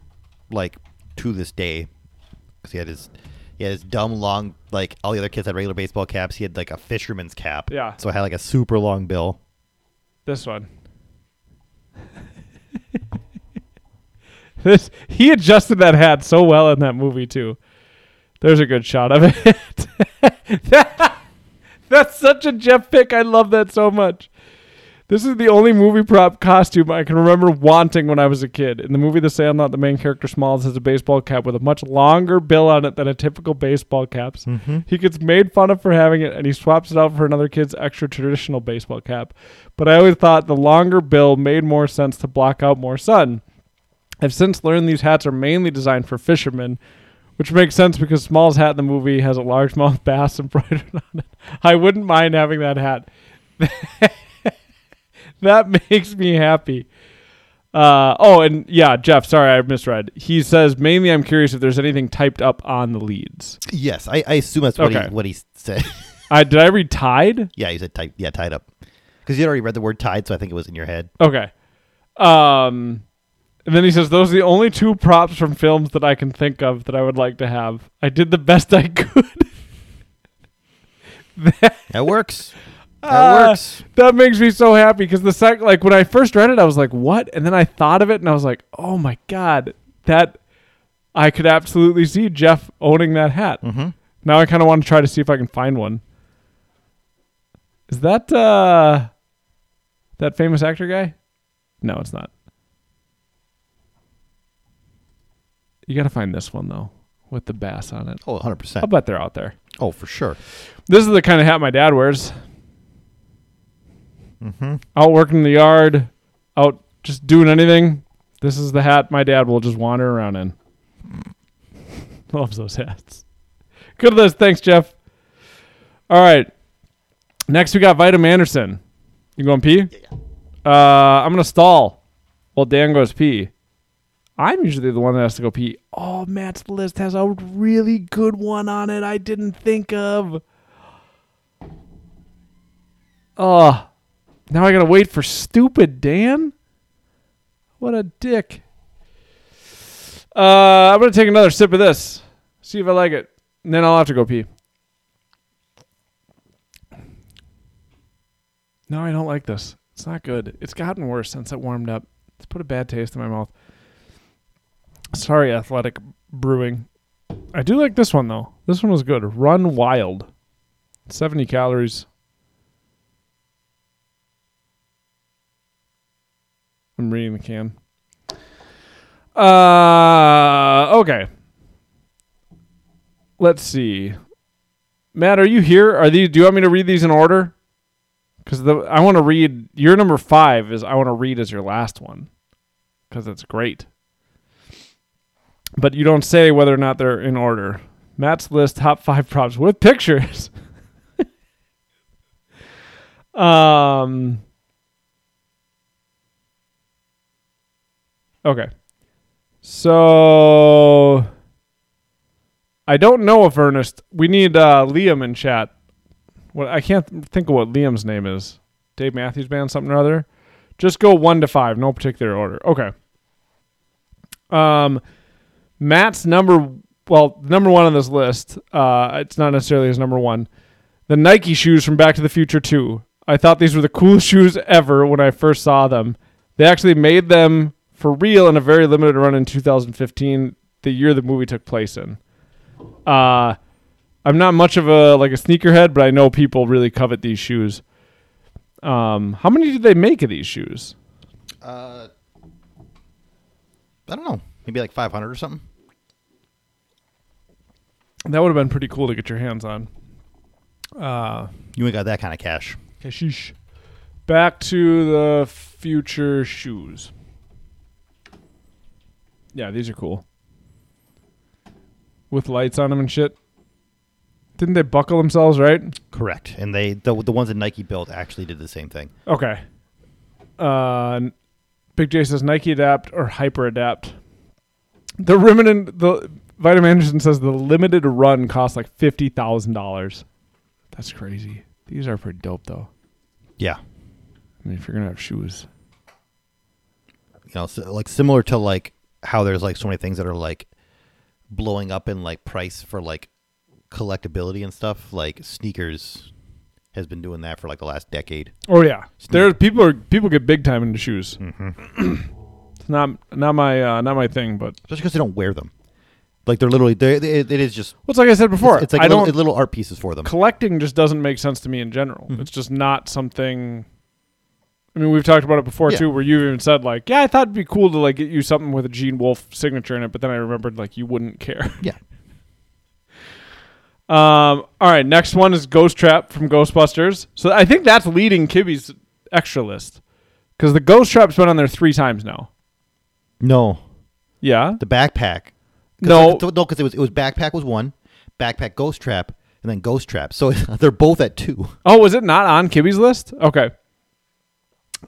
S4: like to this day because he had his he had his dumb long like all the other kids had regular baseball caps. He had like a fisherman's cap.
S1: Yeah.
S4: So I had like a super long bill.
S1: This one. this he adjusted that hat so well in that movie too. There's a good shot of it. That- that's such a Jeff pick. I love that so much. This is the only movie prop costume I can remember wanting when I was a kid. In the movie The Sandlot, the main character Smalls has a baseball cap with a much longer bill on it than a typical baseball cap's. He gets made fun of for having it, and he swaps it out for another kid's extra traditional baseball cap. But I always thought the longer bill made more sense to block out more sun. I've since learned these hats are mainly designed for fishermen, which makes sense because Small's hat in the movie has a largemouth bass embroidered on it. I wouldn't mind having that hat. that makes me happy. Uh, oh, and yeah, Jeff, sorry, I misread. He says, mainly I'm curious if there's anything typed up on the leads.
S4: Yes, I, I assume that's what
S1: Okay.
S4: he what he said.
S1: I, did I read tied?
S4: yeah, he said tied. Yeah, tied up. Because you already read the word tied, so I think it was in your head.
S1: Okay. Um, and then he says, "Those are the only two props from films that I can think of that I would like to have. I did the best I could.
S4: That works. That
S1: Ah,
S4: works.
S1: That makes me so happy because the sec, like when I first read it, I was like, "What?" And then I thought of it, and I was like, "Oh my god, that I could absolutely see Jeff owning that hat." Mm-hmm. Now I kind of want to try to see if I can find one. Is that uh, that famous actor guy? No, it's not. You got to find this one though, with the bass on it.
S4: Oh, 100
S1: I'll
S4: percent.
S1: bet they're out there.
S4: Oh, for sure.
S1: This is the kind of hat my dad wears. Out working in the yard, out just doing anything. This is the hat my dad will just wander around in. Loves those hats. Good list. Thanks, Jeff. All right. Next, we got Vitam Anderson. You going pee? Uh, I'm going to stall while Dan goes pee. I'm usually the one that has to go pee. Oh, Matt's list has a really good one on it I didn't think of. Oh, now I gotta wait for stupid Dan? What a dick. Uh, I'm gonna take another sip of this, see if I like it, and then I'll have to go pee. No, I don't like this. It's not good. It's gotten worse since it warmed up. It's put a bad taste in my mouth. Sorry, Athletic Brewing. I do like this one though. This one was good. Run Wild. 70 calories. I'm reading the can. Uh okay. Let's see. Matt, are you here? Are these do you want me to read these in order? Cuz the I want to read your number 5 is I want to read as your last one cuz it's great but you don't say whether or not they're in order. Matt's list top five props with pictures. um. Okay. So I don't know if Ernest. We need uh, Liam in chat. What I can't think of what Liam's name is. Dave Matthews Band, something or other. Just go one to five, no particular order. Okay. Um, Matt's number well, number one on this list. Uh, it's not necessarily his number one. The Nike shoes from Back to the Future Two. I thought these were the coolest shoes ever when I first saw them. They actually made them for real in a very limited run in 2015, the year the movie took place in. Uh, I'm not much of a like a sneakerhead, but I know people really covet these shoes. Um, how many did they make of these shoes?
S4: I don't know. Maybe like 500 or something.
S1: That would have been pretty cool to get your hands on.
S4: You ain't got that kind of cash.
S1: Kashish. Back to the future shoes. Yeah, these are cool. With lights on them and shit. Didn't they buckle themselves, right?
S4: Correct. And they the, the ones that Nike built actually did the same thing.
S1: Okay. Uh, n- Big J says Nike Adapt or Hyper Adapt. The remnant, the Vitamin Anderson says the limited run costs like fifty thousand dollars. That's crazy. These are pretty dope, though.
S4: Yeah.
S1: I mean, if you're gonna have shoes,
S4: You know, so, like similar to like how there's like so many things that are like blowing up in like price for like collectability and stuff. Like sneakers has been doing that for like the last decade.
S1: Oh yeah, there people are people get big time into shoes. it's not not my uh, not my thing, but
S4: Especially because they don't wear them. Like they're literally, they they- it is just,
S1: well, it's like I said before.
S4: it's, it's like
S1: I
S4: little,
S1: don't
S4: little art pieces for them.
S1: collecting just doesn't make sense to me in general. It's just not something. I mean, we've talked about it before
S4: Yeah.
S1: too, where you even said like, "Yeah, I thought it'd be cool to like get you something with a Gene Wolfe signature in it," but then I remembered like you wouldn't care.
S4: yeah.
S1: Um, all right, next one is Ghost Trap from Ghostbusters. So I think that's leading Kibby's extra list because the Ghost Trap's been on there three times now.
S4: No.
S1: Yeah,
S4: The backpack. 'Cause
S1: No.
S4: like, th- no, because it was, it was backpack was one, backpack ghost trap, and then ghost trap. So they're both at two.
S1: Oh, was it not on Kibby's list? Okay.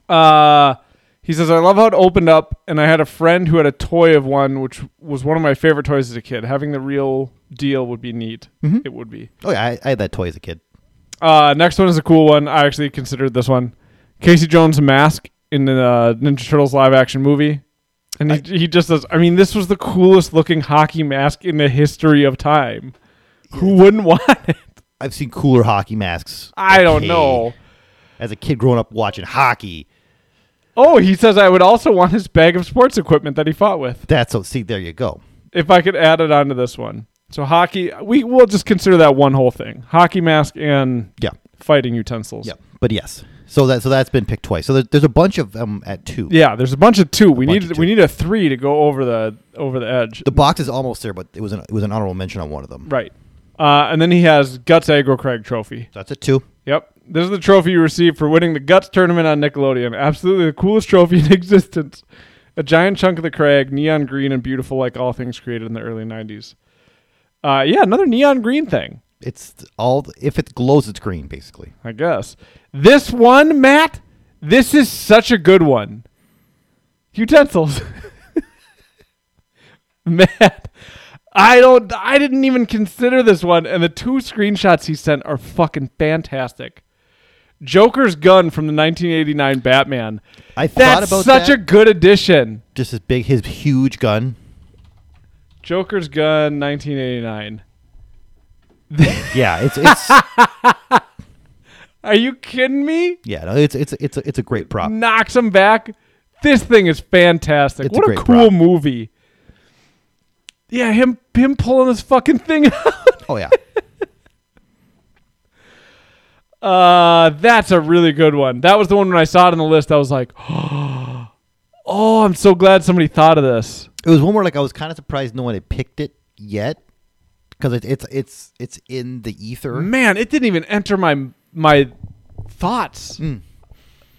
S1: Uh, he says, I love how it opened up, and I had a friend who had a toy of one, which was one of my favorite toys as a kid. Having the real deal would be neat. It would be.
S4: Oh yeah, I, I had that toy as a kid.
S1: Uh, next one is a cool one. I actually considered this one Casey Jones' mask in the uh, Ninja Turtles live action movie. And he, he just says, I mean, this was the coolest looking hockey mask in the history of time. Who wouldn't want it?
S4: I've seen cooler hockey masks.
S1: I don't
S4: Okay.
S1: know.
S4: As a kid growing up watching hockey,
S1: Oh, he says I would also want his bag of sports equipment that he fought with.
S4: that's so. See, there you go.
S1: If I could add it onto this one. So hockey, we will just consider that one whole thing: hockey mask and
S4: Yeah,
S1: fighting utensils.
S4: yeah. But yes, so that so that's been picked twice. So there, there's a bunch of them at two.
S1: Yeah, there's a bunch of two. we
S4: bunch
S1: need
S4: of two.
S1: we need a three to go over the over the edge.
S4: The box is almost there, but it was an it was an honorable mention on one of them.
S1: right. Uh, and then he has Guts Agro Craig trophy.
S4: So that's a two.
S1: Yep. This is the trophy you received for winning the Guts tournament on Nickelodeon. Absolutely the coolest trophy in existence. A giant chunk of the crag, neon green and beautiful like all things created in the early 90s. Uh, yeah, another neon green thing,
S4: It's all if it glows, it's green basically.
S1: I guess. This one, Matt, this is such a good one. Utensils. Matt, I don't I didn't even consider this one and the two screenshots he sent are fucking fantastic. Joker's gun from the 1989 Batman.
S4: I thought
S1: That's
S4: about
S1: such
S4: that.
S1: a good addition.
S4: just as big his huge gun.
S1: Joker's gun 1989.
S4: Yeah, it's it's
S1: Are you kidding me?
S4: yeah, no, it's it's it's a, it's a great prop.
S1: Knocks him back. This thing is fantastic.
S4: It's a
S1: what a,
S4: great
S1: cool
S4: prop.
S1: movie. Yeah, him him pulling this fucking thing out.
S4: Oh yeah,
S1: Uh, that's a really good one. That was the one when I saw it on the list. I was like, oh, I'm so glad somebody thought of this.
S4: it was one where like I was kind of surprised no one had picked it yet because it, it's it's it's in the ether.
S1: Man, it didn't even enter my my thoughts.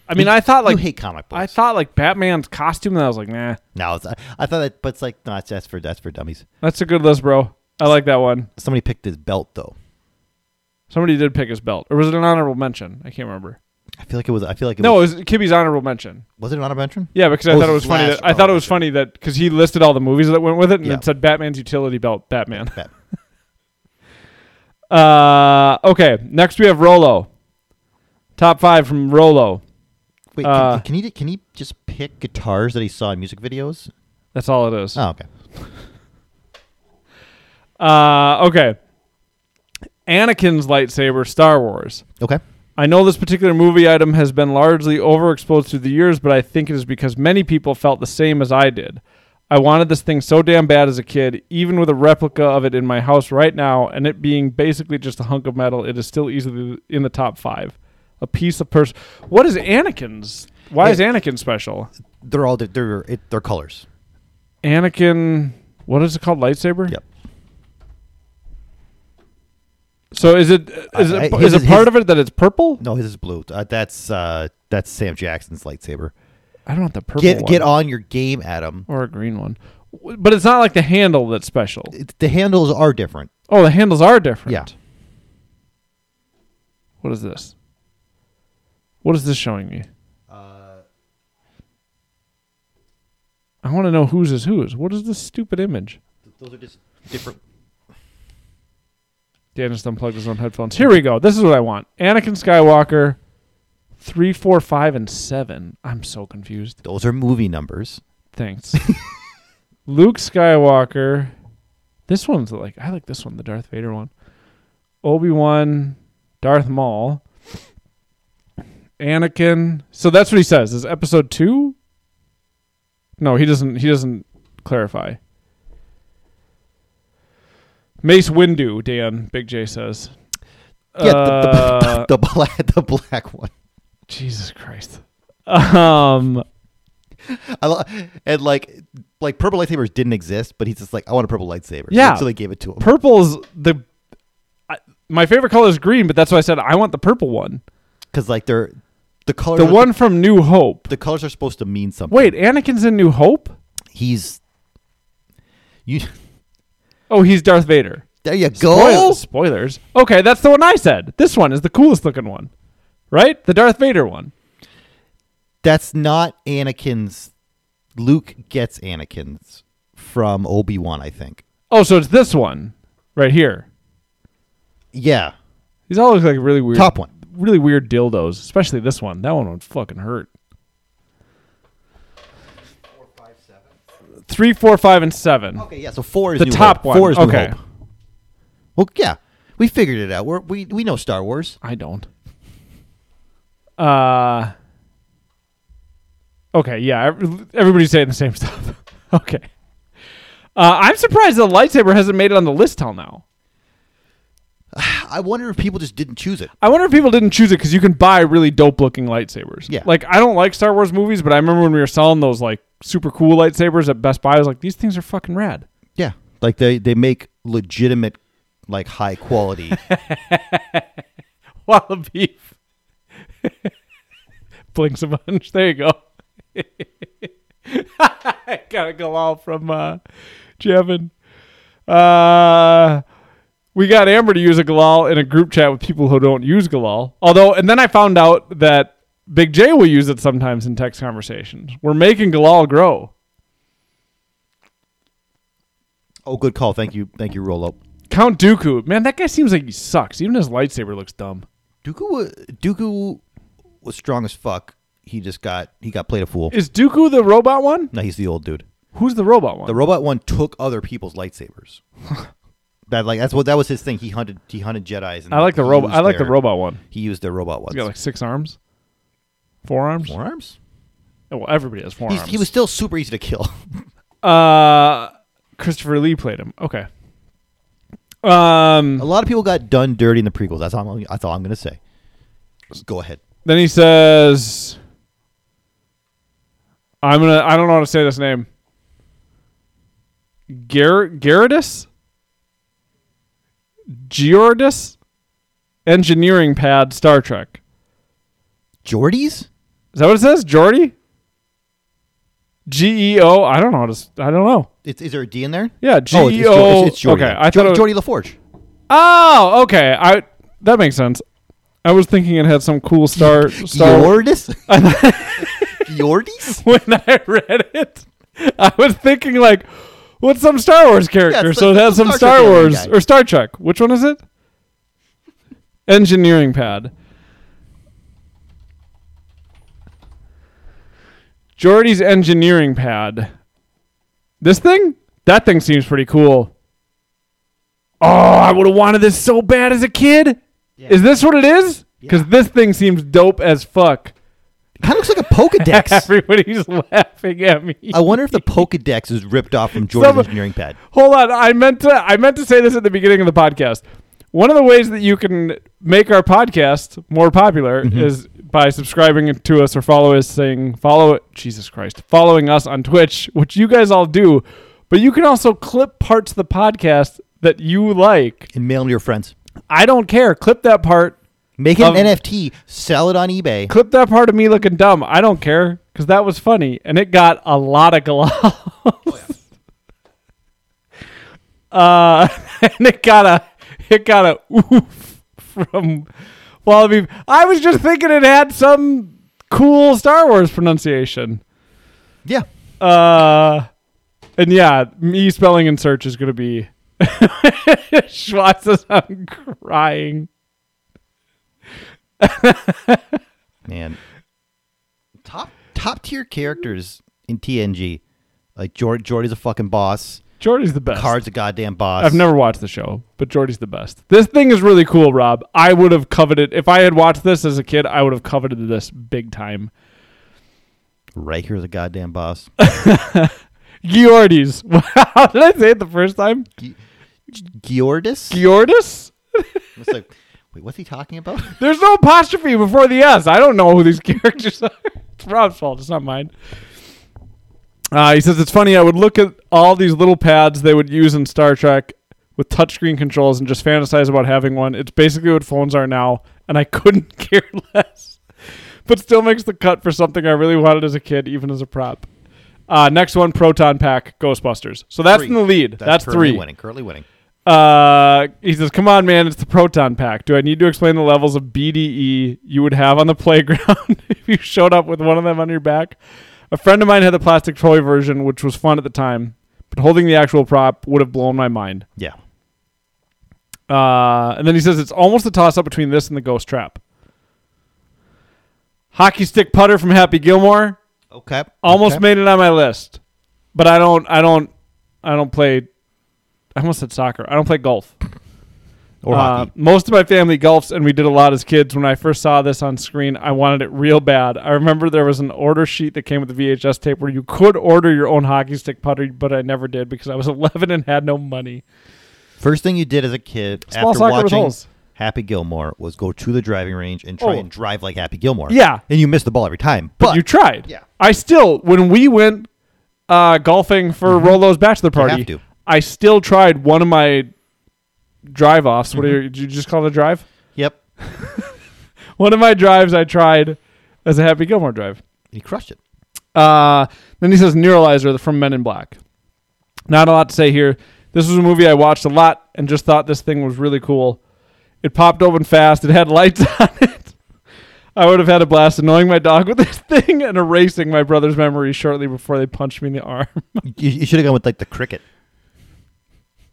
S1: I mean, I thought like
S4: Hmm. you hate comic books.
S1: I thought like Batman's costume, and I was like, nah,
S4: No, it's, I, I thought that, but it's like no, it's, that's for that's for dummies.
S1: that's a good list, bro. I like that one.
S4: Somebody picked his belt though.
S1: Somebody did pick his belt, or was it an honorable mention? I can't remember.
S4: I feel like it was. I feel like it
S1: No, it
S4: Was,
S1: was Kibby's honorable mention.
S4: was it an honorable mention?
S1: Yeah, because I
S4: Oh,
S1: thought it was
S4: it's
S1: funny.
S4: last
S1: That, I thought it was
S4: honorable
S1: funny that because he listed all the movies that went with it, and
S4: Yeah.
S1: it said Batman's utility belt, Batman.
S4: Bat-
S1: Uh, okay, next we have Rolo. Top five from Rolo.
S4: Wait, can,
S1: Uh,
S4: can he can he just pick guitars that he saw in music videos?
S1: That's all it is.
S4: Oh, okay.
S1: Uh, okay. Anakin's lightsaber, Star Wars.
S4: Okay.
S1: I know this particular movie item has been largely overexposed through the years, but I think it is because many people felt the same as I did. I wanted this thing so damn bad as a kid, even with a replica of it in my house right now, and it being basically just a hunk of metal, it is still easily in the top five. A piece of purse. What is Anakin's? Why is
S4: It-
S1: Anakin special?
S4: They're all di- they're it, they're colors.
S1: Anakin, what is it called? Lightsaber.
S4: Yep.
S1: So is it is
S4: I-
S1: it,
S4: I-
S1: is
S4: his-
S1: it part
S4: his-
S1: of it that it's purple?
S4: No, his is blue. Uh, that's uh, that's Sam Jackson's lightsaber.
S1: I don't want the purple
S4: Get
S1: one.
S4: get on your game, Adam.
S1: or a green one. W- But it's not like the handle that's special.
S4: It, the handles are different.
S1: Oh, the handles are different.
S4: Yeah.
S1: What is this? What is this showing me? I want to know whose is whose. What is this stupid image?
S4: Those are just different.
S1: Dan just unplugged his own headphones. Here we go. This is what I want. Anakin Skywalker, three, four, five, and seven. I'm so confused.
S4: Those are movie numbers.
S1: Thanks. Luke Skywalker. This one's like I like this one, the Darth Vader one. Obi Wan, Darth Maul, Anakin. So that's what he says. Is episode two? No, he doesn't. He doesn't clarify. Mace Windu, Dan Big J says.
S4: Yeah,
S1: Uh,
S4: the, the, the black the black one.
S1: Jesus Christ. Um,
S4: I lo- and like like purple lightsabers didn't exist, but he's just like I want a purple lightsaber.
S1: Yeah.
S4: so they gave it to him.
S1: purple's the I, my favorite color is green, but that's why I said I want the purple one.
S4: because like they're the color
S1: The one from New Hope.
S4: the colors are supposed to mean something.
S1: Wait, Anakin's in New Hope?
S4: he's you.
S1: Oh, he's Darth Vader.
S4: There you go.
S1: Spoil- spoilers. Okay, that's the one I said. This one is the coolest looking one. Right? The Darth Vader one.
S4: That's not Anakin's. Luke gets Anakin's from Obi Wan, I think.
S1: Oh, so it's this one right here.
S4: Yeah,
S1: These all look like really weird
S4: top one.
S1: really weird dildos, especially this one. That one would fucking hurt. Three, four, five, and seven.
S4: Okay, yeah. So four is
S1: The
S4: New
S1: top
S4: Hope.
S1: one.
S4: Four is
S1: Okay.
S4: New Hope. Well, yeah, we figured it out. We're, we we know Star Wars.
S1: I don't. Uh Okay, yeah, ev- everybody's saying the same stuff. okay. Uh, I'm surprised the lightsaber hasn't made it on the list till now.
S4: I wonder if people just didn't choose it.
S1: I wonder if people didn't choose it because you can buy really dope looking lightsabers.
S4: Yeah.
S1: Like, I don't like Star Wars movies, but I remember when we were selling those, like, super cool lightsabers at Best Buy, I was like, these things are fucking rad.
S4: Yeah, like they they make legitimate, like high quality.
S1: Wall of beef. Blinks a bunch. There you go. Got a galal from uh, Jevin. Uh, we got Amber to use a galal in a group chat with people who don't use galal. Although, and then I found out that Big J will use it sometimes in text conversations. We're making galal grow.
S4: oh, good call. Thank you, thank you, Rolo.
S1: Count Dooku, man, that guy seems like he sucks. Even his lightsaber looks dumb.
S4: Dooku wa- Dooku was strong as fuck. He just got he got played a fool.
S1: Is Dooku the robot one?
S4: No, he's the old dude.
S1: Who's the robot one?
S4: The robot one took other people's lightsabers. that like that's what that was his thing. He hunted he hunted Jedi's. And
S1: I like the
S4: he
S1: robot.
S4: used
S1: I like the
S4: their-
S1: robot one.
S4: He used their robot ones.
S1: He's got like six arms, four arms.
S4: Forearms.
S1: Oh, Well, everybody has four
S4: He's,
S1: arms.
S4: he was still super easy to kill.
S1: Uh, Christopher Lee played him. Okay. Um.
S4: a lot of people got done dirty in the prequels. That's all. I'm, that's all I'm gonna say. Go ahead.
S1: Then he says, "I'm gonna. I don't know how to say this name. Ger Gerardus, Geordis, engineering pad, Star Trek.
S4: Jordies?
S1: Is that what it says? Geordie? G E O. I don't know. How to, s- I don't know.
S4: It's, is there a D in there?
S1: Yeah,
S4: Oh, it's, it's, Jo-
S1: G.E.O..
S4: it's, it's Jordy.
S1: E Okay, I
S4: Jo-
S1: thought it was-
S4: Jordy LaForge.
S1: Oh, okay. I that makes sense. I was thinking it had some cool star star
S4: Jordis? Jordis?
S1: when I read it, I was thinking like, what's some Star Wars character?
S4: Yeah, it's
S1: so it
S4: the-
S1: has
S4: the
S1: some
S4: Star
S1: Star
S4: Trek alien
S1: Wars
S4: guy.
S1: or Star Trek. Which one is it? Engineering pad. Jordy's engineering pad. This thing? That thing seems pretty cool. Oh, I would have wanted this so bad as a kid. Is this what it is? Because this thing seems dope as fuck.
S4: Kind of looks like a Pokedex.
S1: Everybody's laughing at me.
S4: I wonder if the Pokedex is ripped off from Jordan's
S1: Some-
S4: engineering pad.
S1: Hold on, I meant to I meant to say this at the beginning of the podcast. One of the ways that you can make our podcast more popular is by subscribing to us or follow us saying follow Jesus Christ, following us on Twitch, which you guys all do. But you can also clip parts of the podcast that you like.
S4: And mail them to your friends.
S1: I don't care. Clip that part.
S4: Make it
S1: Um,
S4: an NFT. Sell it on eBay.
S1: Clip that part of me looking dumb. I don't care because that was funny and it got a lot of gloss. uh, and it got a it got a oof from Wallaby. I was just thinking it had some cool Star Wars pronunciation.
S4: Yeah.
S1: Uh, and yeah, me spelling in search is gonna be Schwartz says I'm crying.
S4: Man. Top top tier characters in TNG. Like Jord Jordy's a fucking boss.
S1: Jordy's the best.
S4: Card's a goddamn boss.
S1: I've never watched the show, but Jordy's the best. This thing is really cool, Rob. I would have coveted if I had watched this as a kid. I would have coveted this big time.
S4: Riker's a goddamn boss.
S1: Giordis. How did I say it the first time?
S4: Giordis?
S1: Giordis.
S4: It's like, wait, what's he talking about?
S1: There's no apostrophe before the S. I don't know who these characters are. It's Rob's fault. It's not mine. Uh, he says it's funny. I would look at all these little pads they would use in Star Trek with touchscreen controls and just fantasize about having one. It's basically what phones are now, and I couldn't care less. But still makes the cut for something I really wanted as a kid, even as a prop. Uh, next one, Proton Pack, Ghostbusters. So that's in the lead. That's,
S4: currently
S1: three.
S4: winning. Currently winning.
S1: Uh, he says, "Come on, man, it's the proton pack. Do I need to explain the levels of BDE you would have on the playground if you showed up with one of them on your back?" A friend of mine had the plastic toy version, which was fun at the time, but holding the actual prop would have blown my mind.
S4: Yeah.
S1: Uh, and then he says, "It's almost a toss up between this and the ghost trap." Hockey stick putter from Happy Gilmore
S4: Okay.
S1: almost
S4: okay.
S1: made it on my list, but I don't, I don't, I don't play. I almost said soccer. I don't play golf.
S4: or
S1: Uh,
S4: hockey.
S1: most of my family golfs, and we did a lot as kids. When I first saw this on screen, I wanted it real bad. I remember there was an order sheet that came with the VHS tape where you could order your own hockey stick putter, but I never did because I was 11 and had no money.
S4: First thing you did as a kid
S1: Small
S4: after
S1: soccer with
S4: watching
S1: holes.
S4: Happy Gilmore was go to the driving range and try
S1: Oh.
S4: and drive like Happy Gilmore.
S1: Yeah.
S4: And you missed the ball every time.
S1: But,
S4: But,
S1: you tried.
S4: Yeah.
S1: I still, when we went uh, golfing for Rolo's bachelor party,
S4: Mm-hmm. to.
S1: I still tried one of my drive offs. What
S4: Mm-hmm.
S1: do you, did you just call it a drive?
S4: Yep.
S1: One of my drives I tried as a Happy Gilmore drive.
S4: You crushed it.
S1: Uh, then he says Neuralizer the- from Men in Black. Not a lot to say here. This was a movie I watched a lot and just thought this thing was really cool. It popped open fast. It had lights on it. I would have had a blast annoying my dog with this thing and erasing my brother's memories shortly before they punched me in the arm.
S4: You, you should have gone with like the cricket.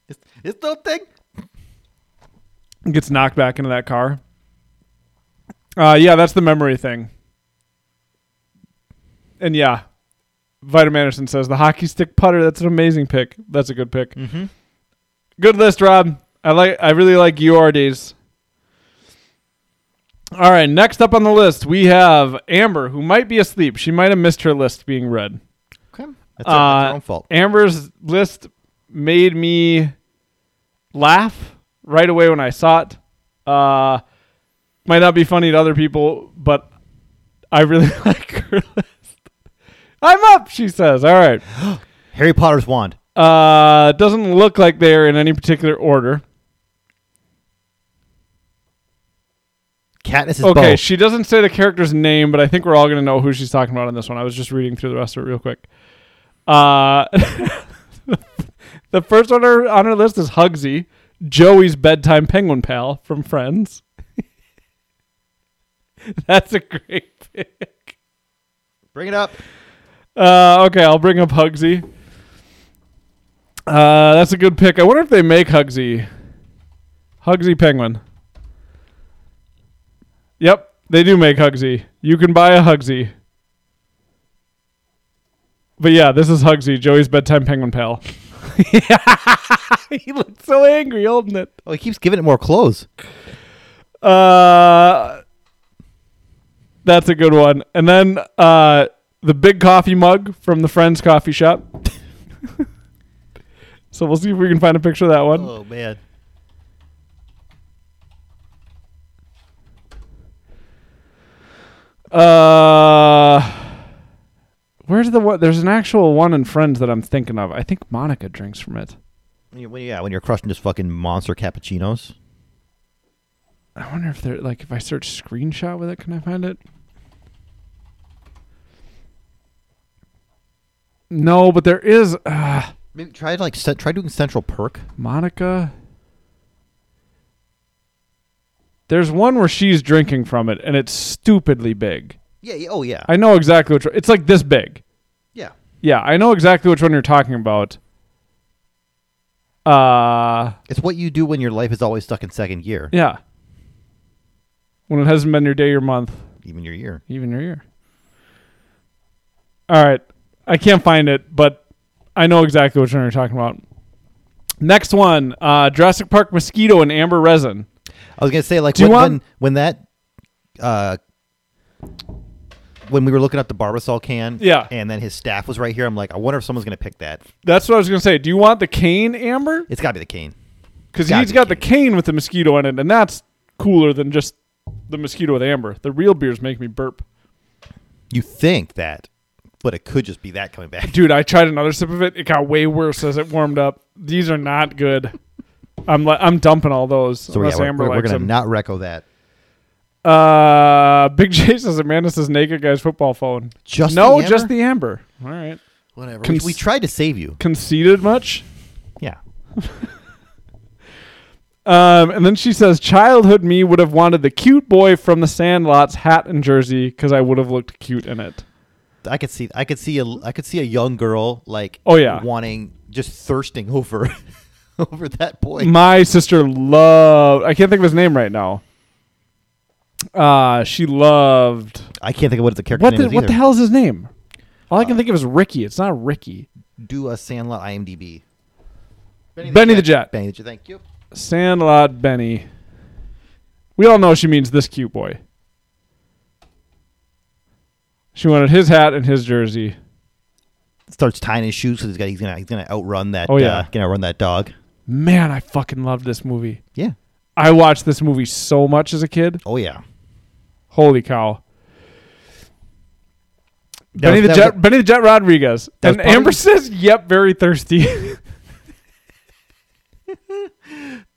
S4: It's, it's the thing.
S1: Gets knocked back into that car. Uh, yeah, that's the memory thing. And yeah, Vitamin Anderson says the hockey stick putter. That's an amazing pick. That's a good pick. Good list, Rob. I like. I really like Giordi's. All right, next up on the list we have Amber, who might be asleep. She might have missed her list being read.
S4: Okay. That's, our- that's
S1: Uh,
S4: our own fault.
S1: Amber's list made me laugh right away when I saw it. Uh, might not be funny to other people, but I really like her list. I'm up, she says. All right.
S4: Harry Potter's wand.
S1: Uh, doesn't look like they're in any particular order.
S4: Katniss's
S1: Okay,
S4: bow.
S1: she doesn't say the character's name, but I think we're all going to know who she's talking about in this one. I was just reading through the rest of it real quick. Uh, the first on her on her list is Hugsy, Joey's bedtime penguin pal from Friends. That's a great pick.
S4: Bring it up.
S1: Uh, okay, I'll bring up Hugsy. Uh, that's a good pick. I wonder if they make Hugsy. Hugsy Penguin. Yep, they do make Hugsy. You can buy a Hugsy. But yeah, this is Hugsy, Joey's bedtime penguin pal. he looks so angry holding it.
S4: Oh, he keeps giving it more clothes.
S1: Uh, that's a good one. And then uh, the big coffee mug from the Friends Coffee Shop. so we'll see if we can find a picture of that one.
S4: Oh man.
S1: Uh, where's the one? There's an actual one in Friends that I'm thinking of. I think Monica drinks from it.
S4: When you- when- yeah, when you're crushing just fucking monster cappuccinos.
S1: I wonder if there like if I search screenshot with it, can I find it? No, but there is uh,
S4: Maybe try like set, try doing Central Perk.
S1: Monica. There's one where she's drinking from it, and it's stupidly big.
S4: Yeah. yeah oh yeah.
S1: I know exactly which. It's like this big.
S4: yeah.
S1: Yeah, I know exactly which one you're talking about. Uh
S4: It's what you do when your life is always stuck in second gear,
S1: yeah. When it hasn't been your day, your month,
S4: even your year.
S1: even your year. All right, I can't find it, but I know exactly which one you're talking about. Next one, uh, Jurassic Park mosquito and amber resin.
S4: I was gonna say like
S1: Do you
S4: when, when
S1: want-
S4: when that uh when we were looking up the Barbasol can,
S1: Yeah.
S4: and then his staff was right here. I'm like, I wonder if someone's gonna pick that.
S1: That's what I was gonna say. Do you want the cane amber?
S4: It's gotta be the cane.
S1: Because
S4: gotta
S1: he's
S4: be
S1: got the cane with the mosquito in it, and that's cooler than just the mosquito with amber. The real beers make me burp.
S4: You think that, but it could just be that coming back.
S1: dude i tried another sip of it it got way worse as it warmed up these are not good i'm li- i'm dumping all those
S4: So yeah,
S1: unless
S4: we're,
S1: amber
S4: we're- we're
S1: likes
S4: gonna
S1: them
S4: not reco that.
S1: uh big j says amanda says naked guy's football phone
S4: Just
S1: no
S4: the
S1: just
S4: amber?
S1: the amber all right
S4: Whatever.
S1: Cons-
S4: we, we tried to save you.
S1: conceded much
S4: Yeah.
S1: um and then she says childhood me would have wanted the cute boy from the sandlots hat and jersey because i would have looked cute in it
S4: I could see I could see a I could see a young girl like
S1: Oh, yeah.
S4: wanting just thirsting over over that boy.
S1: my sister loved i can't think of his name right now uh she loved
S4: I can't think of what the character
S1: What
S4: name
S1: the
S4: is
S1: what
S4: either.
S1: the hell is his name? All I can think of is Ricky. It's not Ricky.
S4: Do a Sandlot IMDb.
S1: Benny the Jet.
S4: Benny the Jet. Thank you.
S1: Sandlot Benny. We all know she means this cute boy. She wanted his hat and his jersey.
S4: Starts tying his shoes because he's got he's gonna he's gonna outrun that.
S1: Oh, yeah.
S4: uh, gonna outrun that dog.
S1: Man, I fucking loved this movie.
S4: Yeah.
S1: I watched this movie so much as a kid.
S4: Oh yeah.
S1: Holy cow. Benny the,
S4: was- that was
S1: Jet, Benny the Jet Rodriguez.
S4: That
S1: And
S4: was probably-
S1: Amber says, yep, very thirsty.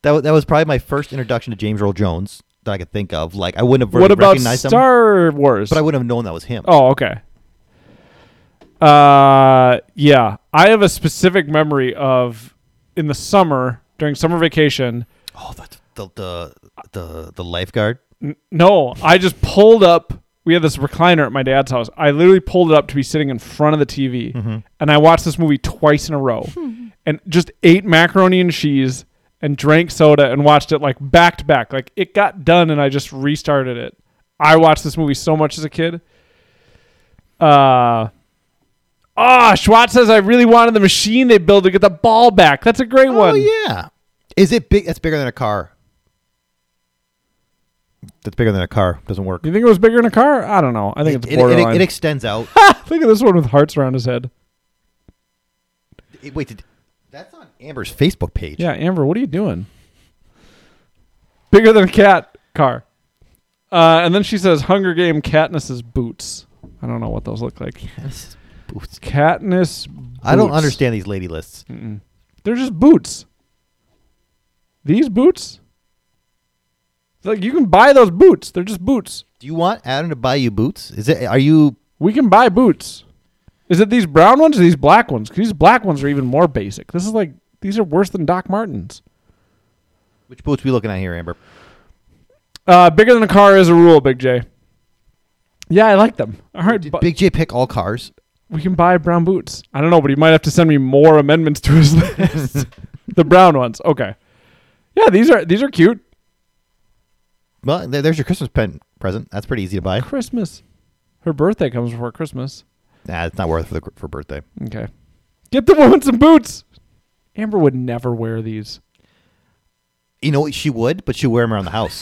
S4: That was, that was probably my first introduction to James Earl Jones that I could think of. Like I wouldn't have
S1: what
S4: really
S1: about
S4: recognized him,
S1: Star Wars?
S4: but I wouldn't have known that was him.
S1: Oh, okay. Uh, yeah. I have a specific memory of in the summer during summer vacation.
S4: oh that's the the the, the lifeguard.
S1: No, I just pulled up. We had this recliner at my dad's house. I literally pulled it up to be sitting in front of the TV,
S4: Mm-hmm.
S1: and I watched this movie twice in a row, and just ate macaroni and cheese and drank soda and watched it like back to back. Like it got done, and I just restarted it. I watched this movie so much as a kid. Uh. Ah, Schwartz says I really wanted the machine they built to get the ball back. That's a great one.
S4: Oh yeah. Is it big? That's bigger than a car. That's bigger than a car. Doesn't work.
S1: You think it was bigger in a car? I don't know. I think
S4: it,
S1: it's
S4: it- it-
S1: borderline.
S4: it extends out.
S1: Look at this one with hearts around his head.
S4: It- wait, did, that's on Amber's Facebook page.
S1: Yeah, Amber, what are you doing? Bigger than a cat car. Uh, and then she says, "Hunger Game Katniss's boots." I don't know what those look like.
S4: Boots.
S1: Katniss.
S4: I don't
S1: boots.
S4: understand these lady lists.
S1: They're just boots. These boots. It's Like you can buy those boots. They're just boots.
S4: Do you want Adam to buy you boots? Is it? Are you?
S1: We can buy boots. Is it these brown ones or these black ones? 'Cause these black ones are even more basic. This is like these are worse than Doc Martens.
S4: Which boots we looking at here, Amber?
S1: Uh, bigger than a car is a rule, Big J. Yeah, I like them. All right,
S4: Did
S1: bu-
S4: Big J pick all cars?
S1: we can buy brown boots. I don't know, but he might have to send me more amendments to his list. the brown ones, okay. Yeah, these are these are cute.
S4: Well, there- there's your Christmas pen present. That's pretty easy to buy.
S1: Christmas. Her birthday comes before Christmas.
S4: Nah, it's not worth it for, the, for birthday.
S1: Okay. Get the woman some boots. Amber would never wear these.
S4: You know what? She would, but she'd wear them around the house.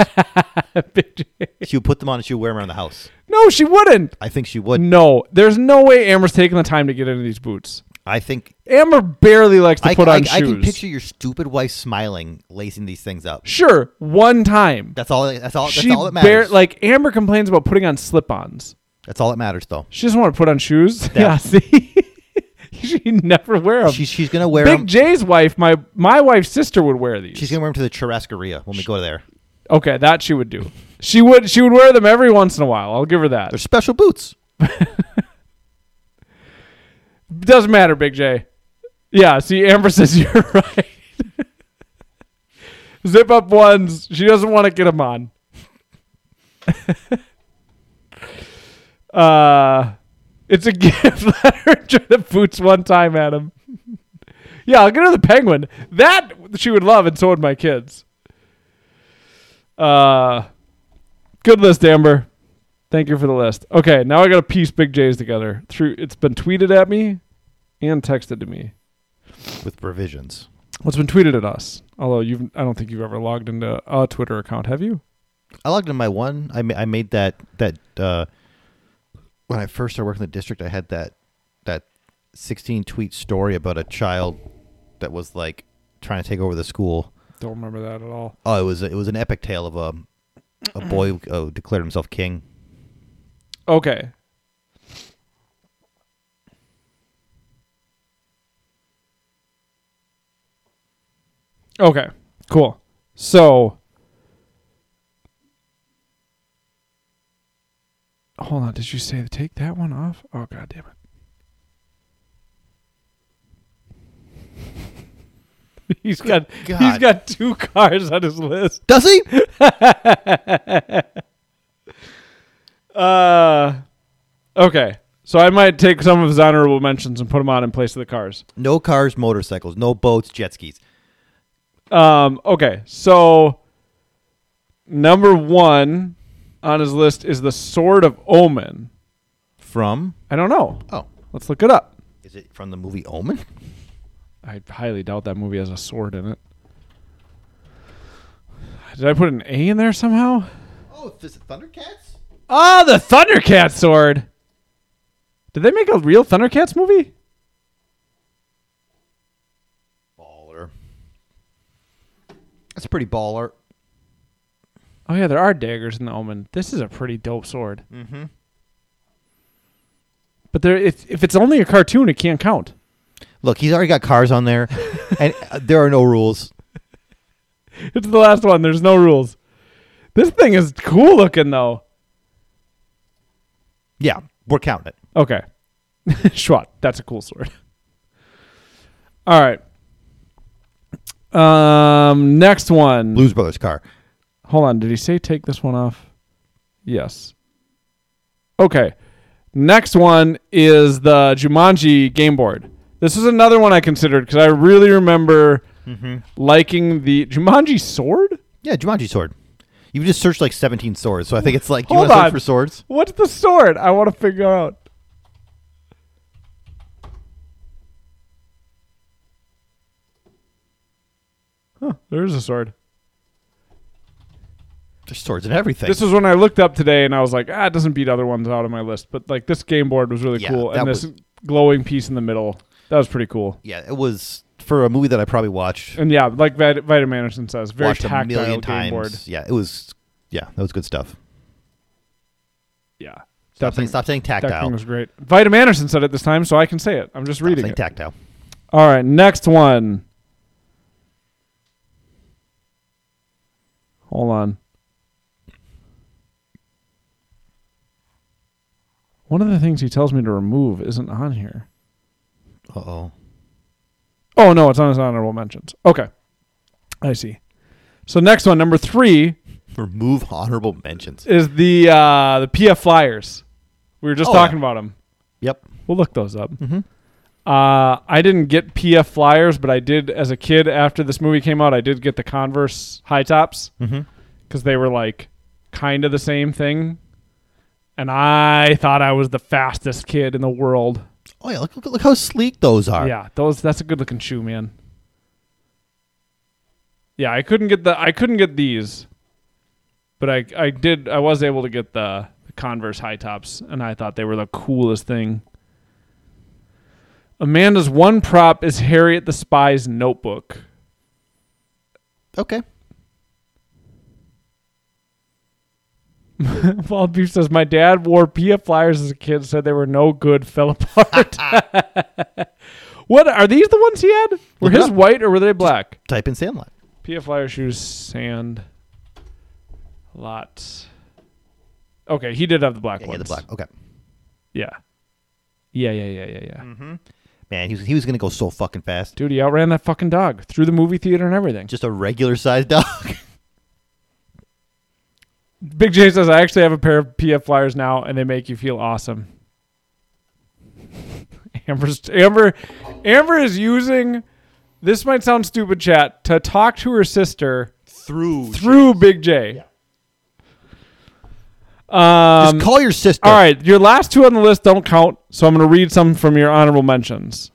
S4: she would put them on and she would wear them around the house.
S1: No, she wouldn't.
S4: I think she would.
S1: No, there's no way Amber's taking the time to get into these boots.
S4: I think
S1: Amber barely likes to
S4: I,
S1: put
S4: I,
S1: on
S4: I
S1: shoes.
S4: can picture your stupid wife smiling, lacing these things up.
S1: sure, one time.
S4: That's all. That's all. That's
S1: she
S4: all that
S1: bare-
S4: matters.
S1: like Amber complains about putting on slip-ons.
S4: that's all that matters, though.
S1: She doesn't want to put on shoes. yeah, see, she never wear them.
S4: She's she's gonna wear
S1: Big
S4: them.
S1: J's wife, my my wife's sister would wear these.
S4: she's gonna wear them to the churrascaria when we go there.
S1: okay, that she would do. She would she would wear them every once in a while. I'll give her that.
S4: They're special boots.
S1: Doesn't matter, Big J. Yeah, see, Amber says you're right. Zip up ones. She doesn't want to get them on. uh, it's a gift. Let her try the boots one time, Adam. Yeah, I'll get her the penguin. That she would love, and so would my kids. Uh, good list, Amber. Thank you for the list. Okay, now I got to piece Big J's together. Through it's been tweeted at me and texted to me.
S4: with provisions.
S1: What's been tweeted at us? Although you've, I don't think you've ever logged into a Twitter account, have you?
S4: I logged into my one. I ma- I made that that uh, when I first started working in the district. I had that that sixteen tweet story about a child that was like trying to take over the school.
S1: Don't remember that at all.
S4: Oh, it was it was an epic tale of a a boy who uh, declared himself king.
S1: Okay. Okay. Cool. So Hold on, did you say to take that one off? Oh god damn it. He's got he's
S4: God.
S1: got two cars on his list.
S4: Does he?
S1: Uh okay. So I might take some of his honorable mentions and put them on in place of the cars.
S4: no cars, motorcycles, no boats, jet skis.
S1: Um, okay, so number one on his list is the Sword of Omen.
S4: From
S1: I don't know.
S4: oh,
S1: Let's look it up.
S4: is it from the movie Omen?
S1: I highly doubt that movie has a sword in it. Did I put an A in there somehow?
S4: Oh, is it Thundercats?
S1: Ah, the Thundercat sword. Did they make a real Thundercats movie?
S4: Baller. That's pretty baller.
S1: Oh yeah, there are daggers in the Omen. This is a pretty dope sword. Mm-hmm. But there, if, if it's only a cartoon, it can't count.
S4: Look, he's already got cars on there, and uh, there are no rules.
S1: It's the last one. There's no rules. This thing is cool looking though.
S4: Yeah, we're counting it.
S1: Okay. Schwat, that's a cool sword. All right. Um next one.
S4: Blues Brothers car.
S1: Hold on, did he say take this one off? Yes. Okay. Next one is the Jumanji game board. This is another one I considered because I really remember
S4: Mm-hmm.
S1: liking the Jumanji sword.
S4: Yeah, Jumanji sword. You just searched like 17 swords, so I think it's like, do you
S1: Hold
S4: want to
S1: on.
S4: search for swords?
S1: What's the sword? I want to figure out. Huh, there is a sword.
S4: There's swords in everything.
S1: This was when I looked up today and I was like, ah, it doesn't beat other ones out of my list. But like this game board was really
S4: Yeah,
S1: cool. And
S4: that
S1: this
S4: was-
S1: glowing piece in the middle. That was pretty cool.
S4: yeah, it was for a movie that I probably watched
S1: And yeah, like Vita, Vita Anderson says, very
S4: watched
S1: tactile
S4: a million
S1: game
S4: times.
S1: board.
S4: Yeah, it was. Yeah, that was good stuff.
S1: Yeah. that
S4: Stop, saying,
S1: thing,
S4: stop saying
S1: that
S4: tactile.
S1: thing was great. Vita Anderson said it this time, so I can say it. I'm just
S4: Stop
S1: reading
S4: saying
S1: it.
S4: tactile.
S1: All right, next one. Hold on. One of the things he tells me to remove isn't on here.
S4: Uh oh.
S1: Oh no, it's on his honorable mentions. Okay, I see. So next one, number three,
S4: Remove honorable mentions.
S1: is the uh, the PF Flyers. We were just
S4: Oh,
S1: talking
S4: yeah. Mm-hmm.
S1: about 'em. about them.
S4: Yep.
S1: We'll look those up. Uh, I didn't get PF Flyers, but I did as a kid. After this movie came out, I did get the Converse high tops
S4: Mm-hmm.
S1: because they were like kind of the same thing. And I thought I was the fastest kid in the world.
S4: Oh yeah, look, look, look how sleek those are.
S1: Yeah, those that's a good looking shoe, man. Yeah, I couldn't get the I couldn't get these, but I I did I was able to get the, the Converse high tops, and I thought they were the coolest thing. Amanda's one prop is Harriet the Spy's notebook.
S4: Okay.
S1: Wild Beef says my dad wore PF flyers as a kid, said they were no good, fell apart. what are these? The ones he had were
S4: Look it
S1: his
S4: up.
S1: white or were they black?
S4: Type in Sandlot.
S1: PF Flyer shoes, sand, lot. Okay, he did have the black
S4: Yeah,
S1: ones.
S4: yeah, the black. Okay.
S1: Yeah. Yeah, yeah, yeah, yeah, yeah.
S4: Man, he was he was gonna go so fucking fast.
S1: Dude, he outran that fucking dog through the movie theater and everything.
S4: Just a regular sized dog.
S1: Big J says, I actually have a pair of PF Flyers now, and they make you feel awesome. Amber's, Amber, Amber is using. This might sound stupid, chat, to talk to her sister
S4: Through.
S1: through Big J. Um,
S4: Just call your sister.
S1: All right, your last two on the list don't count, so I'm going to read some from your honorable mentions.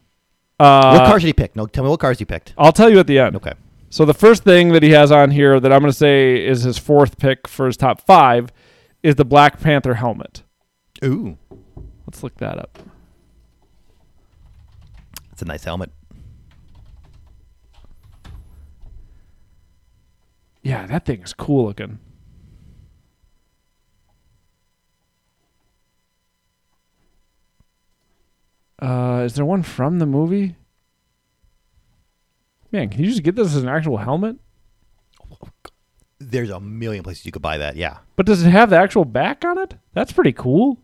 S4: What cars did he pick? No, tell me what cars he picked.
S1: I'll tell you at the end.
S4: uh, Okay.
S1: So the first thing that he has on here that I'm going to say is his fourth pick for his top five is the Black Panther helmet.
S4: Ooh,
S1: Let's look that up.
S4: it's a nice helmet.
S1: Yeah, that thing is cool looking. Uh, is there one from the movie? Man, can you just get this as an actual helmet?
S4: There's a million places you could buy that. Yeah.
S1: But does it have the actual back on it? That's pretty cool.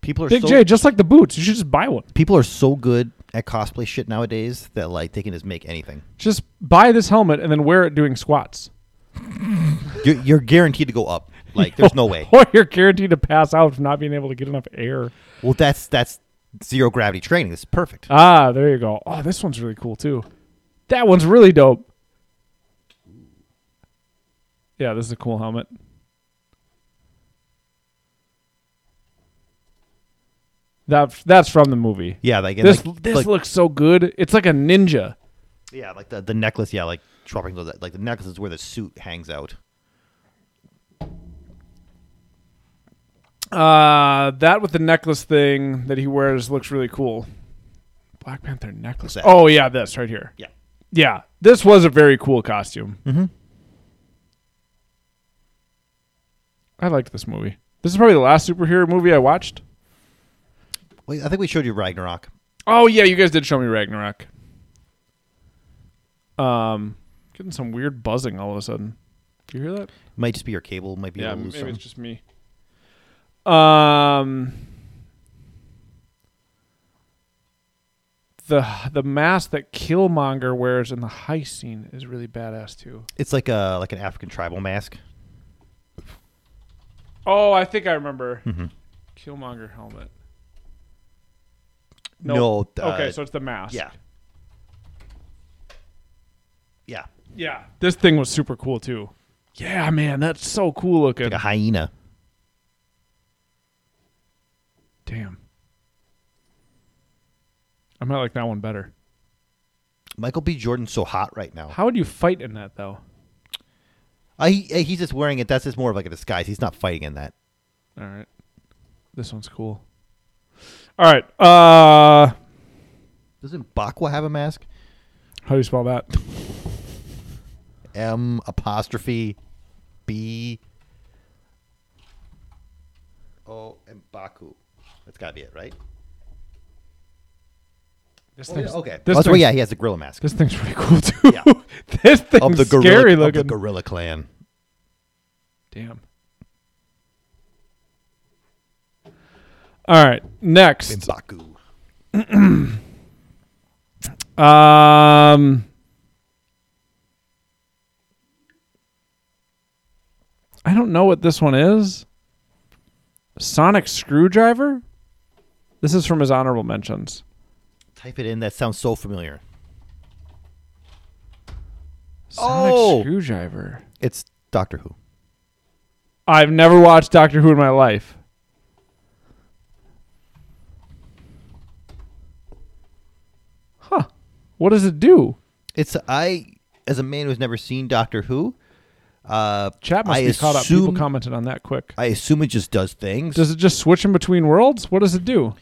S4: People are
S1: Big
S4: so
S1: J, just like the boots, you should just buy one.
S4: people are so good at cosplay shit nowadays that like they can just make anything.
S1: Just buy this helmet and then wear it doing squats.
S4: You're, you're guaranteed to go up. Like there's no way.
S1: Or you're guaranteed to pass out from not being able to get enough air.
S4: Well, that's that's zero gravity training. This is perfect.
S1: Ah, there you go. Oh, this one's really cool too. That one's really dope. Yeah, this is a cool helmet. That that's from the movie.
S4: yeah, like and,
S1: this
S4: like,
S1: this
S4: like-
S1: looks so good. It's like a ninja.
S4: yeah, like the, the necklace. Yeah, like dropping those like the necklace is where the suit hangs out.
S1: Uh, that with the necklace thing that he wears looks really cool. Black Panther necklace.
S4: What's that?
S1: Oh yeah, this right here.
S4: Yeah.
S1: Yeah, this was a very cool costume. Mm-hmm. I liked this movie. This is probably the last superhero movie I watched.
S4: Wait, I think we showed you Ragnarok.
S1: Oh yeah, you guys did show me Ragnarok. Um, getting some weird buzzing all of a sudden. Do you hear that?
S4: Might just be your cable. Might be a
S1: Yeah,
S4: little
S1: maybe
S4: something.
S1: it's just me. Um, the the mask that Killmonger wears in the heist scene is really badass too.
S4: It's like a like an African tribal mask.
S1: Oh, I think I remember.
S4: Mm-hmm.
S1: Killmonger helmet.
S4: No, uh,
S1: okay, so it's the mask.
S4: Yeah. Yeah,
S1: Yeah. This thing was super cool too. Yeah, man, that's so cool looking.
S4: like a hyena.
S1: Damn. I might like that one better.
S4: Michael B. Jordan's so hot right now.
S1: How would you fight in that though?
S4: I, he- he's just wearing it. That's just more of like a disguise. He's not fighting in that.
S1: All right. This one's cool. All right. Uh
S4: Doesn't Bakwa have a mask?
S1: how do you spell that?
S4: M apostrophe B O and Baku. That's gotta be it, right?
S1: This
S4: Oh, yeah,
S1: thing's
S4: okay.
S1: This,
S4: oh, that's right,
S1: thing's,
S4: yeah, he has the gorilla mask
S1: this thing's pretty cool too.
S4: Yeah.
S1: this thing's
S4: of the gorilla
S1: scary
S4: of
S1: looking.
S4: the gorilla clan.
S1: Damn. All right. Next.
S4: Baku.
S1: Um, I don't know what this one is. Sonic Screwdriver? This is from his honorable mentions.
S4: Type it in. That sounds so familiar.
S1: Sonic
S4: Oh!
S1: Screwdriver.
S4: It's Doctor Who.
S1: I've never watched Doctor Who in my life. Huh. What does it do?
S4: It's I as a man who's never seen Doctor Who. Uh,
S1: Chat must
S4: I
S1: be caught up. People
S4: assume-
S1: commented on that quick.
S4: I assume it just does things.
S1: Does it just switch in between worlds? What does it do?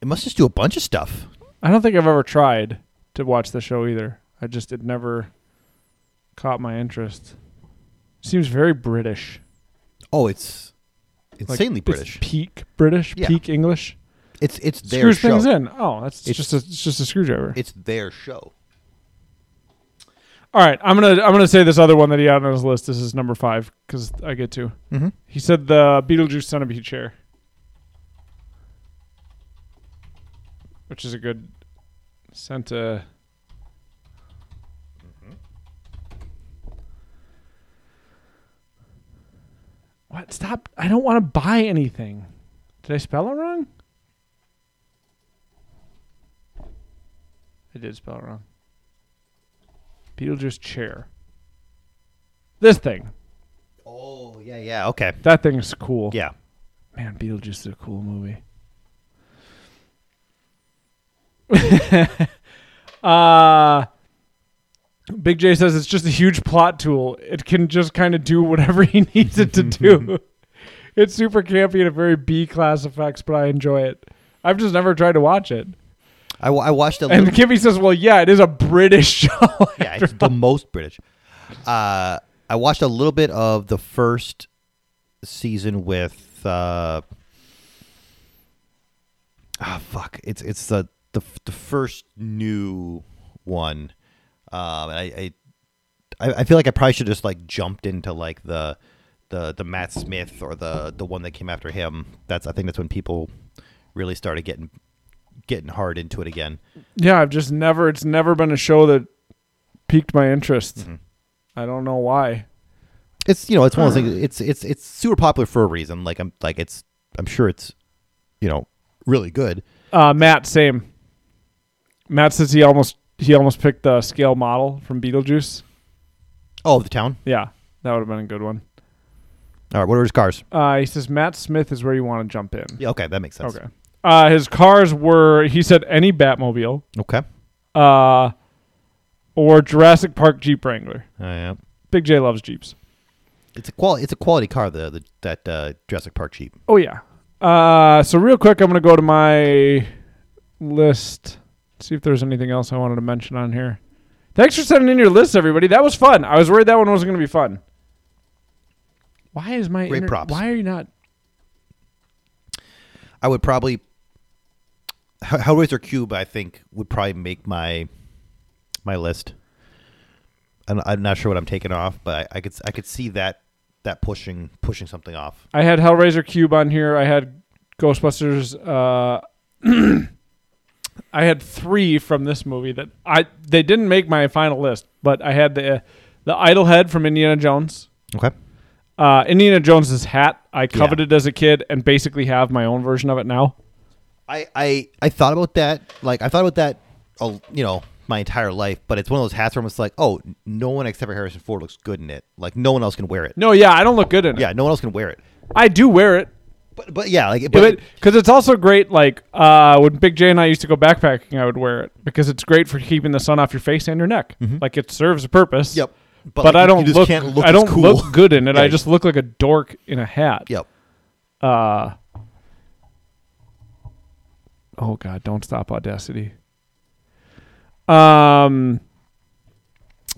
S4: it must just do a bunch of stuff.
S1: I don't think I've ever tried to watch the show either. I just it never caught my interest. Seems very British.
S4: Oh, it's
S1: Like,
S4: insanely
S1: it's
S4: British.
S1: peak British,
S4: Yeah.
S1: peak English.
S4: It's it's their
S1: Screws
S4: show.
S1: things in. Oh, that's
S4: It's-
S1: just a, it's just a screwdriver.
S4: It's their show.
S1: All right, I'm gonna I'm gonna say this other one that he had on his list. This is number five because I get to. Mm-hmm. He said the Beetlejuice centipede chair, which is a good scent. Uh, Mm-hmm. What? Stop! I don't want to buy anything. Did I spell it wrong? I did spell it wrong. Beetlejuice chair. This thing.
S4: Oh yeah yeah okay
S1: That thing's cool.
S4: yeah.
S1: Man, Beetlejuice is a cool movie. uh Big J says it's just a huge plot tool. It can just kind of do whatever he needs it to do. it's super campy and a very B class effects, but I enjoy it. I've just never tried to watch it.
S4: I, wa- I watched a little.
S1: And Kimmy says, "Well, yeah, it is a British show."
S4: yeah, it's the most British. Uh, I watched a little bit of the first season with. Uh, ah, fuck! It's it's the the the first new one. Um, and I, I I I feel like I probably should just like jumped into like the the the Matt Smith or the the one that came after him. That's I think that's when people really started getting getting hard into it again.
S1: Yeah, I've just never. It's never been a show that piqued my interest. I don't know why.
S4: it's you know it's one of those things it's it's it's super popular for a reason like i'm like it's i'm sure it's you know really good
S1: Uh, Matt, same. Matt says he almost he almost picked the scale model from Beetlejuice.
S4: oh the town
S1: Yeah, that would have been a good one.
S4: all right what are his cars
S1: Uh, he says Matt Smith is where you want to jump in.
S4: yeah okay that makes sense
S1: Okay. Uh, his cars were he said any Batmobile
S4: okay
S1: uh, or Jurassic Park Jeep Wrangler.
S4: Uh, yeah.
S1: Big J loves Jeeps.
S4: it's a quality it's a quality car the, the that uh jurassic park jeep
S1: Oh yeah. Uh, so real quick, I'm gonna go to my list. See if there's anything else I wanted to mention on here. Thanks for sending in your lists, everybody. That was fun. I was worried that one wasn't gonna be fun. Why is my
S4: Great props.
S1: Why are you not?
S4: i would probably Hell- hellraiser cube i think would probably make my my list i'm, I'm not sure what i'm taking off but I, I could s- i could see that that pushing pushing something off
S1: I had Hellraiser Cube on here. I had Ghostbusters. Uh, I had three from this movie that I they didn't make my final list, but I had the uh, the Idlehead from Indiana Jones.
S4: okay
S1: uh, Indiana Jones's hat I coveted as a kid and basically have my own version of it now.
S4: I, I I thought about that. Like I thought about that, uh, you know, my entire life. But it's one of those hats where I'm just like, oh, no one except for Harrison Ford looks good in it. Like no one else can wear it.
S1: No, yeah, I don't look good in it.
S4: Yeah, no one else can wear it.
S1: I do wear it,
S4: But but yeah, like but,
S1: but because it's also great. Like uh, when Big J and I used to go backpacking, I would wear it because it's great for keeping the sun off your face and your neck. Like it serves a purpose.
S4: Mm-hmm. Yep.
S1: But,
S4: But, like,
S1: I
S4: you
S1: don't
S4: just
S1: look,
S4: can't look
S1: I
S4: as
S1: don't
S4: cool.
S1: look good in it.
S4: Yeah.
S1: I just look like a dork in a hat.
S4: yep.
S1: Oh God, don't stop Audacity. Um.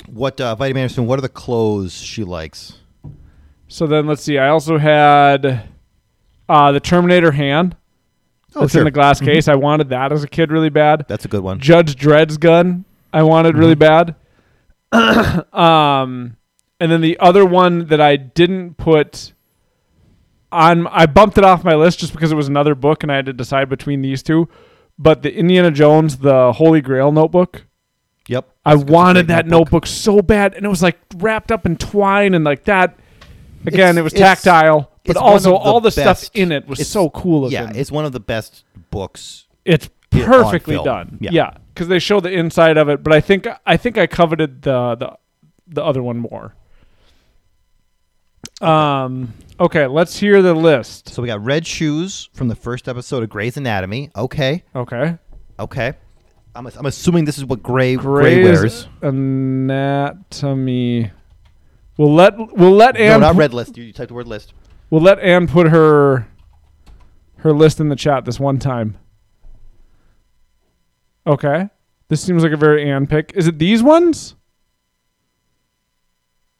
S4: What uh, Vitamin Anderson? What are the clothes she likes?
S1: So then let's see. I also had uh, the Terminator hand.
S4: Oh,
S1: that's in the glass case. I wanted that as a kid really bad.
S4: That's a good one.
S1: Judge Dredd's gun I wanted really
S4: Mm-hmm.
S1: bad. um, and then the other one that I didn't put on I bumped it off my list just because it was another book and I had to decide between these two. But the Indiana Jones, the Holy Grail notebook.
S4: Yep.
S1: I
S4: It's- it's a
S1: wanted
S4: great
S1: that notebook. so bad, and it was like wrapped up in twine and like that. Again,
S4: It's-
S1: it was
S4: it's-
S1: tactile, but
S4: it's one
S1: also
S4: of
S1: all the stuff
S4: best-
S1: in it was
S4: it's-
S1: so cool. Of
S4: yeah,
S1: him.
S4: it's one of the best books.
S1: It's
S4: Yeah, on
S1: perfectly
S4: film.
S1: done.
S4: Yeah.
S1: Yeah, because they show the inside of it. But I think I think I coveted the the the other one more. Um. Okay, let's hear the list.
S4: So we got Red Shoes from the first episode of Grey's Anatomy. Okay,
S1: Okay.
S4: okay. I'm, I'm assuming this is what Grey, Grey
S1: Grey's
S4: wears.
S1: anatomy. We'll let we'll let
S4: No,
S1: Anne
S4: not Red List. You, you typed the word list.
S1: we'll let Anne put her her list in the chat this one time. Okay. This seems like a very Anne pick. Is it these ones?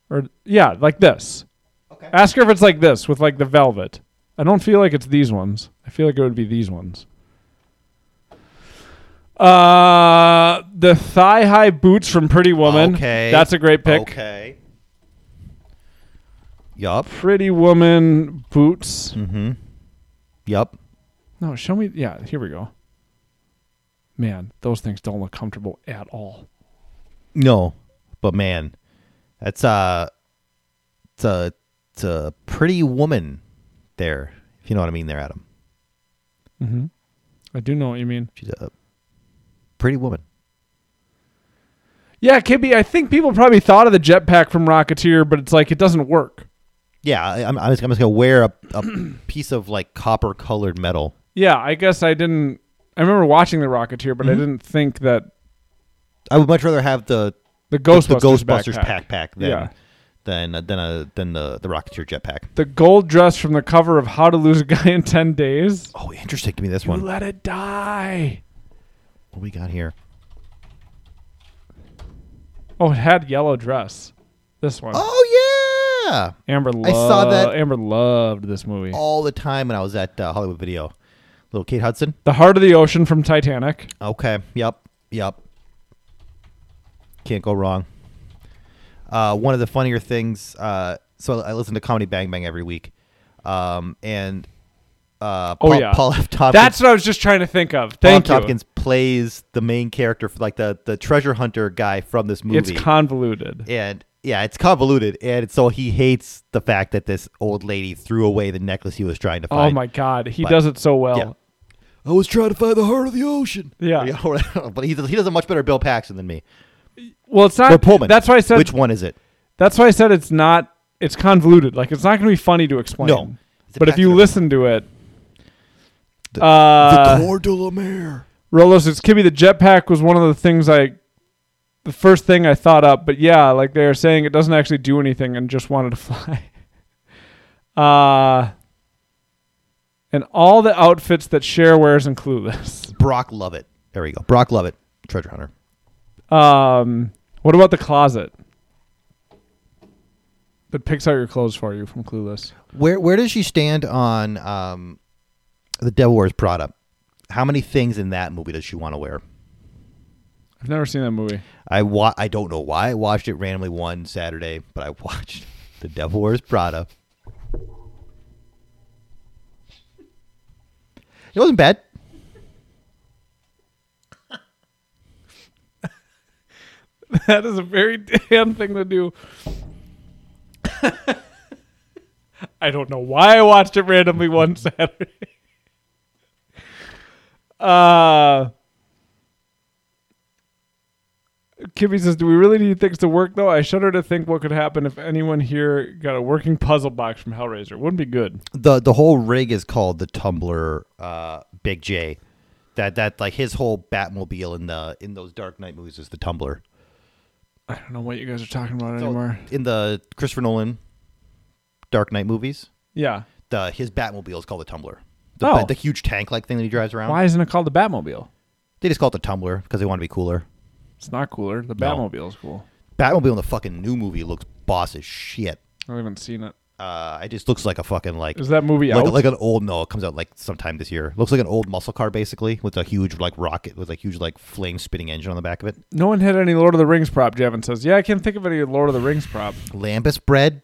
S1: Or yeah, like this. Okay. Ask her if it's like this with like the velvet. I don't feel like it's these ones. I feel like it would be these ones. Uh, the thigh high boots from Pretty Woman.
S4: Okay,
S1: that's a great pick.
S4: Okay. Yup.
S1: Pretty Woman boots.
S4: Yup.
S1: No, show me. Yeah, here we go. Man, those things don't look comfortable at all.
S4: No, but man, that's uh it's a it's a pretty woman there. If you know what I mean, there, Adam.
S1: I do know what you mean.
S4: She's a pretty woman.
S1: Yeah, KB, I think people probably thought of the jetpack from Rocketeer, but it's like it doesn't work.
S4: Yeah, I, I'm, I'm just, I'm just gonna wear a, a piece of like copper colored metal.
S1: Yeah, I guess I didn't. I remember watching the Rocketeer,
S4: Mm-hmm.
S1: but I didn't think that
S4: I would much rather have the
S1: the Ghostbusters,
S4: the Ghostbusters
S1: backpack.
S4: pack pack than
S1: Yeah.
S4: than uh, than uh, than the the Rocketeer jetpack.
S1: The gold dress from the cover of How to Lose a Guy in Ten Days.
S4: Oh, interesting. Give me this
S1: You
S4: one. What
S1: let it die.
S4: do we got here?
S1: Oh, it had yellow dress. This one.
S4: Oh yeah,
S1: Amber. Lo-
S4: I saw that- Oh.
S1: Amber loved this movie.
S4: all the time when I was at uh, Hollywood Video. Little Kate Hudson.
S1: The Heart of the Ocean from Titanic.
S4: Okay. Yep. Yep. Can't go wrong. Uh, one of the funnier things. Uh, so I listen to Comedy Bang Bang every week, um, and uh,
S1: Oh
S4: Paul,
S1: yeah,
S4: Paul F. Tompkins.
S1: That's what I was just trying to think of.
S4: Paul
S1: Thank
S4: F.
S1: you.
S4: Tompkins plays the main character, for, like the the treasure hunter guy from this movie.
S1: It's convoluted.
S4: and yeah, it's convoluted, and so he hates the fact that this old lady threw away the necklace he was trying to
S1: oh
S4: find.
S1: my god, he
S4: But-
S1: does it so well.
S4: Yeah. I was trying to find the heart of the ocean.
S1: Yeah.
S4: but he does, he does a much better Bill Paxton than me.
S1: Well, it's not.
S4: Or Pullman.
S1: Uh, That's why I said.
S4: Which one is it?
S1: That's why I said it's not. It's convoluted. Like it's not going to be funny to explain.
S4: No. It's a
S1: But if you
S4: backstory.
S1: listen to it, uh,
S4: Cor de la Mer.
S1: Rolos, it's Kibby. The jetpack was one of the things I, the first thing I thought up. But yeah, like they are saying, it doesn't actually do anything, and just wanted to fly. uh and all the outfits that Cher wears in Clueless.
S4: Brock Lovett. There we go. Brock Lovett, treasure hunter.
S1: Um, what about the closet? That picks out your clothes for you from Clueless.
S4: Where where does she stand on um, the Devil Wears Prada? How many things in that movie does she want to wear?
S1: I've never seen that movie.
S4: I wa- I don't know why I watched it randomly one Saturday, but I watched The Devil Wears Prada. It wasn't bad.
S1: That is a very damn thing to do. I don't know why I watched it randomly one Saturday. Uh, Kimmy says, "Do we really need things to work though? I shudder to think what could happen if anyone here got a working puzzle box from Hellraiser. Wouldn't be good."
S4: the the whole rig is called the Tumbler uh, Big J. That that like his whole Batmobile in the in those Dark Knight movies is the Tumbler.
S1: I don't know what you guys are talking about
S4: So,
S1: anymore.
S4: in the Christopher Nolan Dark Knight movies,
S1: Yeah.
S4: the his Batmobile is called the Tumbler. The,
S1: Oh.
S4: the huge tank like thing that he drives around.
S1: Why isn't it called the Batmobile?
S4: They just call it the Tumbler because they want to be cooler.
S1: It's not cooler. The
S4: No.
S1: Batmobile is cool.
S4: Batmobile in the fucking new movie looks boss as shit.
S1: I haven't seen it.
S4: Uh, it just looks like a fucking like
S1: Is that movie
S4: like,
S1: out?
S4: like an old no it comes out like sometime this year looks like an old muscle car basically with a huge like rocket with a huge like flame spitting engine on the back of it
S1: No one had any Lord of the Rings prop. Javin says, "Yeah, I can't think of any Lord of the Rings prop."
S4: Lambus bread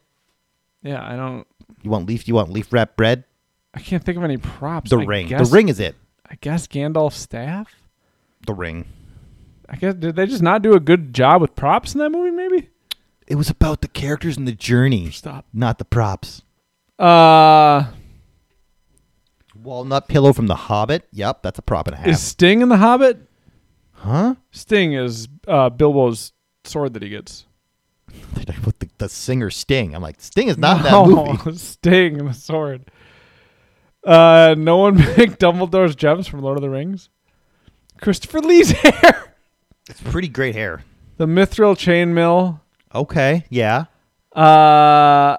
S1: Yeah, I don't.
S4: You want leaf? You want leaf wrap bread?
S1: I can't think of any props.
S4: The
S1: I
S4: ring.
S1: guess-
S4: the ring is it.
S1: I guess Gandalf's staff.
S4: The ring.
S1: I guess did they just not do a good job with props in that movie? Maybe.
S4: It was about the characters and the journey,
S1: Stop.
S4: not the props.
S1: Uh,
S4: Walnut pillow from The Hobbit. Yep, that's a prop and a half.
S1: is Sting in the Hobbit?
S4: huh?
S1: Sting is uh, Bilbo's sword that he gets.
S4: With the, the singer Sting. I'm like, Sting is not in that movie.
S1: Oh, Sting and the sword. Uh, no one picked Dumbledore's gems from Lord of the Rings. Christopher Lee's hair.
S4: It's pretty great hair.
S1: The mithril chainmail.
S4: Okay, yeah.
S1: Uh,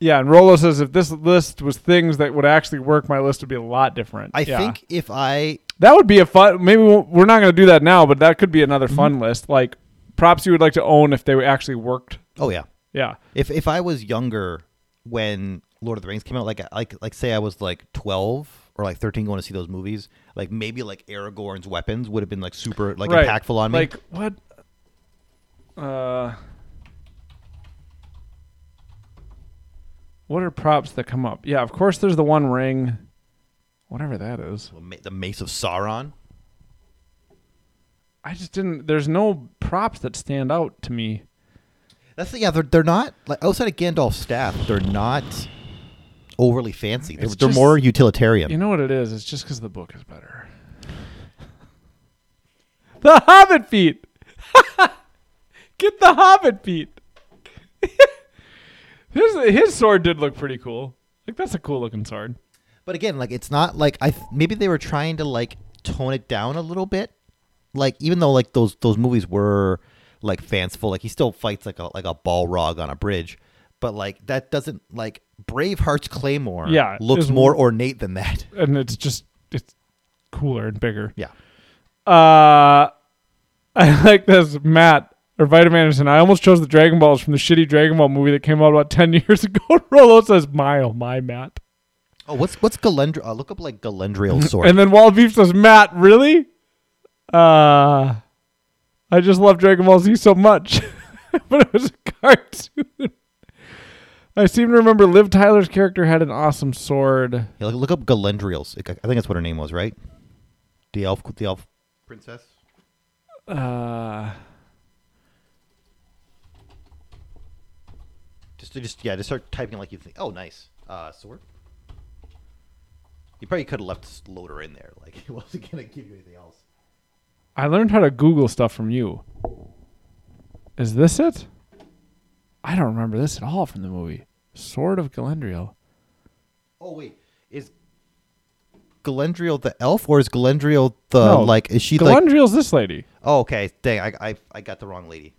S1: yeah, and Rolo says if this list was things that would actually work, my list would be a lot different.
S4: I
S1: Yeah.
S4: think if I
S1: that would be a fun. Maybe we'll, we're not going to do that now, but that could be another
S4: Mm-hmm.
S1: fun list. Like props you would like to own if they actually worked.
S4: oh yeah,
S1: Yeah,
S4: if if I was younger when Lord of the Rings came out, like like like say I was like 12 or like 13 going to see those movies, like maybe like Aragorn's weapons would have been like super like
S1: Right.
S4: impactful on me.
S1: Like what? Uh, what are props that come up? Yeah, of course. There's the One Ring, whatever that is.
S4: Ma- the Mace of Sauron.
S1: I just didn't. There's no props that stand out to me.
S4: That's the, yeah, they're they're not like outside of Gandalf's staff, they're not overly fancy. They're,
S1: It's
S4: they're
S1: just-
S4: more utilitarian.
S1: You know what it is? It's just because the book is better. the Hobbit feet. Get the Hobbit feet. his his sword did look pretty cool. Like that's a cool looking sword.
S4: But again, like it's not like I th- maybe they were trying to like tone it down a little bit. Like even though like those those movies were like fanciful, like he still fights like a like a Balrog on a bridge, but like that doesn't like Braveheart's claymore
S1: Yeah,
S4: looks
S1: is-
S4: more ornate than that.
S1: and it's just it's cooler and bigger.
S4: Yeah.
S1: Uh, I like this, Matt or Vitamin Anderson. I almost chose the Dragon Balls from the shitty Dragon Ball movie that came out about ten years ago. Rolo says, "My oh my, Matt,"
S4: Oh, what's what's Galendra? Uh, look up like Galendriel's sword.
S1: and then Wall Beef says, "Matt, really?" Uh, I just love Dragon Ball Z so much, but it was a cartoon. I seem to remember Liv Tyler's character had an awesome sword.
S4: Yeah, look, look up Galendriel's. I think that's what her name was, right? The elf, the elf princess.
S1: Uh,
S4: Just, just yeah, just start typing like you think. Oh, nice. Uh, sword. You probably could have left loader in there. Like it wasn't gonna give you anything else.
S1: I learned how to Google stuff from you. Is this it? I don't remember this at all from the movie. Sword of Galandriel.
S4: Oh wait, is Galendriel the elf or is Galendriel the like? Is she like?
S1: Galandriel's this lady.
S4: Oh, okay. Dang, I, I I got the wrong lady.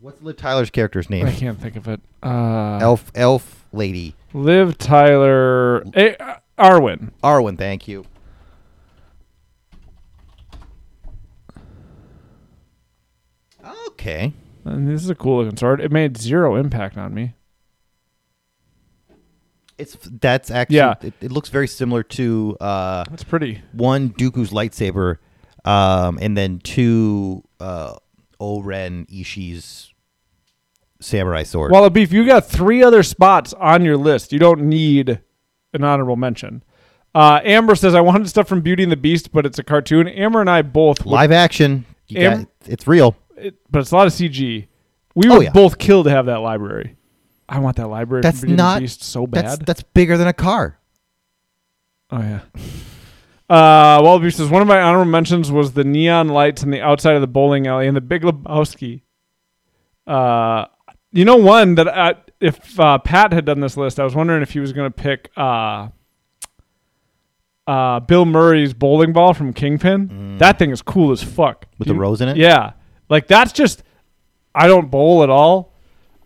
S4: What's Liv Tyler's character's name?
S1: I can't think of it. Uh,
S4: elf, elf lady.
S1: Liv Tyler. Eh, uh, Arwen.
S4: Arwen, thank you. Okay.
S1: And this is a cool looking sword. It made zero impact on me.
S4: It's that's actually
S1: Yeah.
S4: it, it looks very similar to uh
S1: That's pretty.
S4: one Dooku's lightsaber um and then two uh Oren Ishii's samurai sword.
S1: Well, Beef, you got three other spots on your list. You don't need an honorable mention. Uh, Amber says, I wanted stuff from Beauty and the Beast, but it's a cartoon. Amber and I both would
S4: Live action. You
S1: Am-
S4: got, it's real.
S1: it, but it's a lot of CG. We
S4: Oh,
S1: would
S4: yeah.
S1: both kill to have that library. I want that library.
S4: That's
S1: from Beauty and the
S4: not
S1: Beast so bad.
S4: That's that's bigger than a car.
S1: oh yeah. Uh, Wallaby says one of my honorable mentions was the neon lights on the outside of the bowling alley and the Big Lebowski. Uh, you know one that I, if uh, Pat had done this list, I was wondering if he was going to pick uh, uh, Bill Murray's bowling ball from Kingpin. That thing is cool as fuck
S4: Mm. With
S1: Do
S4: the rose in it?
S1: Yeah, like that's just I don't bowl at all.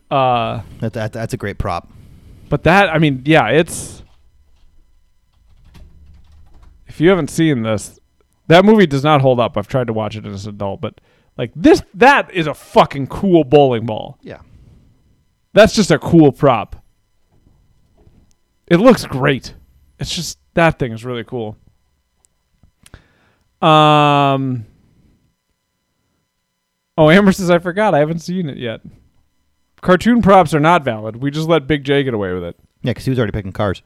S1: Uh,
S4: That, that that's a great prop.
S1: but that, I mean, yeah, it's. If you haven't seen this, that movie does not hold up. I've tried to watch it as an adult, but like this, that is a fucking cool bowling ball.
S4: Yeah.
S1: That's just a cool prop. It looks great. It's just that thing is really cool. Um. Oh, Amber says I forgot. I haven't seen it yet. cartoon props are not valid. We just let Big J get away with it.
S4: Yeah, because he was already picking cars.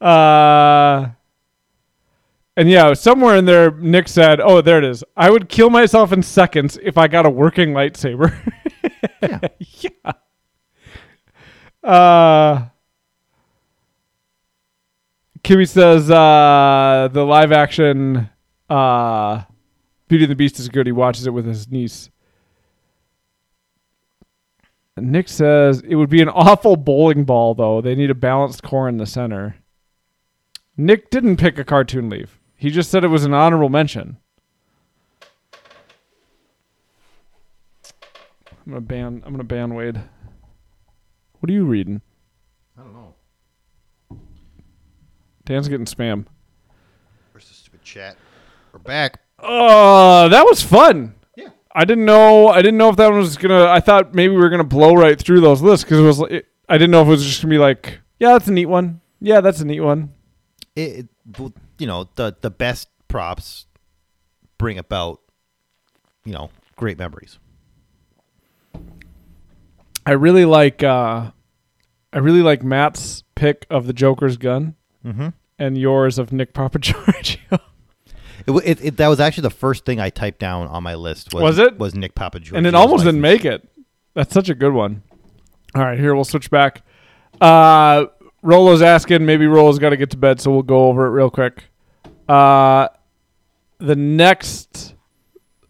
S1: Uh, and yeah, somewhere in there, Nick said, "Oh, there it is. I would kill myself in seconds if I got a working lightsaber."
S4: Yeah.
S1: Uh, Kimmy says uh, the live action uh, Beauty and the Beast is good. He watches it with his niece. And Nick says it would be an awful bowling ball, though. They need a balanced core in the center. Nick didn't pick a cartoon leaf. He just said it was an honorable mention. I'm gonna ban. I'm gonna ban Wade. What are you reading?
S4: I don't know.
S1: Dan's getting spam.
S4: Where's the stupid chat? We're back.
S1: Uh, that was fun.
S4: Yeah.
S1: I didn't know. I didn't know if that one was gonna. I thought maybe we were gonna blow right through those lists because it was. It, I didn't know if it was just gonna be like, yeah, that's a neat one. Yeah, that's a neat one.
S4: It, it well, you know the the best props bring about you know great memories.
S1: I really like. uh I really like Matt's pick of the Joker's gun, and yours of Nick Papagiorgio.
S4: It, wa- it, it, that was actually the first thing I typed down on my list. Was,
S1: Was it?
S4: was Nick Papa George?
S1: and it almost didn't make it. That's such a good one. All right, here we'll switch back. Uh, Rolo's asking, maybe Rolo's got to get to bed, so we'll go over it real quick. Uh, the next,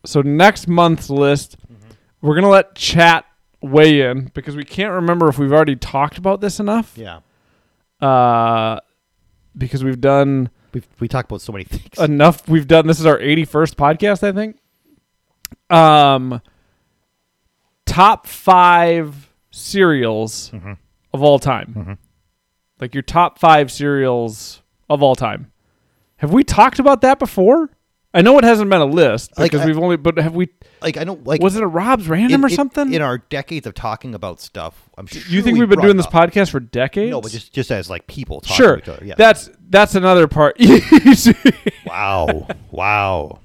S1: so next month's list, we're gonna let chat weigh in because we can't remember if we've already talked about this enough.
S4: Yeah,
S1: Uh, because we've done
S4: we we talked about so many things.
S1: enough we've done this is our 81st podcast i think um top five cereals of all time like your top five cereals of all time have we talked about that before i know it hasn't been a list
S4: Like,
S1: because
S4: I-
S1: we've only but have we
S4: like I know, like
S1: was it a rob's random
S4: in-
S1: or
S4: in-
S1: something
S4: In our decades of talking about stuff, I'm sure
S1: you think
S4: we
S1: we've been
S4: brought
S1: doing
S4: it
S1: this
S4: up.
S1: podcast for decades
S4: No, but just just as like people talking
S1: sure
S4: to each other. Yeah.
S1: that's that's another part
S4: wow, wow.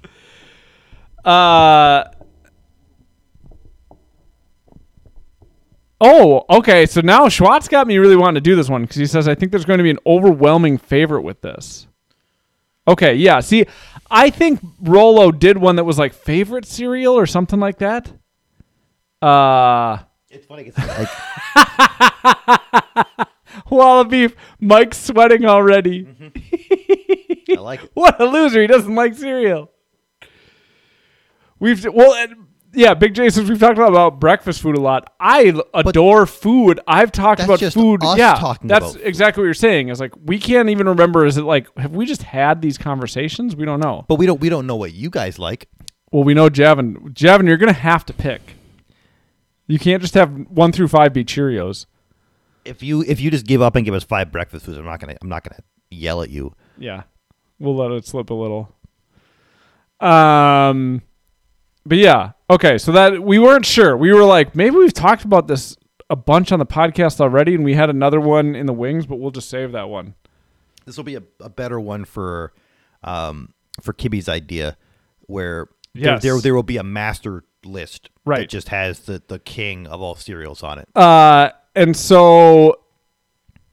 S1: Uh, oh, okay. So now Schwartz got me really wanting to do this one because he says, I think there's going to be an overwhelming favorite with this. Okay, yeah. See, I think Rolo did one that was like favorite cereal or something like that. Uh,
S4: It's funny. 'cause, Like,
S1: Walla Beef, Mike's sweating already.
S4: I like it.
S1: What a loser. He doesn't like cereal. We've, well, and, yeah, Big J, since we've talked about breakfast food a lot, I l- adore food. I've talked
S4: that's
S1: about
S4: just
S1: food.
S4: us
S1: yeah,
S4: talking
S1: that's
S4: about food.
S1: exactly what you're saying. It's like, we can't even remember. Is it like, have we just had these conversations? We don't know.
S4: But we don't we don't know what you guys like.
S1: Well, we know Javin. Javin, you're going to have to pick. You can't just have one through five be Cheerios.
S4: If you if you just give up and give us five breakfast foods, I'm not gonna I'm not gonna yell at you.
S1: yeah we'll let it slip a little um but yeah okay so that we weren't sure we were like maybe we've talked about this a bunch on the podcast already and we had another one in the wings but we'll just save that one
S4: This will be a, a better one for um for Kibby's idea where
S1: Yes.
S4: there, there there will be a master list
S1: Right.
S4: that just has the, the king of all cereals on it.
S1: uh and so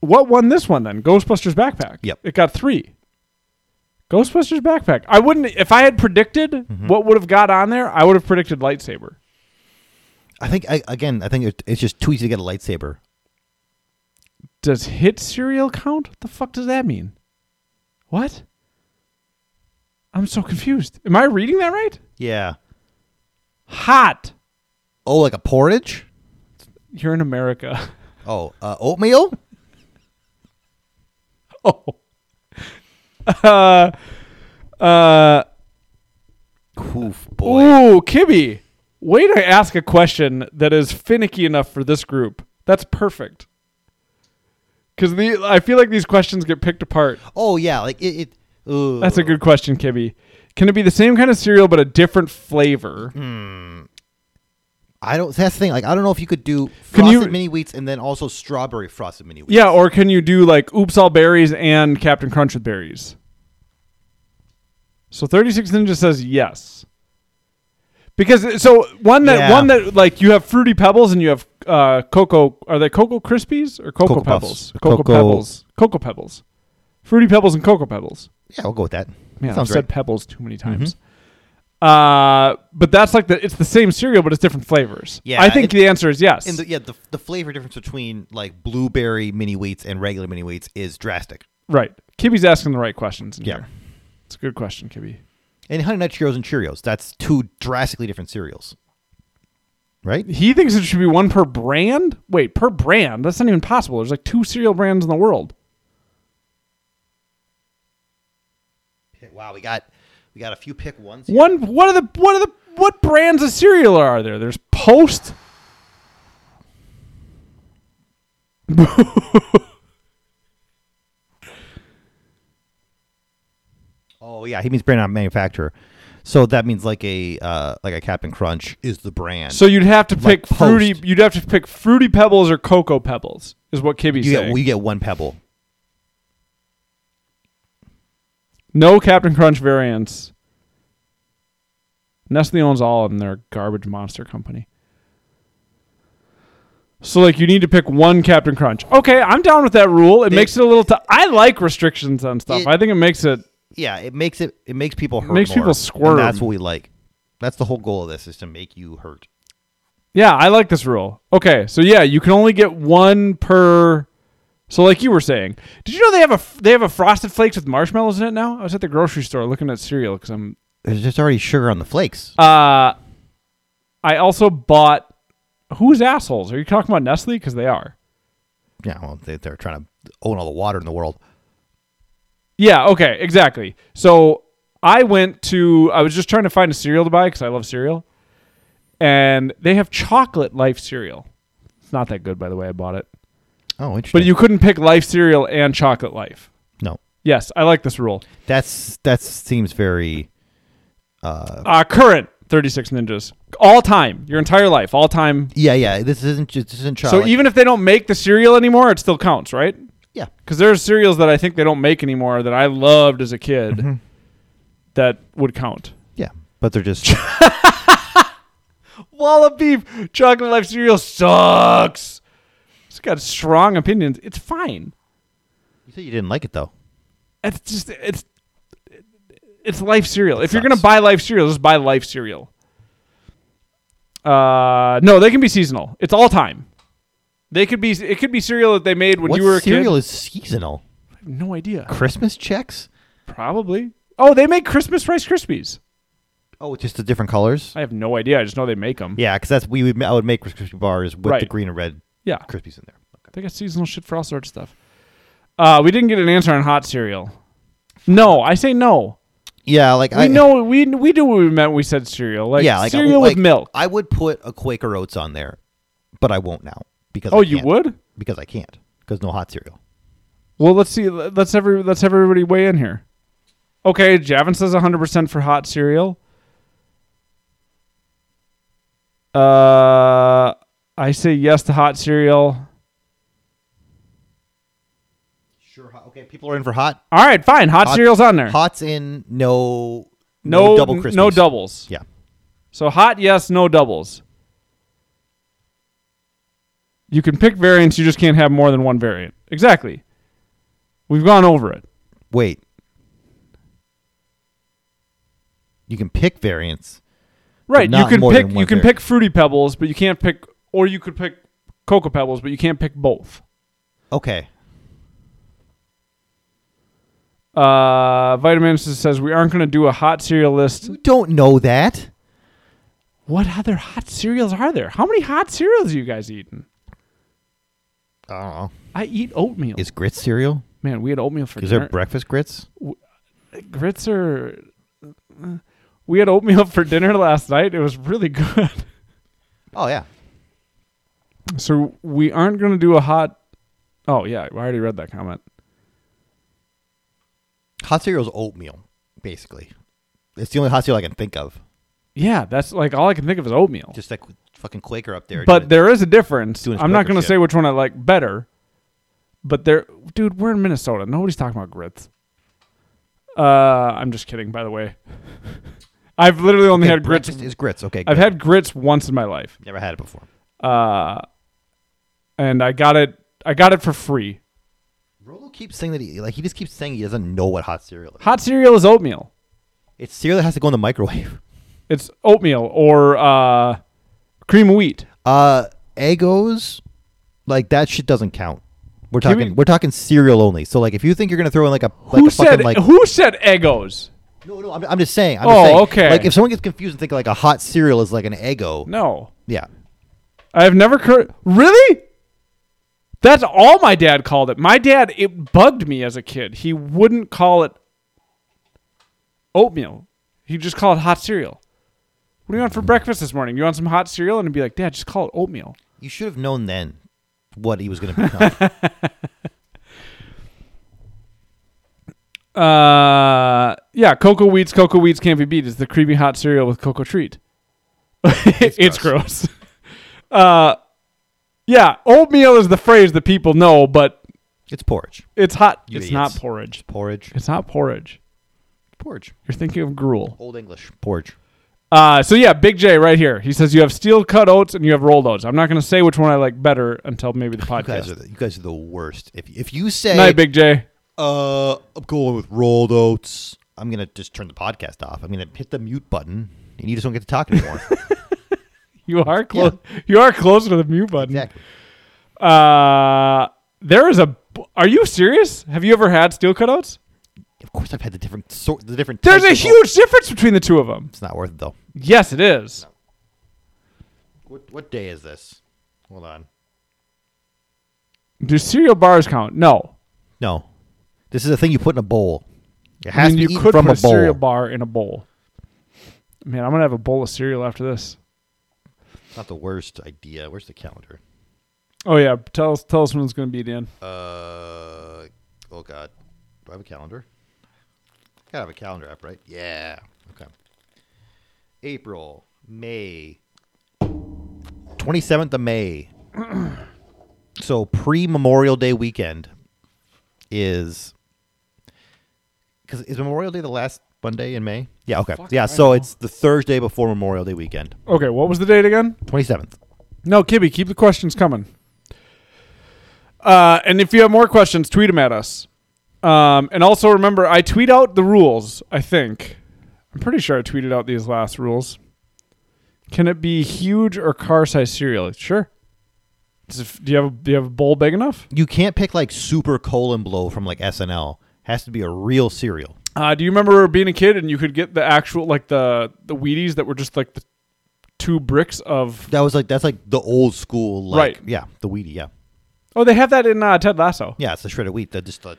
S1: what won this one then ghostbusters backpack
S4: Yep.
S1: it got three ghostbusters backpack i wouldn't if i had predicted what would have got on there i would have predicted lightsaber
S4: I think I, again I think it, it's just too easy to get a lightsaber.
S1: does hit cereal count? What the fuck does that mean? What? I'm so confused. Am I reading that right?
S4: Yeah.
S1: Hot.
S4: Oh, like a porridge?
S1: You're in America.
S4: Oh, uh, oatmeal?
S1: Oh. Uh, uh,
S4: Oof, boy.
S1: ooh, Kibby. Way to ask a question that is finicky enough for this group. That's perfect. Because the I feel like these questions get picked apart.
S4: Oh yeah, like it. it ugh.
S1: That's a good question, Kibby. Can it be the same kind of cereal but a different flavor?
S4: I don't. That's the thing. Like I don't know if you could do
S1: Can
S4: frosted
S1: you-
S4: mini wheats and then also strawberry frosted mini wheats.
S1: Yeah, or can you do like Oops All Berries and Captain Crunch with berries? So 36 Ninja says yes. Because uh, so one that
S4: Yeah.
S1: one that like you have fruity pebbles and you have uh cocoa are they cocoa krispies or cocoa,
S4: Cocoa Puffs.
S1: pebbles? Cocoa,
S4: Cocoa-
S1: pebbles. Cocoa pebbles. Fruity pebbles and cocoa pebbles.
S4: Yeah, I'll go with that.
S1: Man, I've
S4: Sounds Mm-hmm.
S1: said
S4: right.
S1: pebbles too many times. Uh, but that's like the it's the same cereal, but it's different flavors.
S4: Yeah,
S1: I think
S4: it-
S1: the answer is yes.
S4: And the, yeah, the, the flavor difference between like blueberry mini wheats and regular mini wheats is drastic.
S1: right, Kibby's asking the right questions. in
S4: Yeah.
S1: here. it's a good question, Kibby.
S4: And Honey Nut Cheerios and Cheerios, that's two drastically different cereals. Right?
S1: He thinks it should be one per brand. Wait, per brand? That's not even possible. There's like two cereal brands in the world.
S4: Wow, we got we got a few pick ones. here.
S1: One. What are the what are the what brands of cereal are there? There's Post.
S4: Oh yeah, he means brand not manufacturer. So that means like a uh, like a Captain Crunch is the brand.
S1: So you'd have to
S4: Like
S1: pick fruity.
S4: Post.
S1: You'd have to pick fruity pebbles or cocoa pebbles. Is what Kibby's
S4: you
S1: saying.
S4: get you get one pebble.
S1: No Captain Crunch variants. Nestle owns all of them. They're a garbage monster company. So like you need to pick one Captain Crunch. Okay, I'm down with that rule. It makes it a little. T- I like restrictions on stuff.
S4: It-
S1: I think it makes it.
S4: Yeah, it makes it it makes people hurt.
S1: makes
S4: more,
S1: people
S4: and
S1: squirm.
S4: That's what we like. That's the whole goal of this is to make you hurt.
S1: Yeah, I like this rule. Okay, so yeah, you can only get one per. So like you were saying, did you know they have a f- they have a Frosted Flakes with marshmallows in it now? I was at the grocery store looking at cereal because I'm
S4: There's just already sugar on the flakes.
S1: Uh, I also bought. Whose assholes are you talking about? Nestle, because they are.
S4: yeah, well, they, they're trying to own all the water in the world.
S1: Yeah. Okay. Exactly. So I went to. I was just trying to find a cereal to buy because I love cereal, and they have chocolate Life cereal. It's not that good, by the way. I bought it,
S4: Oh, interesting.
S1: but you couldn't pick Life cereal and chocolate Life.
S4: no,
S1: Yes, I like this rule.
S4: that's that seems very.
S1: Uh, current thirty six ninjas all time, your entire life, all time.
S4: Yeah, yeah. This isn't just this isn't child.
S1: So even if they don't make the cereal anymore, it still counts, right?
S4: yeah,
S1: because there's cereals that I think they don't make anymore that I loved as a kid that would count.
S4: yeah, but they're just
S1: Walla beef chocolate life cereal sucks. It's got strong opinions. It's fine.
S4: You said you didn't like it though.
S1: It's just it's it's life cereal. if you're gonna
S4: sucks.
S1: buy life cereal, just buy life cereal. Uh, no, they can be seasonal. It's all time. They could be. It could be cereal that they made when
S4: what
S1: you were a
S4: cereal
S1: kid.
S4: is seasonal?
S1: No idea.
S4: Christmas checks?
S1: Probably. Oh, they make Christmas Rice Krispies.
S4: Oh, just the different colors.
S1: I have no idea. I just know they make them.
S4: Yeah, because that's we would I would make Rice crispy bars with the
S1: Right.
S4: green and red
S1: Yeah.
S4: crispies in there.
S1: They got seasonal shit for all sorts of stuff. Uh, we didn't get an answer on hot cereal. No, I say no.
S4: Yeah, like
S1: We
S4: I
S1: know we we do what we meant when we said cereal. Like,
S4: Yeah, like
S1: cereal
S4: like,
S1: with milk.
S4: I would put a Quaker Oats on there, but I won't now because
S1: oh,
S4: I
S1: you
S4: can't.
S1: would?
S4: because I can't because no hot cereal.
S1: Well, let's see. Let's every let's everybody weigh in here. Okay, Javin says 100% for hot cereal. Uh, I say yes to hot cereal.
S4: Sure. Okay, people are in for hot.
S1: All right, fine. Hot,
S4: hot
S1: cereal's on there.
S4: Hot's in. No.
S1: no,
S4: double
S1: n-
S4: crispies.
S1: no doubles.
S4: Yeah.
S1: So hot, yes, no doubles. You can pick variants, you just can't have more than one variant. Exactly. We've gone over it.
S4: Wait. You can pick variants.
S1: Right. You
S4: not
S1: can
S4: more
S1: pick
S4: than one
S1: you can
S4: variant.
S1: pick fruity pebbles, but you can't pick or you could pick cocoa pebbles, but you can't pick both.
S4: Okay.
S1: Uh Vitamin says we aren't gonna do a hot cereal list.
S4: You don't know that.
S1: What other hot cereals are there? How many hot cereals are you guys eating?
S4: I don't know.
S1: I eat oatmeal.
S4: Is grits cereal?
S1: Man, we had oatmeal for
S4: Is
S1: dinner.
S4: there breakfast grits?
S1: grits are. We had oatmeal for dinner last night. It was really good.
S4: Oh yeah.
S1: So we aren't going to do a hot. Oh yeah, I already read that comment.
S4: Hot cereal is oatmeal, basically. It's the only hot cereal I can think of.
S1: Yeah, that's like all I can think of is oatmeal.
S4: Just that qu- fucking Quaker up there.
S1: but
S4: doing
S1: there is a difference.
S4: Doing his
S1: I'm not
S4: poker
S1: going to
S4: shit.
S1: say which one I like better. But there, dude, we're in Minnesota. Nobody's talking about grits. Uh, I'm just kidding, by the way. I've literally only
S4: Okay,
S1: had grits.
S4: breakfast is grits. Okay,
S1: I've
S4: good.
S1: had grits once in my life,
S4: never had it before.
S1: and I got it. I got it for free.
S4: Rolo keeps saying that he like he just keeps saying he doesn't know what hot cereal is.
S1: Hot cereal is oatmeal.
S4: It's cereal that has to go in the microwave.
S1: It's oatmeal or uh, cream of wheat.
S4: Uh, Eggos, like that shit doesn't count. We're
S1: Can
S4: talking
S1: we-
S4: we, are talking cereal only. So like if you think you're gonna throw in like a like
S1: who
S4: a fucking
S1: said
S4: like
S1: who said Eggos?
S4: no no I'm, I'm just saying I'm
S1: Oh,
S4: just saying,
S1: okay.
S4: like if someone gets confused and think like a hot cereal is like an Eggo
S1: No,
S4: yeah
S1: I have never cur- really. That's all my dad called it. My dad it bugged me as a kid. He wouldn't call it oatmeal. He just called it hot cereal. What do you want for breakfast this morning? You want some hot cereal? And he'd be like, Dad, just call it oatmeal.
S4: you should have known then what he was gonna become.
S1: Uh, yeah, cocoa wheats. Cocoa wheats can't be beat. It's the creamy hot cereal with cocoa treat. it's, gross. Uh, yeah, oatmeal is the phrase that people know, but
S4: it's porridge
S1: it's hot.
S4: You
S1: it's
S4: idiots.
S1: not porridge.
S4: porridge
S1: It's not porridge.
S4: porridge
S1: You're thinking of gruel.
S4: old English porridge
S1: Uh, so yeah, Big J right here. He says you have steel cut oats and you have rolled oats. I'm not going to say which one I like better until maybe the
S4: you guys
S1: podcast.
S4: are the, you guys are the worst if if you say
S1: Night, Big J.
S4: uh I'm going with rolled oats I'm gonna just turn the podcast off I'm gonna hit the mute button and you just don't get to talk anymore
S1: You are close. You are closer to the mute button.
S4: exactly
S1: Uh, there is a. Are you serious? Have you ever had steel cutouts?
S4: of course I've had the different sort the different
S1: There's a
S4: types of
S1: huge
S4: oats.
S1: difference between the two of them.
S4: It's not worth it though.
S1: Yes, it is.
S4: What what day is this? Hold on.
S1: Do cereal bars count? No.
S4: No, this is a thing you put in a bowl. It
S1: I
S4: has
S1: mean,
S4: to
S1: you
S4: be eaten
S1: could
S4: from
S1: put
S4: a bowl.
S1: cereal bar in a bowl. Man, I'm gonna have a bowl of cereal after this.
S4: It's not the worst idea. Where's the calendar?
S1: Oh yeah, tell us tell us when it's gonna be, Dan.
S4: Uh, oh god, do I have a calendar? Gotta have a calendar app, right? Yeah. Okay. April, May, twenty seventh of May. so pre Memorial Day weekend is because is Memorial Day the last Monday in May? Yeah. Okay. yeah. So it's the Thursday before Memorial Day weekend,
S1: Okay, what was the date again?
S4: twenty seventh.
S1: No, Kibby, keep the questions coming. Uh, and if you have more questions, tweet them at us. Um, and also remember, I tweet out the rules, I think. I'm pretty sure I tweeted out these last rules. Can it be huge or car size cereal? Sure. Does it- do you have a, do you have a bowl big enough?
S4: You can't pick like super colon blow from like SNL. Has to be a real cereal.
S1: Uh, do you remember being a kid and you could get the actual like the the Wheaties that were just like the two bricks of?
S4: That was like that's like the old school, like,
S1: Right.
S4: Yeah, the Wheatie. Yeah,
S1: Oh, they have that in uh, Ted Lasso.
S4: yeah, it's the shredded wheat. That just uh,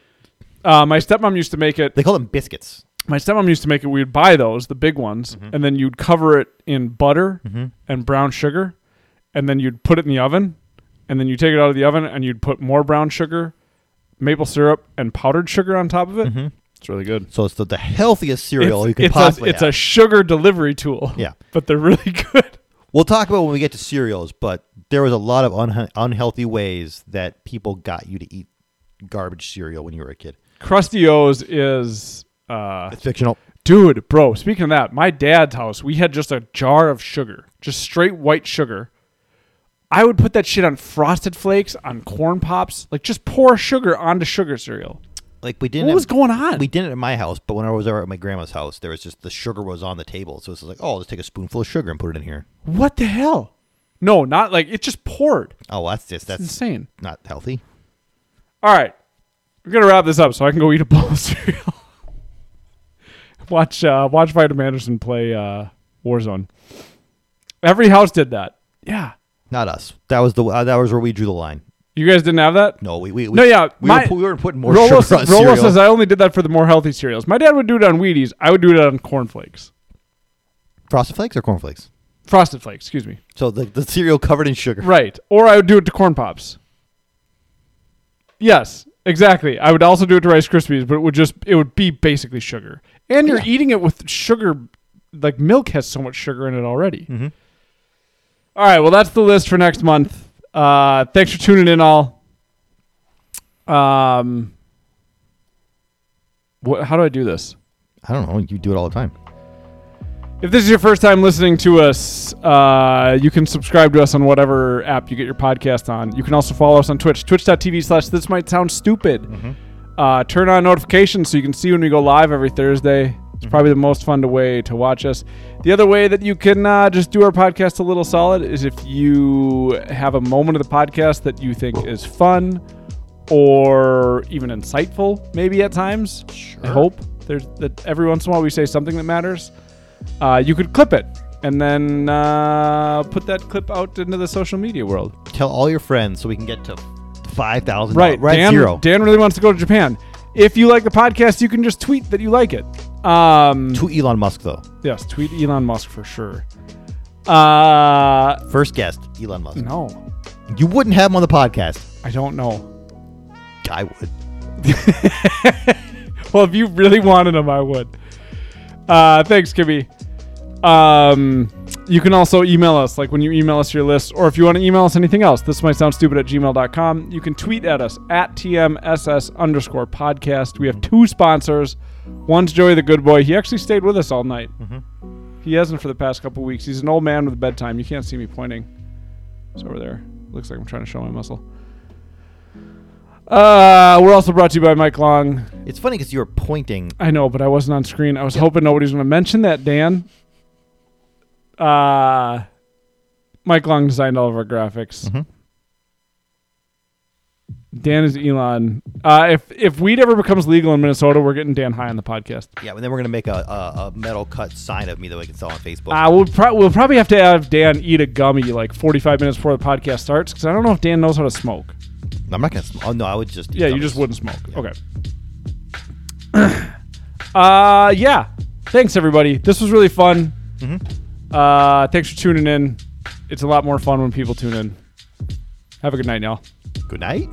S1: Uh, my stepmom used to make it.
S4: they call them biscuits.
S1: my stepmom used to make it. We'd buy those, the big ones, and then you'd cover it in butter and brown sugar, and then you'd put it in the oven, and then you take it out of the oven and you'd put more brown sugar, maple syrup, and powdered sugar on top of it. Mm-hmm. It's really good.
S4: So it's the, the healthiest cereal
S1: it's
S4: you could
S1: it's
S4: possibly.
S1: a, it's
S4: have.
S1: a sugar delivery tool.
S4: Yeah.
S1: but they're really good.
S4: we'll talk about when we get to cereals, but there was a lot of unhe unhealthy ways that people got you to eat garbage cereal when you were a kid.
S1: Crusty O's is. Uh,
S4: It's fictional.
S1: Dude, bro, speaking of that, my dad's house, we had just a jar of sugar, just straight white sugar. I would put that shit on frosted flakes, on corn pops, like just pour sugar onto sugar cereal.
S4: Like we didn't.
S1: What
S4: have-
S1: was going on?
S4: We didn't at my house, but when I was over at my grandma's house, there was just the sugar was on the table, so it's like, oh, let's take a spoonful of sugar and put it in here.
S1: What the hell? No, not like it just poured.
S4: Oh, that's just that's
S1: Insane.
S4: not healthy.
S1: All right. We're gonna wrap this up so I can go eat a bowl of cereal. watch uh watch Vitam Anderson play uh Warzone. Every house did that. Yeah.
S4: Not us. That was the uh, that was where we drew the line.
S1: You guys didn't have that?
S4: No, we we, we
S1: No, yeah,
S4: we,
S1: my-
S4: were, pu- we were putting more
S1: Rolo,
S4: sugar on
S1: Rolo
S4: cereal.
S1: says I only did that for the more healthy cereals. My dad would do it on Wheaties. I would do it on cornflakes.
S4: Frosted Flakes or Corn Flakes?
S1: Frosted flakes, excuse me.
S4: So the, the cereal covered in sugar.
S1: Right. Or I would do it to corn pops. Yes, exactly. I would also do it to Rice Krispies, but it would just it would be basically sugar. And you're eating it with sugar like milk has so much sugar in it already. All right, well that's the list for next month. Uh thanks for tuning in all. Um what, how do I do this?
S4: I don't know. You do it all the time.
S1: If this is your first time listening to us, uh, you can subscribe to us on whatever app you get your podcast on. You can also follow us on Twitch, twitch.tv slash this might sound stupid. Uh, turn on notifications so you can see when we go live every Thursday. It's probably the most fun to- way to watch us. The other way that you can uh, just do our podcast a little solid is if you have a moment of the podcast that you think is fun or even insightful, maybe at times. I hope there's that every once in a while we say something that matters. Uh, you could clip it and then uh, put that clip out into the social media world.
S4: Tell all your friends so we can get to five thousand.
S1: Right,
S4: right.
S1: Dan,
S4: zero.
S1: Dan really wants to go to Japan. If you like the podcast, you can just tweet that you like it. Um,
S4: to Elon Musk though.
S1: yes, tweet Elon Musk for sure. Uh,
S4: First guest, Elon Musk.
S1: no,
S4: You wouldn't have him on the podcast.
S1: I don't know.
S4: I would.
S1: Well, if you really wanted him, I would. Uh, thanks, Kibby. Um, you can also email us, like when you email us your list, or if you want to email us anything else, this might sound stupid at gmail.com. You can tweet at us at TMSS underscore podcast. We have two sponsors. One's Joey the Good Boy. He actually stayed with us all night. He hasn't for the past couple weeks. He's an old man with bedtime. You can't see me pointing. It's over there. Looks like I'm trying to show my muscle. Uh, we're also brought to you by Mike Long.
S4: It's funny because you were pointing.
S1: I know, but I wasn't on screen. I was hoping nobody was going to mention that, Dan. Uh, Mike Long designed all of our graphics. Dan is Elon. Uh, if if weed ever becomes legal in Minnesota, we're getting Dan high on the podcast.
S4: Yeah, and then we're gonna make a, a, a metal cut sign of me that we can sell on Facebook.
S1: Uh, we'll, pro- we'll probably have to have Dan eat a gummy like 45 minutes before the podcast starts because I don't know if Dan knows how to smoke.
S4: I'm not gonna. Sm- oh no, I would just. eat
S1: Yeah, you
S4: gummies.
S1: just wouldn't smoke. Okay. uh, yeah. Thanks everybody. This was really fun. Uh, thanks for tuning in. It's a lot more fun when people tune in. Have a good night, y'all.
S4: Good night.